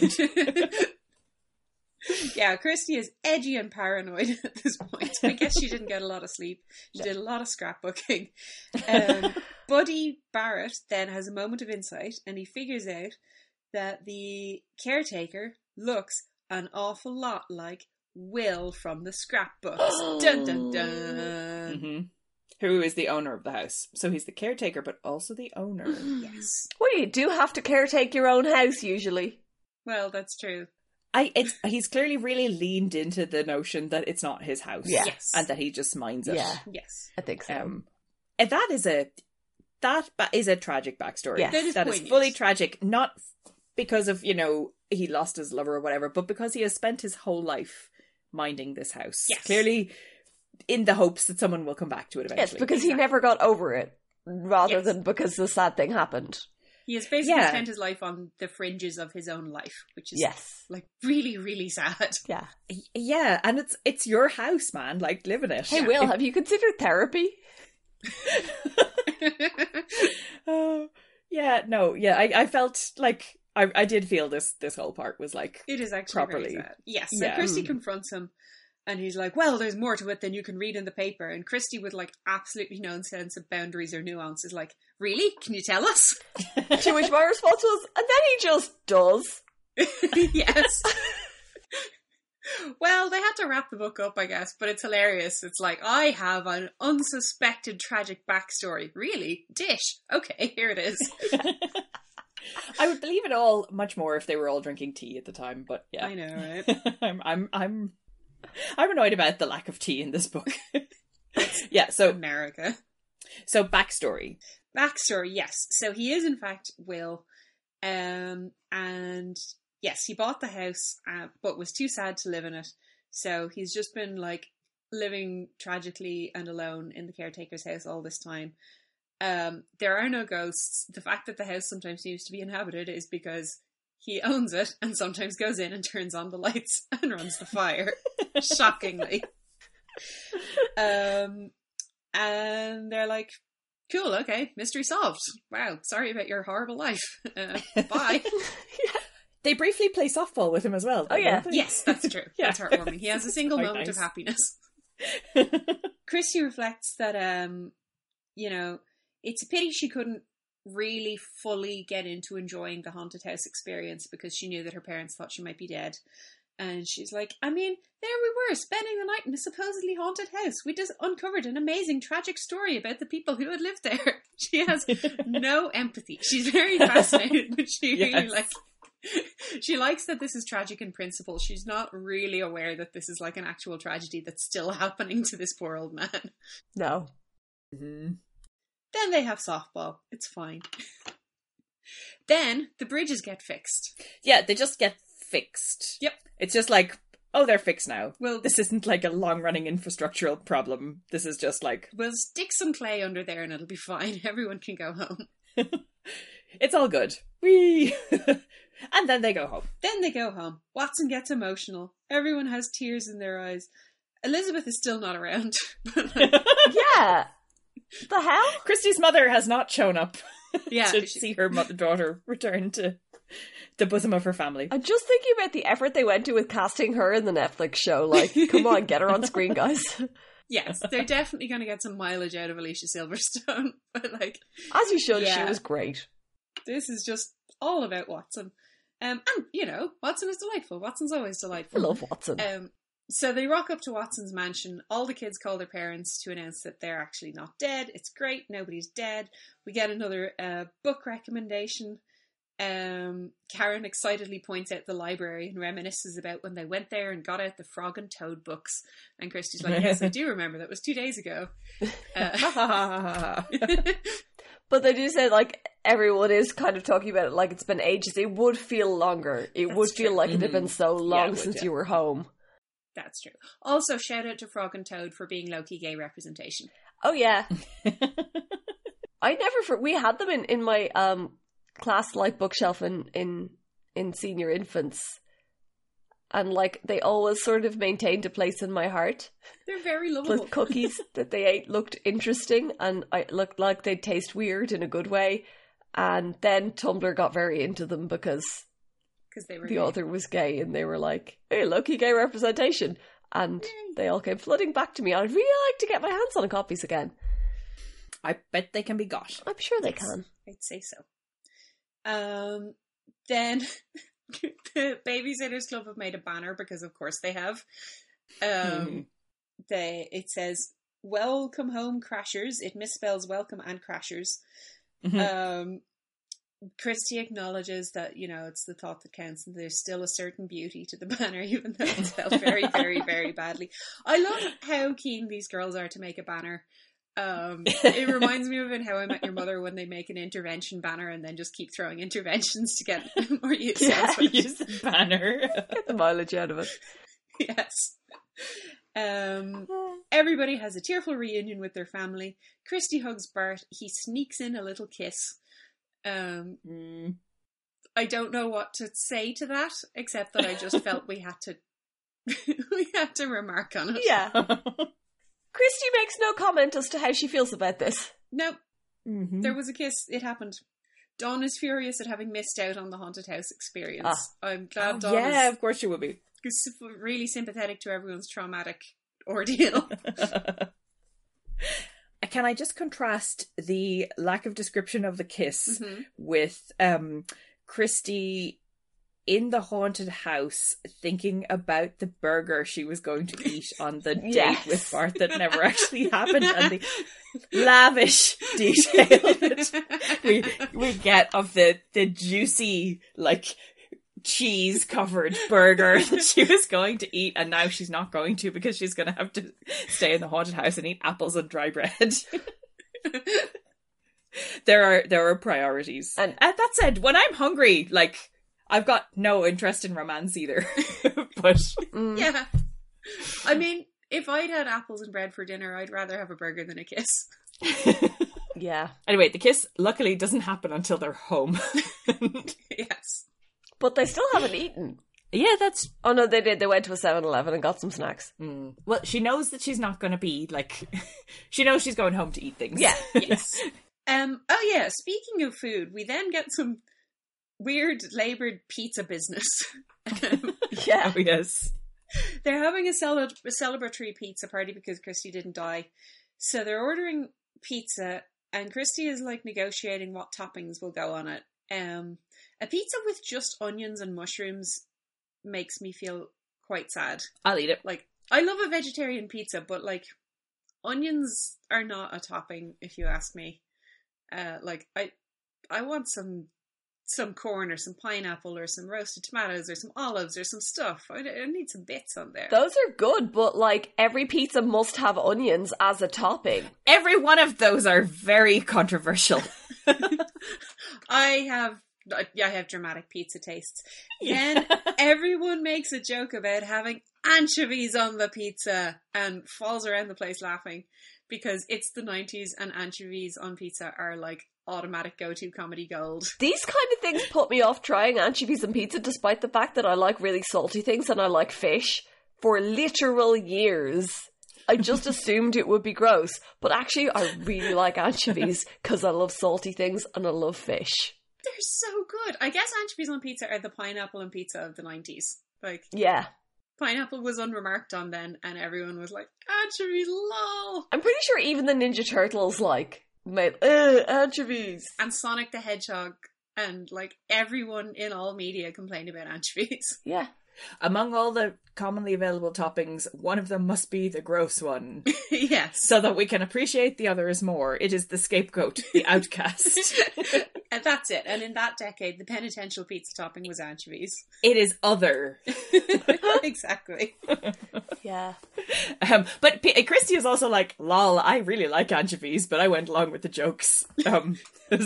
yeah, Christy is edgy and paranoid at this point. I guess she didn't get a lot of sleep. She did a lot of scrapbooking. Um, Buddy Barrett then has a moment of insight and he figures out that the caretaker looks an awful lot like Will from the scrapbooks. dun dun dun.
Mhm. Who is the owner of the house? So he's the caretaker, but also the owner.
Yes.
Well, you do have to caretake your own house usually.
Well, that's true.
I it's he's clearly really leaned into the notion that it's not his house,
Yeah.
Yes.
and that he just minds it.
Yeah,
Yes.
I think so.
Um, and that is a that ba- is a tragic backstory.
Yes.
That is
that is
poignant.
fully tragic, not because of you know he lost his lover or whatever, but because he has spent his whole life minding this house.
Yes.
Clearly, in the hopes that someone will come back to it eventually.
Yes, because he never got over it, rather
Yes.
than because the sad thing happened.
He has basically
Yeah.
spent his life on the fringes of his own life, which is
Yes.
like really, really sad.
Yeah.
Y- yeah, and it's it's your house, man. Like live in it.
Hey, Will, have you considered therapy?
Oh, yeah, no, yeah. I, I felt like I, I did feel this this whole part was like
it is actually
Properly.
very sad. Yes.
Yeah.
So Christy
Mm.
confronts him and he's like, Well, there's more to it than you can read in the paper. And Christy, with like absolutely no sense of boundaries or nuance, is like, Really? Can you tell us?
to which my response was, and then he just does.
yes. well, they had to wrap the book up, I guess, but it's hilarious. It's like, I have an unsuspected tragic backstory. Really? Dish. Okay, here it is.
I would believe it all much more if they were all drinking tea at the time, but
I
yeah.
know, right?
I'm I'm I'm I'm annoyed about the lack of tea in this book. yeah, so
America.
so backstory.
backstory yes so he is in fact will um and yes he bought the house uh, but was too sad to live in it so he's just been like living tragically and alone in the caretaker's house all this time um there are no ghosts the fact that the house sometimes seems to be inhabited is because he owns it and sometimes goes in and turns on the lights and runs the fire shockingly um and they're like cool okay mystery solved wow sorry about your horrible life uh, bye
They briefly play softball with him as well.
Oh,
don't
yeah.
they?
yes that's true
Yeah.
that's heartwarming he has a single
Quite
moment of
nice.
happiness christy reflects that um you know it's a pity she couldn't really fully get into enjoying the haunted house experience because she knew that her parents thought she might be dead and she's like i mean there we were spending the night in a supposedly haunted house we just uncovered an amazing tragic story about the people who had lived there she has no empathy. She's very fascinated, but she really
Yes.
like she likes that this is tragic in principle. She's not really aware that this is like an actual tragedy that's still happening to this poor old man.
No.
Mm-hmm.
Mhm.
Then they have softball. It's fine. Then the bridges get fixed.
Yeah, they just get fixed.
Yep.
It's just like, oh, they're fixed now.
We'll
This isn't like a long running infrastructural problem. This is just like,
we'll stick some clay under there and it'll be fine. Everyone can go home.
it's all good. Whee! and then they go home.
Then they go home. Watson gets emotional. Everyone has tears in their eyes. Elizabeth is still not around. but like,
Yeah. the hell?
Christie's mother has not shown up
yeah,
to
she-
see her mother daughter return to the bosom of her family.
I'm just thinking about the effort they went to with casting her in the Netflix show. Like, come on, get her on screen, guys.
Yes, they're definitely going to get some mileage out of Alicia Silverstone, but like
As you should, she
Yeah.
was great.
this is just all about Watson. Um, and you know, Watson is delightful. Watson's always
I
Uh,
delightful.
love Watson.
Um, so they rock up to Watson's mansion. All the kids call their parents to announce that they're actually not dead. It's great. Nobody's dead. We get another uh, book recommendation. Um, Karen excitedly points out the library and reminisces about when they went there and got out the Frog and Toad books. And Christy's like, "Yes, I do remember. That was two days ago." Uh,
But they do say, like, everyone is kind of talking about it like it's been ages. It would feel longer. It
That's
would feel
true.
like it
Mhm.
had been so
Yeah,
long
it would,
since
yeah.
you were home.
That's true. Also, shout out to Frog and Toad for being low key gay representation.
Oh yeah. I never for we had them in in my um class like bookshelf in in in senior infants. And like they always sort of maintained a place in my heart.
They're very
The
Oh.
lovable.
cookies that they ate looked interesting and I looked like they taste weird in a good way. And then Tumblr got very into them because
Because they were
the
gay.
author was gay and they were like, Hey, lucky gay representation and they all came flooding back to me. I'd really like to get my hands on copies again.
I bet they can be got.
I'm sure they
Yes.
can.
I'd say so. Um, then the Babysitters Club have made a banner because, of course, they have. Um, they it says "Welcome home, Crashers." It misspells "Welcome" and "Crashers." um, Christie acknowledges that you know it's the thought that counts, and there's still a certain beauty to the banner, even though it's spelled very, very, very badly. I love how keen these girls are to make a banner Um, it reminds me of in How I Met Your Mother when they make an intervention banner and then just keep throwing interventions to get more use.
Yeah,
elsewhere.
Use the banner.
Get the mileage out of it.
yes. Um, everybody has a tearful reunion with their family. Christy hugs Bart. He sneaks in a little kiss. Um,
Mm.
I don't know what to say to that, except that I just felt we had to we had to remark on it.
Yeah. Christy makes no comment as to how she feels about this.
No,
Mhm.
there was a kiss. It happened. Dawn is furious at having missed out on the haunted house experience. I'm glad Dawn
Oh, yeah,
is
of course you would be.
is really sympathetic to everyone's traumatic ordeal.
Can I just contrast the lack of description of the kiss
Mhm.
with um Christy in the haunted house thinking about the burger she was going to eat on the date
Yes.
with Bart that never actually happened and the lavish detail that we we get of the the juicy like cheese covered burger that she was going to eat and now she's not going to because she's going to have to stay in the haunted house and eat apples and dry bread there are there are priorities and,
And-
and that said when i'm hungry like i've got no interest in romance either but
Mm.
yeah. I mean, if I'd had apples and bread for dinner, I'd rather have a burger than a kiss.
yeah.
anyway the kiss luckily doesn't happen until they're home
yes.
But they still haven't eaten.
yeah that's
Oh no, they did. They went to a 7 Eleven and got some snacks.
Mm. Well, she knows that she's not going to be like. she knows she's going home to eat things.
Yeah.
Yes. um. Oh yeah. Speaking of food, we then get some weird labored pizza business.
Yeah.
oh, yes.
they're having a, cele- a celebratory pizza party because Christy didn't die. So they're ordering pizza, and Christy is like negotiating what toppings will go on it. Um, a pizza with just onions and mushrooms makes me feel quite sad.
I'll eat it.
Like, I love a vegetarian pizza, but like, onions are not a topping, if you ask me. Uh, like, I, I want some. Some corn or some pineapple or some roasted tomatoes or some olives or some stuff. I, I need some bits on there.
Those are good, but like every pizza must have onions as a topping.
Every one of those are very controversial.
I have I I have dramatic pizza tastes. Then everyone makes a joke about having anchovies on the pizza and falls around the place laughing because it's the 90s and anchovies on pizza are like automatic go-to comedy gold.
These kind of things put me off trying anchovies and pizza, despite the fact that I like really salty things and I like fish for literal years. I just assumed it would be gross, but actually, I really like anchovies because I love salty things and I love fish.
They're so good. I guess anchovies on pizza are the pineapple and pizza of the 90s. Like
Yeah.
pineapple was unremarked on then and everyone was like anchovies lol.
I'm pretty sure even the Ninja Turtles like made Ugh, anchovies.
And Sonic the Hedgehog and like everyone in all media complained about anchovies.
Yeah.
Among all the commonly available toppings, one of them must be the gross one,
yes.
so that we can appreciate the others more. It is the scapegoat, the outcast.
and that's it. And in that decade, the penitential pizza topping was anchovies.
it is other.
exactly.
Yeah.
Um, but P- Christy is also like, lol, I really like anchovies, but I went along with the jokes. Um,
Fair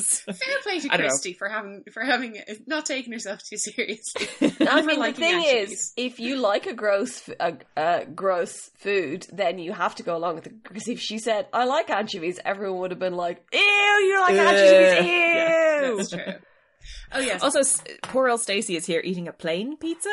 play to
I don't know.
Christy for having for having not taking herself too seriously.
I
for
mean, the
liking
thing
anchovies.
is, if you like a gross, f- a, a gross food, then you have to go along with it. Because if she said, "I like anchovies," everyone would have been like, "Ew, you like
Ugh.
anchovies? Ew!"
That's true. Oh yes.
Also, s- poor old Stacey is here eating a plain pizza.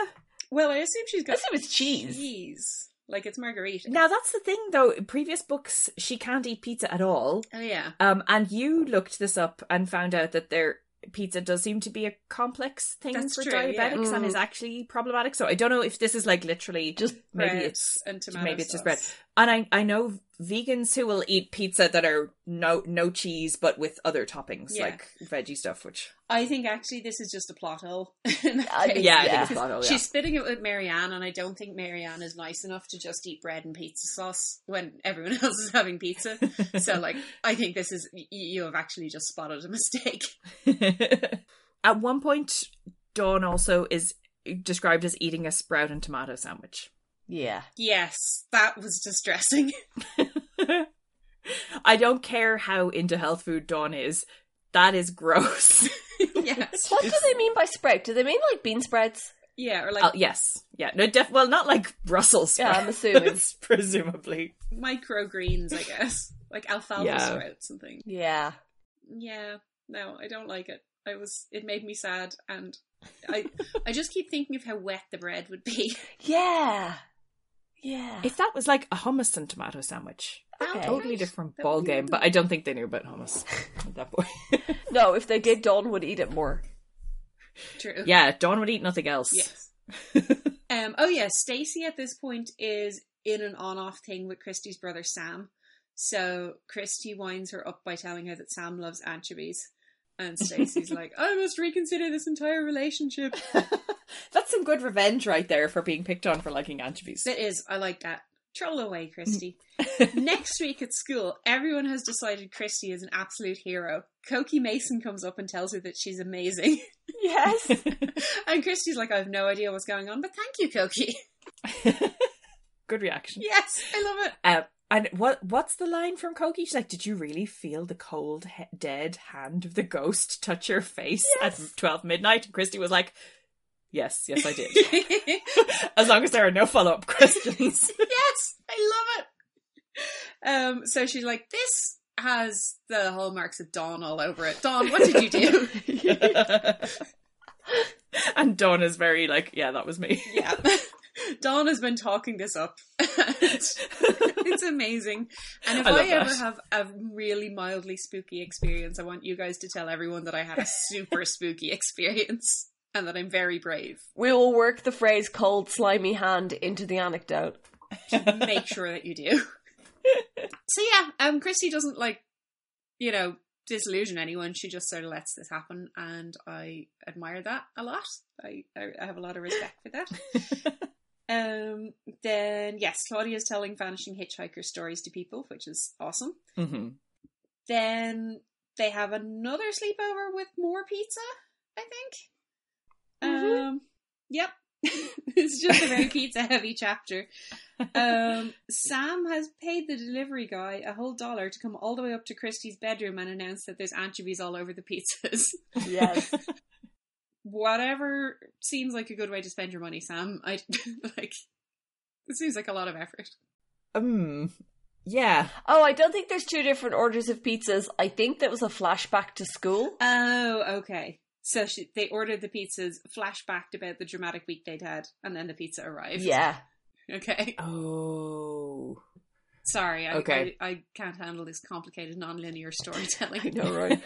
Well, I assume she's got
This was cheese.
cheese. Like it's margarita.
Now, that's the thing, though. In previous books, she can't eat pizza at all.
Oh yeah.
Um, and you looked this up and found out that their pizza does seem to be a complex thing
That's
for
true,
diabetics
yeah.
and is actually problematic. So I don't know if this is like literally
Just
maybe
Bread
it's
and tomato
maybe it's just bread.
sauce.
And I I know vegans who will eat pizza that are no no cheese but with other toppings
Yeah.
like veggie stuff, which
I think actually this is just a plot hole. In that
I
case.
think Yeah, I
Oh, yeah.
it's
She's spitting it with Marianne, and I don't think Marianne is nice enough to just eat bread and pizza sauce when everyone else is having pizza. so, like, I think this is y- you have actually just spotted a mistake.
At one point, Dawn also is described as eating a sprout and tomato sandwich.
Yeah.
Yes, that was distressing.
I don't care how into health food Dawn is. That is gross.
yes.
What do they mean by sprout? Do they mean like bean sprouts?
Yeah, or like
Oh, yes. Yeah. No, def- well, not like Brussels
Yeah,
sprouts.
I'm assuming.
presumably.
microgreens, I guess. Like alfalfa
Yeah.
sprouts and things.
Yeah.
Yeah. No, I don't like it. I was it made me sad and I I just keep thinking of how wet the bread would be.
Yeah. Yeah.
If that was like a hummus and tomato sandwich,
That would be
Okay.
totally
great.
different
That
ball
would be
game. But I don't think they knew about hummus at that point.
no, if they did, Dawn would eat it more.
True.
yeah, Dawn would eat nothing else.
Yes. um. Oh yeah. Stacy at this point is in an on-off thing with Christie's brother Sam. So Christie winds her up by telling her that Sam loves anchovies, and Stacy's like, "I must reconsider this entire relationship."
That's some good revenge right there for being picked on for liking anchovies.
That is, I like that. Troll away, Christy. Next week at school, everyone has decided Christy is an absolute hero. Cokie Mason comes up and tells her that she's amazing.
Yes.
and Christy's like, I have no idea what's going on, but thank you, Cokie.
good reaction.
Yes, I love it.
Uh, and what what's the line from Koki? She's like, "Did you really feel the cold, he- dead hand of the ghost touch your face
Yes.
at twelve midnight?" And Christy was like, "Yes, yes, I did." as long as there are no follow up questions.
yes, I love it. Um, so she's like, This has the hallmarks of Dawn all over it. Dawn, what did you do?
and Dawn is very like, yeah, that was me.
yeah. Dawn has been talking this up. it's amazing. And if
I
I,
love
ever
that.
have a really mildly spooky experience, I want you guys to tell everyone that I had a super spooky experience and that I'm very brave.
we will work the phrase cold, slimy hand into the anecdote.
Make sure that you do. so yeah, um Christy doesn't like you know, disillusion anyone. She just sort of lets this happen and I admire that a lot. I, I, I have a lot of respect for that. Um, then yes, Claudia's telling vanishing hitchhiker stories to people, which is awesome.
hmm
Then they have another sleepover with more pizza, I think.
Mhm.
Um, yep. it's just a very pizza heavy chapter. Um, Sam has paid the delivery guy a whole dollar to come all the way up to Christie's bedroom and announce that there's anchovies all over the pizzas.
Yes.
Whatever seems like a good way to spend your money, Sam. I like. It seems like a lot of effort.
Um, yeah.
oh, I don't think there's two different orders of pizzas. I think that was a flashback to school.
Oh, okay. So she, they ordered the pizzas, flashbacked about the dramatic week they'd had, and then the pizza arrived.
Yeah.
Okay.
Oh,
Sorry. I,
Okay.
I, I can't handle this complicated non-linear storytelling.
No, right.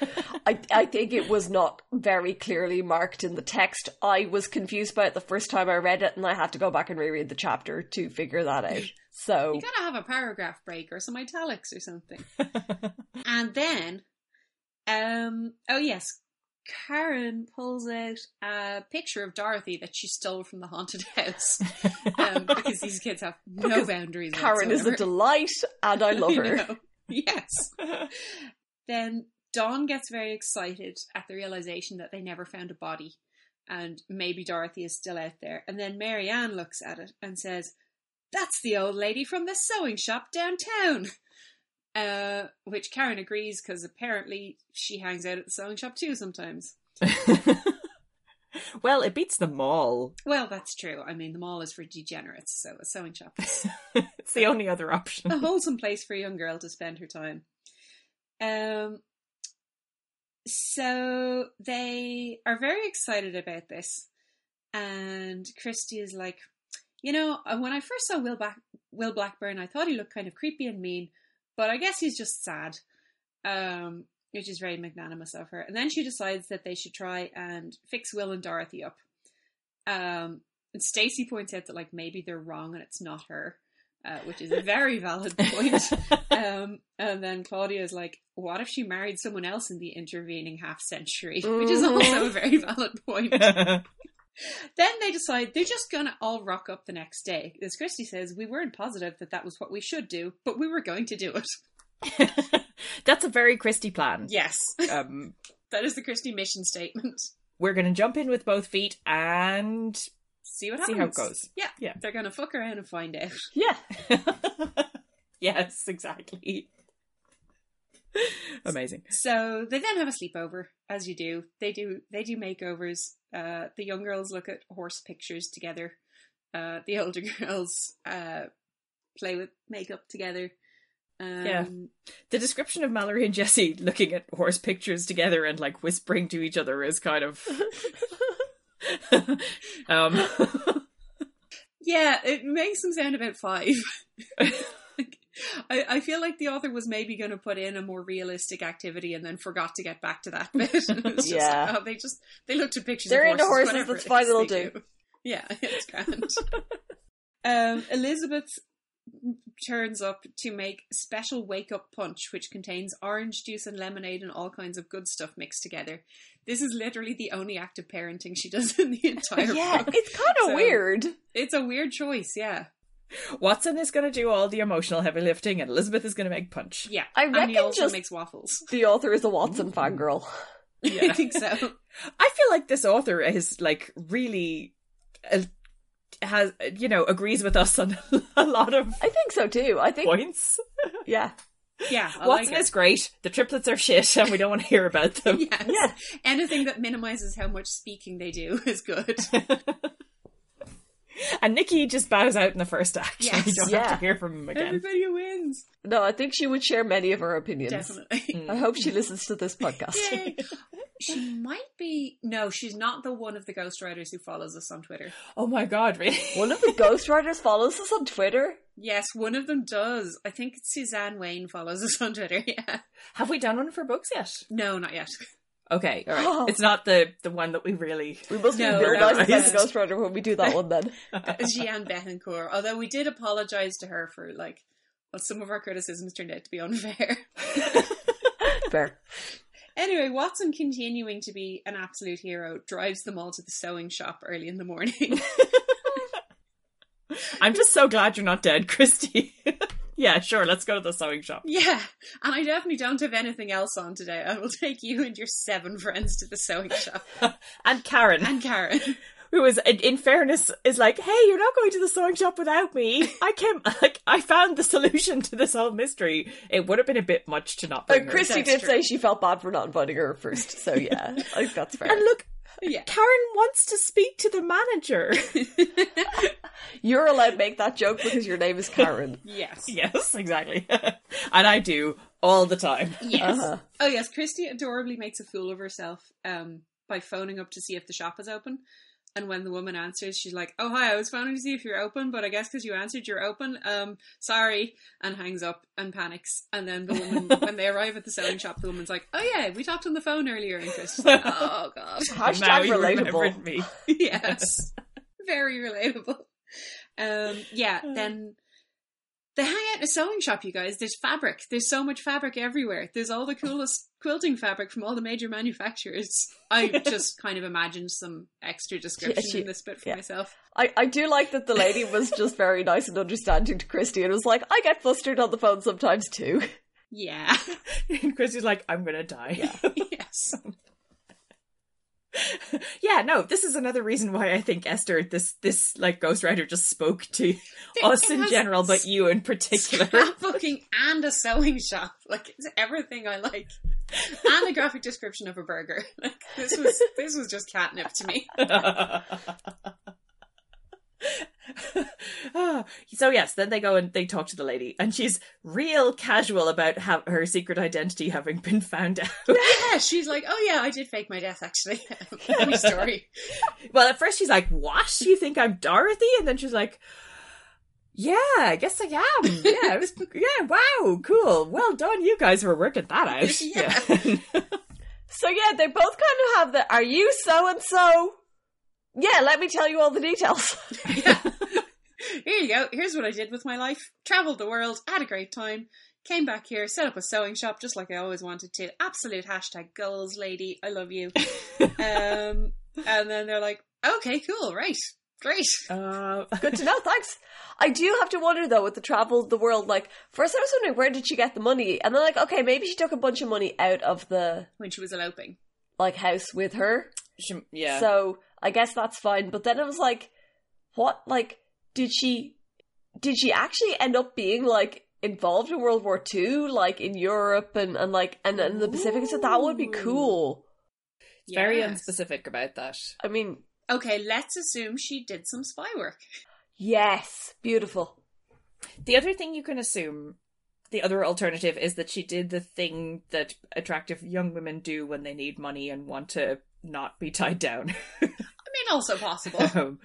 I, I think it was not very clearly marked in the text. I was confused by it the first time I read it, and I had to go back and reread the chapter to figure that out. So,
You gotta have a paragraph break or some italics or something. and then, um, oh yes, Karen pulls out a picture of Dorothy that she stole from the haunted house um, because these kids have no boundaries.
Karen is a
whatsoever.
delight, and I love
I
her.
know. Yes. then Dawn gets very excited at the realization that they never found a body and maybe Dorothy is still out there. And then Mary Ann looks at it and says, That's the old lady from the sewing shop downtown. Uh, which Karen agrees because apparently she hangs out at the sewing shop too sometimes.
well, it beats them all.
Well, that's true. I mean, the mall is for degenerates, so a sewing shop is
It's the only other option.
a wholesome place for a young girl to spend her time. Um, so they are very excited about this, and Christy is like, you know, uh, when I first saw Will, Black- Will Blackburn, I thought he looked kind of creepy and mean, but I guess he's just sad, um, which is very magnanimous of her. And then she decides that they should try and fix Will and Dorothy up. Um, and Stacy points out that like maybe they're wrong and it's not her, uh, which is a very valid point. Um, and then Claudia is like, what if she married someone else in the intervening half century? Which is also a very valid point. then they decide they're just going to all rock up the next day. As Christy says, we weren't positive that that was what we should do, but we were going to do it.
That's a very Christie plan.
Yes,
Um,
that is the Christy mission statement.
we're going to jump in with both feet and
See what
see
happens.
how it goes.
Yeah,
Yeah.
They're going to fuck around and find out.
Yeah.
yes, exactly. Amazing.
So they then have a sleepover, as you do. They do they do makeovers. Uh, the young girls look at horse pictures together. Uh, the older girls uh, play with makeup together. Um,
Yeah. The description of Mallory and Jesse looking at horse pictures together and like whispering to each other is kind of um
Yeah, it makes them sound about five. Like, I, I feel like the author was maybe going to put in a more realistic activity and then forgot to get back to that bit. It's just
Yeah.
like, oh, they just they looked at pictures.
They're
of
into horses,
whatever
that's
it
fine,
is
they'll
they
do.
Yeah, it's grand. um, Elizabeth turns up to make special wake up punch, which contains orange juice and lemonade and all kinds of good stuff mixed together. This is literally the only act of parenting she does in the entire
yeah,
book.
it's kind of
So-
weird.
It's a weird choice, yeah.
Watson is going to do all the emotional heavy lifting and Elizabeth is going to make punch.
Yeah.
I
and he
reckon
also
just
makes waffles.
the author is a Watson
Mm-hmm.
fangirl.
I think so.
I feel like this author is like really uh, has uh, you know agrees with us on a lot of
I think so too. I think,
points.
yeah,
Oh, Yeah, I
Watson
like
is great. The triplets are shit, and we don't want to hear about them.
it. Yes.
Yeah.
Anything that minimizes how much speaking they do is good.
And Nikki just bows out in the first act. and we
Yes.
don't have
Yeah.
to hear from him again.
Everybody wins.
no, I think she would share many of her opinions.
Definitely.
I hope she listens to this podcast.
Yay. She might be no, she's not the one of the ghostwriters who follows us on Twitter.
Oh my god, really?
One of the ghostwriters follows us on Twitter.
Yes, one of them does. I think it's Suzanne Wayne follows us on Twitter, yeah.
Have we done one for books yet?
No, not yet.
Okay, all right.
Oh.
It's not the the one that we really.
We must
No,
be real
that
nice about the
was-
ghostwriter when we do that one then.
Jeanne Bethencourt. Although we did apologize to her for like well, some of our criticisms turned out to be unfair.
Fair.
Anyway, Watson, continuing to be an absolute hero, drives them all to the sewing shop early in the morning.
I'm just so glad you're not dead, Christy. yeah, sure. Let's go to the sewing shop.
yeah, and I definitely don't have anything else on today. I will take you and your seven friends to the sewing shop.
And Karen,
And Karen.
who is, in, in fairness, is like, "Hey, you're not going to the sewing shop without me. I came. Like, I found the solution to this whole mystery. It would have been a bit much to not bring
But
her.
Oh, Christy
That's
did
true.
say she felt bad for not inviting her first, so yeah, I think that's fair.
And look,
Yeah.
Karen wants to speak to the manager.
You're allowed to make that joke because your name is Karen.
Yes.
yes, exactly. and I do all the time.
Yes.
Uh-huh.
Oh, yes. Christy adorably makes a fool of herself um, by phoning up to see if the shop is open. And when the woman answers, she's like, "Oh hi, I was phoning to see if you're open, but I guess because you answered, you're open. Um, sorry," and hangs up and panics. And then the woman, when they arrive at the sewing shop, the woman's like, "Oh yeah, we talked on the phone earlier." And Christy's like, "Oh god,
Now
Hashtag
you
relatable.
remembered me.
yes, very relatable." Um, yeah.
Uh.
Then they hang out in a sewing shop, you guys. There's fabric. There's so much fabric everywhere. There's all the coolest quilting fabric from all the major manufacturers. I just kind of imagined some extra description
she-
in this bit for
yeah.
myself.
I, I do like that the lady was just very nice and understanding to Christy and was like, I get flustered on the phone sometimes too.
Yeah.
And Christy's like, I'm gonna die. Yeah.
yes.
no, this is another reason why I think Esther, this this like ghostwriter just spoke to us
it
in
has
general, but you in particular.
Scrapbooking and a sewing shop. Like it's everything I like. And a graphic description of a burger. Like this was this was just catnip to me.
Ah, so yes, then they go and they talk to the lady, and she's real casual about ha- her secret identity having been found out.
Yeah, she's like, Oh yeah, I did fake my death actually. Funny story.
well, at first she's like, "What? You think I'm Dorothy?" And then she's like, "Yeah, I guess I am. Yeah, it was, yeah. Wow, cool. Well done, you guys for working that out.
Yeah.
So yeah, they both kind of have the, are you so and so? Yeah, let me tell you all the details.
Here you go. Here's what I did with my life. Traveled the world, had a great time, came back here, set up a sewing shop just like I always wanted to. Absolute hashtag goals, lady. I love you. um, and then they're like, okay, cool, right, great.
Uh,
Good to know, thanks. I do have to wonder though, with the travel the world, like, first I was wondering where did she get the money? And then like, okay, maybe she took a bunch of money out of the,
When she was eloping.
like, house with her.
she- yeah.
So I guess that's fine. But then I was like, what? Like, did she, did she actually end up being like involved in World War II, like in Europe and, and like and, and the Pacific. So that would be cool.
It's Very
Yes.
unspecific about that.
I mean,
Okay, let's assume she did some spy work.
yes, beautiful.
The other thing you can assume, the other alternative is that she did the thing that attractive young women do when they need money and want to not be tied down.
I mean, also possible.
um,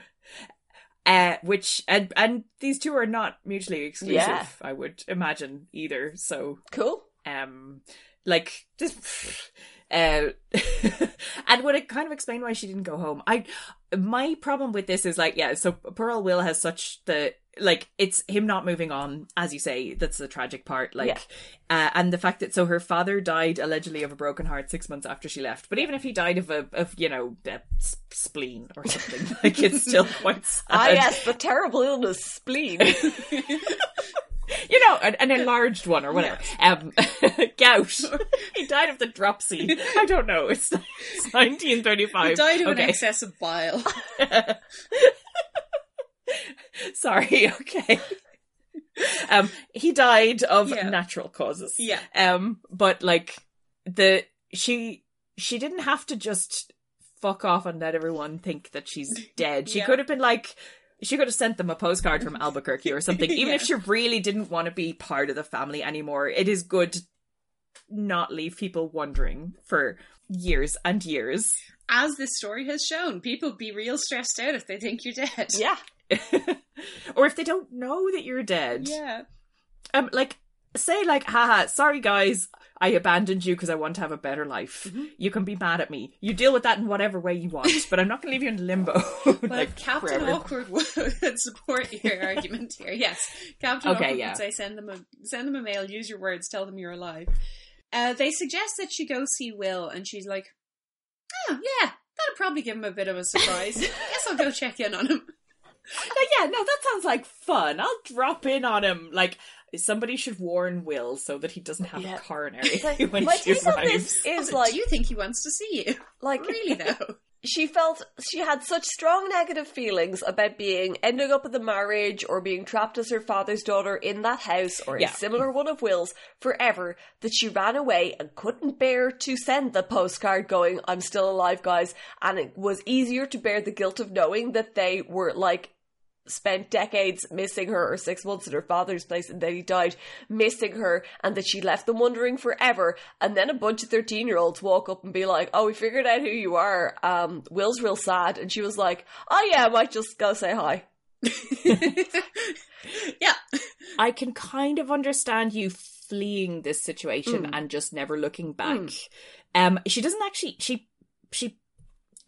uh, which and and these two are not mutually exclusive,
Yeah.
I would imagine either. So
Cool.
um like just uh and would it kind of explain why she didn't go home i my problem with this is like yeah so pearl will has such the like it's him not moving on as you say that's the tragic part like uh, and the fact that so her father died allegedly of a broken heart six months after she left but even if he died of a of you know a s- spleen or something like it's still quite sad
Ah, yes, the terrible illness, spleen.
you know, an, an enlarged one or whatever. Um, gout. he died of the dropsy. I don't know. It's, it's 1935.
He died of an
okay.
excess of bile.
Sorry. Okay. Um, he died of
Yeah.
natural causes.
yeah.
Um, but like the she she didn't have to just fuck off and let everyone think that she's dead. She
Yeah.
could have been like she could have sent them a postcard from Albuquerque or something. Even if she really didn't want to be part of the family anymore, it is good to not leave people wondering for years and years.
As this story has shown, people be real stressed out if they think you're dead.
yeah.
or if they don't know that you're dead.
Yeah.
um like say like haha sorry guys i abandoned you because i want to have a better life
Mm-hmm.
you can be mad at me you deal with that in whatever way you want but i'm not gonna leave you in limbo
Well,
like
Captain
forever.
Awkward would support your argument here. Yes, Captain
Okay,
Awkward
yeah.
would say send them a send them a mail. Use your words. Tell them you're alive. Uh, they suggest that she go see Will, and she's like, "Oh yeah, that'll probably give him a bit of a surprise. Guess I'll go check in on him."
Like, yeah no that sounds like fun i'll drop in on him like somebody should warn will so that he doesn't have
Yeah.
a coronary
Like,
when
my
she
take on this
arrives
is
Also,
like,
do you think he wants to see you?
like
Really though?
she felt she had such strong negative feelings about being ending up in the marriage or being trapped as her father's daughter in that house or
Yeah.
a similar one of Will's forever that she ran away and couldn't bear to send the postcard going, I'm still alive, guys. And it was easier to bear the guilt of knowing that they were like spent decades missing her or six months at her father's place and then he died missing her and that she left them wondering forever and then a bunch of 13 year olds walk up and be like oh we figured out who you are um will's real sad and she was like oh yeah i might just go say hi
yeah,
i can kind of understand you fleeing this situation
Mm.
and just never looking back um she doesn't actually she she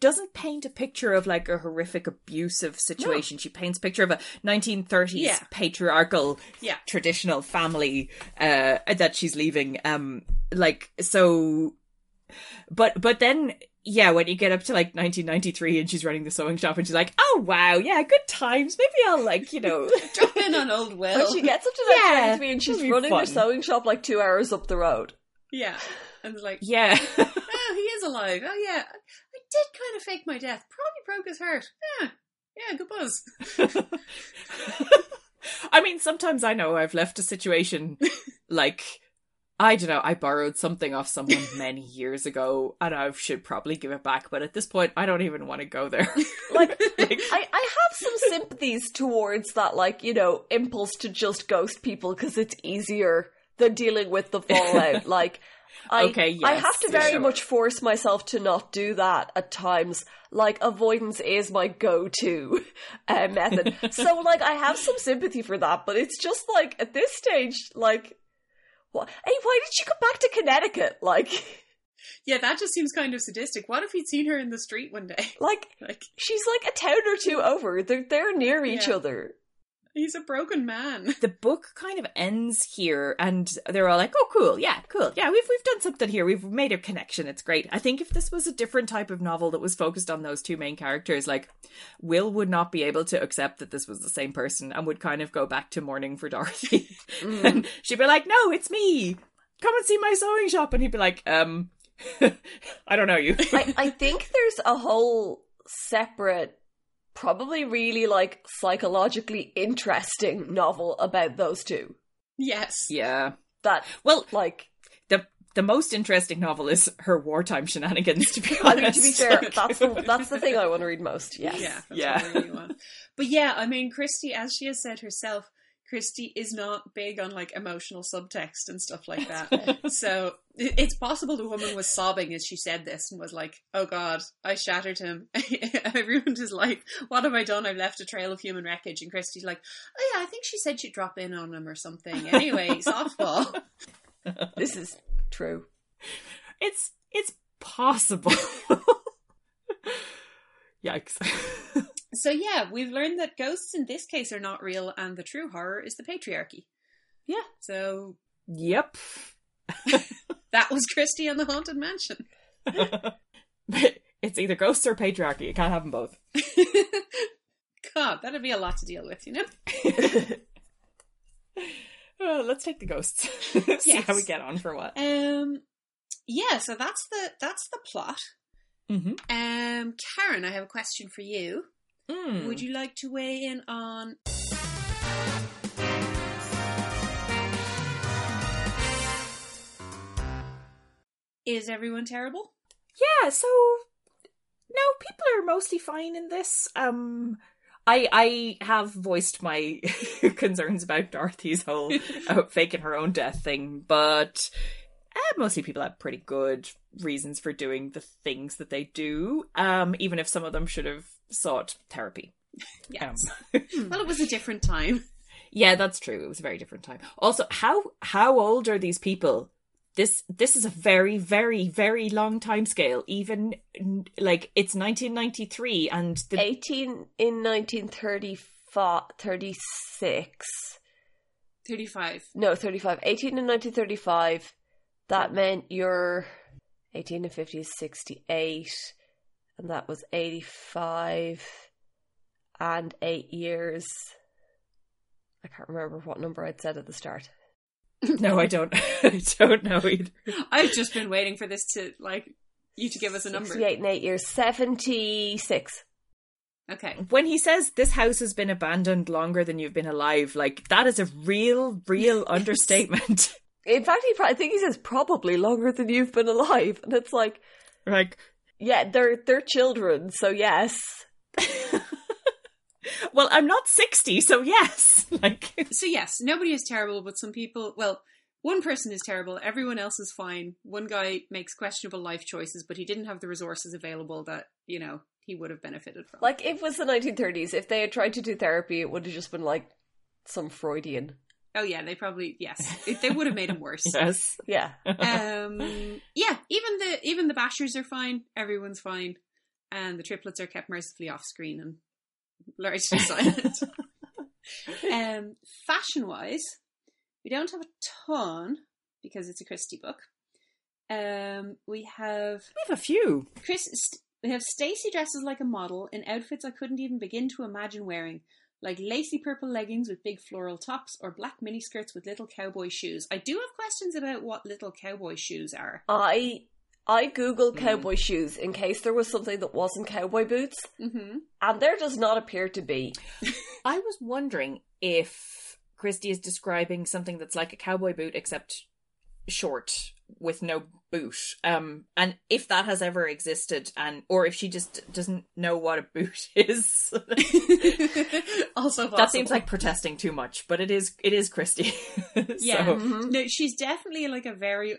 doesn't paint a picture of like a horrific abusive situation she paints a picture of a 1930s
Yeah.
patriarchal
Yeah.
traditional family uh that she's leaving um like so but but then yeah when you get up to like 1993 and she's running the sewing shop and she's like oh wow yeah good times maybe i'll like you know
drop in on old Will.
but she gets up to that
Oh. yeah,
23 and she's
that'd be
running her
fun.
sewing shop like two hours up the road
yeah, and like,
yeah
oh, he is alive. Oh yeah, I did kind of fake my death. Probably broke his heart. Yeah, yeah, good buzz.
I mean, sometimes I know I've left a situation like I don't know, I borrowed something off someone many years ago and I should probably give it back, but at this point I don't even want to go there.
like
Like-
I, I have some sympathies towards that, like, you know, impulse to just ghost people because it's easier than dealing with the fallout. like, I,
Okay,
I
yes,
have to
yeah,
very
sure.
much force myself to not do that at times. Like, avoidance is my go to uh, method. so, like, I have some sympathy for that, but it's just like, at this stage, like, what? Hey, why did she come back to Connecticut? Like,
Yeah, that just seems kind of sadistic. What if he'd seen her in the street one day?
like
Like,
she's like a town or two over. They're they're near each
Yeah.
other.
he's a broken man.
the book kind of ends here and they're all like, Oh cool, yeah, cool. Yeah, we've we've done something here. We've made a connection. It's great. I think if this was a different type of novel that was focused on those two main characters, like Will would not be able to accept that this was the same person and would kind of go back to mourning for Dorothy.
Mm.
and she'd be like, No, it's me. Come and see my sewing shop and he'd be like, Um I don't know you.
I, I think there's a whole separate, probably really like psychologically interesting novel about those two.
Yes.
Yeah.
That
Well,
like
the the most interesting novel is her wartime shenanigans. To be
I
honest,
mean to be fair, that's the that's the thing I want to read most. Yes.
Yeah. That's
Yeah.
what I really want. But yeah, I mean, Christy, as she has said herself, Christy is not big on like emotional subtext and stuff like that. so it- it's possible the woman was sobbing as she said this and was like, "Oh God, I shattered him. I ruined his life. What have I done? I've left a trail of human wreckage." And Christy's like, "Oh yeah, I think she said she'd drop in on him or something." Anyway, softball.
This is true.
it's it's possible. Yikes!
So yeah, we've learned that ghosts in this case are not real, and the true horror is the patriarchy.
Yeah.
So
yep.
that was Christy and the Haunted Mansion.
it's either ghosts or patriarchy. You can't have them both.
God, that'd be a lot to deal with, you know?
Uh, let's take the ghosts. See how we
Yes.
get on for what.
Um yeah, so that's the that's the plot.
Mm-hmm.
Um Karen, I have a question for you.
Hmm.
Would you like to weigh in on Is everyone terrible?
yeah so no people are mostly fine in this um i i have voiced my concerns about dorothy's whole uh, faking her own death thing but uh, mostly people have pretty good reasons for doing the things that they do um even if some of them should have sought therapy Um,
Yes. well, it was a different time.
yeah, that's true. It was a very different time. Also, how how old are these people? This this is a very very very long time scale. Even n- like it's 1993 and the
Eighteen in nineteen thirty five thirty six.
35.
No, thirty five. Eighteen in nineteen thirty five. That meant you're eighteen and fifty is sixty eight. And that was eighty five and eight years. I can't remember what number I'd said at the start.
no, I don't I don't know either.
I've just been waiting for this to like you to give us a number.
Sixty eight and eight years. Seventy six.
Okay.
When he says this house has been abandoned longer than you've been alive, like that is a real real understatement.
In fact, he pro- I think he says probably longer than you've been alive, and it's like,
like
yeah, they're they're children, so yes,
well, I'm not 60, so yes. Like
So yes, nobody is terrible, but some people. Well, one person is terrible. Everyone else is fine. One guy makes questionable life choices, but he didn't have the resources available that you know he would have benefited from.
like if it was the 1930s, if they had tried to do therapy, it would have just been like some Freudian,
oh yeah, they probably yes, It- they would have made him worse.
yes.
yeah,
Um, yeah, even the even the bashers are fine. Everyone's fine, and the triplets are kept mercifully off screen and largely silent. um, fashion wise, we don't have a ton because it's a Christie book. Um, we have
We have a few.
Chris. St- we have Stacy dresses like a model in outfits I couldn't even begin to imagine wearing, like lacy purple leggings with big floral tops or black miniskirts with little cowboy shoes. I do have questions about what little cowboy shoes are.
I I googled
Mm.
cowboy shoes in case there was something that wasn't cowboy boots,
Mm-hmm.
and there does not appear to be.
I was wondering if Christie is describing something that's like a cowboy boot except short with no boot. Um and if that has ever existed and or if she just doesn't know what a boot is.
also, possible.
that seems like protesting too much, but it is it is Christie.
Yeah.
so,
Mhm.
No, she's definitely like a very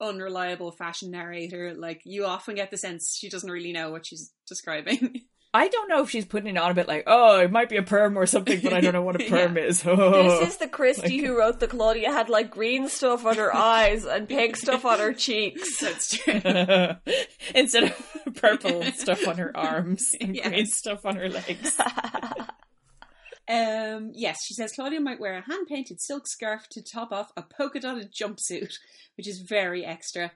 unreliable fashion narrator. Like you often get the sense she doesn't really know what she's describing.
I don't know if she's putting it on a bit like, oh, it might be a perm or something, but I don't know what a perm is. Oh.
This is the Christie who wrote that Claudia had like green stuff on her eyes and pink stuff on her cheeks.
That's true.
Instead of purple stuff on her arms and
Yes.
green stuff on her legs.
Um, yes, she says Claudia might wear a hand painted silk scarf to top off a polka dotted jumpsuit, which is very extra,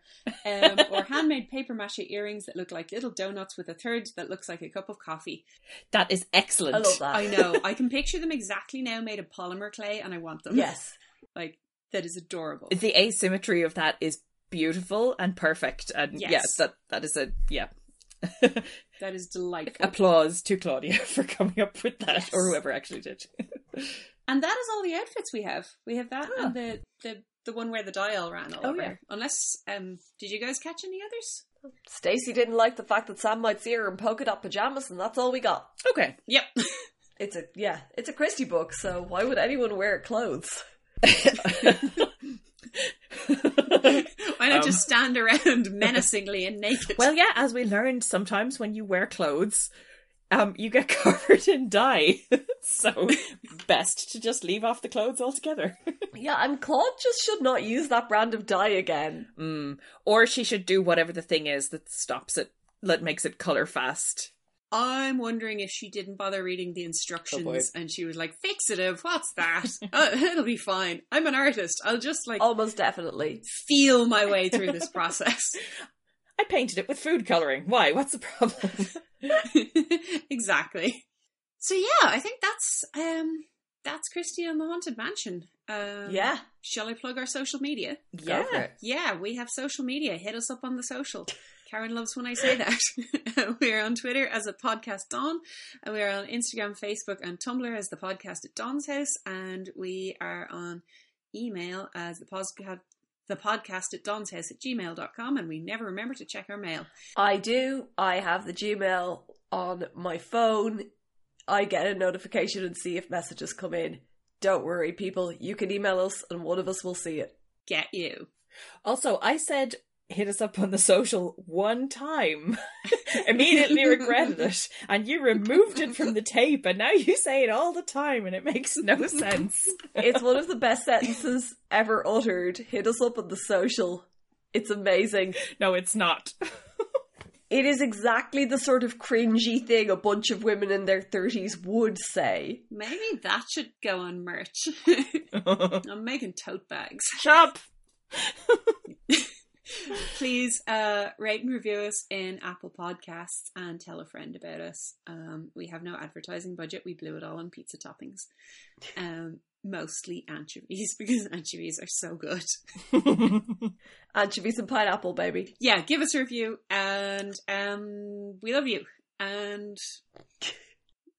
um, or handmade paper mache earrings that look like little donuts with a third that looks like a cup of coffee.
That is excellent.
I love that.
I know, I can picture them exactly now made of polymer clay and I want them.
Yes.
Like, that is adorable.
The asymmetry of that is beautiful and perfect. And yes,
Yes.
that, that is a, yeah.
That is delightful.
Applause to Claudia for coming up with that, or
Yes.
whoever actually did.
And that is all the outfits we have. We have that
Ah.
and the, the the one where the dial ran all
Oh,
over.
yeah.
Unless, um, did you guys catch any others?
Stacey didn't like the fact that Sam might see her in polka dot pajamas, and that's all we got.
Okay.
Yep.
It's a yeah, it's a Christie book, so why would anyone wear clothes?
Why not
Um.
just stand around menacingly and naked?
well, yeah, as we learned, sometimes when you wear clothes, um, you get covered in dye. so best to just leave off the clothes altogether.
Yeah, and Claude just should not use that brand of dye again.
Mm. Or she should do whatever the thing is that stops it, that makes it color fast.
I'm wondering if she didn't bother reading the
boy.
instructions and she was like, fixative, what's that? oh, it'll be fine. I'm an artist. I'll just like
Almost definitely.
feel my way through this process.
I painted it with food coloring. Why? What's the problem?
exactly. So yeah, I think that's um that's Christie on the Haunted Mansion. Um,
Yeah.
Shall I plug our social media?
Go for it.
Yeah, we have social media. Hit us up on the social. Karen loves when I say that. we are on Twitter as a podcast Dawn, and we are on Instagram, Facebook, and Tumblr as the podcast at Dawn's House, and we are on email as the podcast the podcast at Dawn's House at gmail.com, and we never remember to check our mail.
I do. I have the Gmail on my phone. I get a notification and see if messages come in. Don't worry, people. You can email us and one of us will see it.
Get you.
Also, I said hit us up on the social one time. Immediately regretted it. And you removed it from the tape, and now you say it all the time, and it makes no sense.
It's one of the best sentences ever uttered. Hit us up on the social. It's amazing.
No, it's not.
It is exactly the sort of cringy thing a bunch of women in their 30s would say.
Maybe that should go on merch. I'm making tote bags.
Chop!
Please uh, rate and review us in Apple Podcasts and tell a friend about us. Um, we have no advertising budget. We blew it all on pizza toppings, um, mostly anchovies because anchovies are so good.
Anchovies and pineapple, baby.
Yeah, give us a review, and um, we love you. And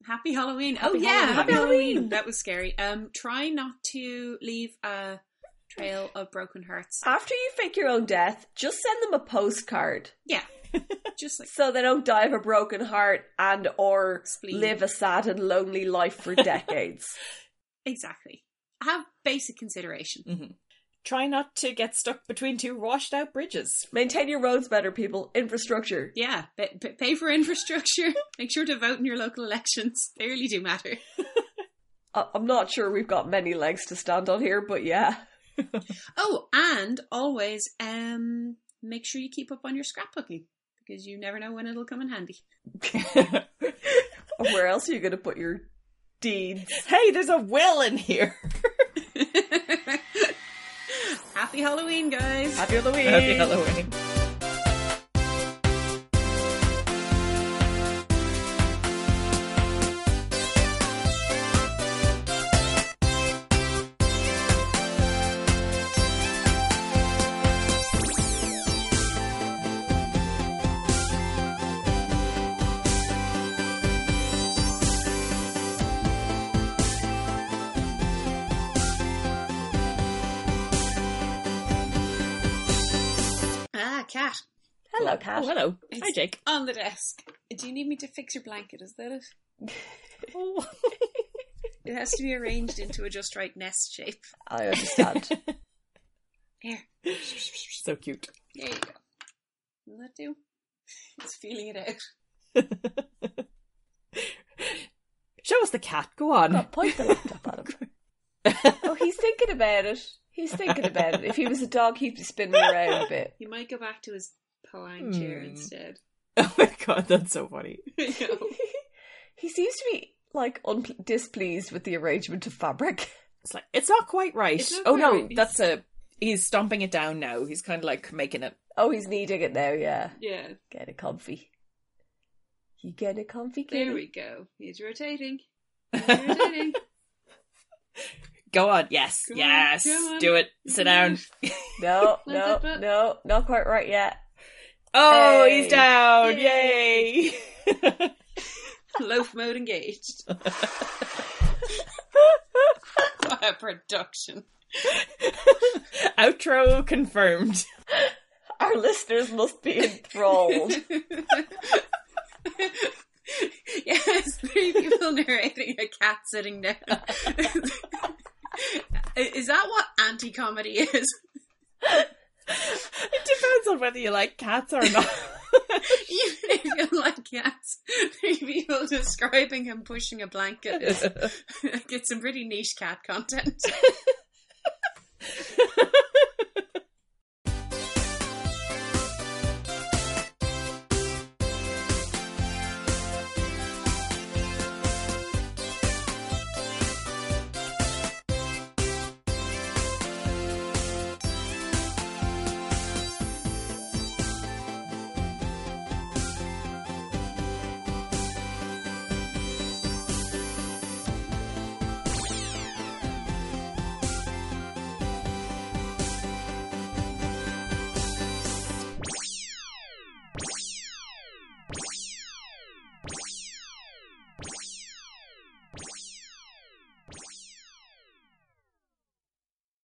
happy Halloween! oh
Happy
yeah,
Halloween.
happy
Happy
Halloween!
Halloween.
That was scary. Um, try not to leave a trail of broken hearts.
After you fake your own death, just send them a postcard.
Yeah, just like.
so they don't die of a broken heart and or
Spleen.
live a sad and lonely life for decades.
Exactly. Have basic consideration.
Try not to get stuck between two washed out bridges.
Maintain your roads better, people. Infrastructure.
Yeah, pa pa- pay for infrastructure. Make sure to vote in your local elections. They really do matter.
I- I'm not sure we've got many legs to stand on here, but yeah.
Oh, and always um, make sure you keep up on your scrapbooking because you never know when it'll come in handy.
Where else are you going to put your deeds?
hey, there's a will in here.
Happy Halloween, guys!
Happy Halloween.
Happy Halloween.
Ah, cat
Hello, Cat.
Oh, hello. Hi,
It's-
Jake.
on the desk. Do you need me to fix your blanket? Is that it?
Oh.
It has to be arranged into a just right nest shape.
I understand.
Here,
so cute.
there you go. Will that do? It's feeling it out.
Show us the cat. Go on.
God, point the laptop at him. Oh, he's thinking about it. He's thinking about it. If he was a dog, he'd be spinning around a bit.
He might go back to his pine chair
Hmm.
instead.
Oh my god, that's so funny.
He seems to be like un- displeased with the arrangement of fabric.
It's like it's not quite right.
It's not
oh
quite
no,
right.
that's a he's stomping it down now. He's kind of like making it.
Oh, he's needing it now, yeah.
yeah,
Get it comfy. You get it comfy, kitty?
there we go. He's rotating. He's rotating.
Go on, yes,
Go on,
yes,
go on.
do it. Sit
Do
down.
it.
No,
Lift
no,
up, up.
no, not quite right yet.
Oh,
Hey.
he's down! Yay!
Yay. Loaf mode engaged. a production.
Outro confirmed.
Our listeners must be enthralled.
yes, three people narrating a cat sitting down. is that what anti comedy is?
It depends on whether you like cats or not.
Even if you like cats, three people describing him pushing a blanket is like it's some pretty niche cat content.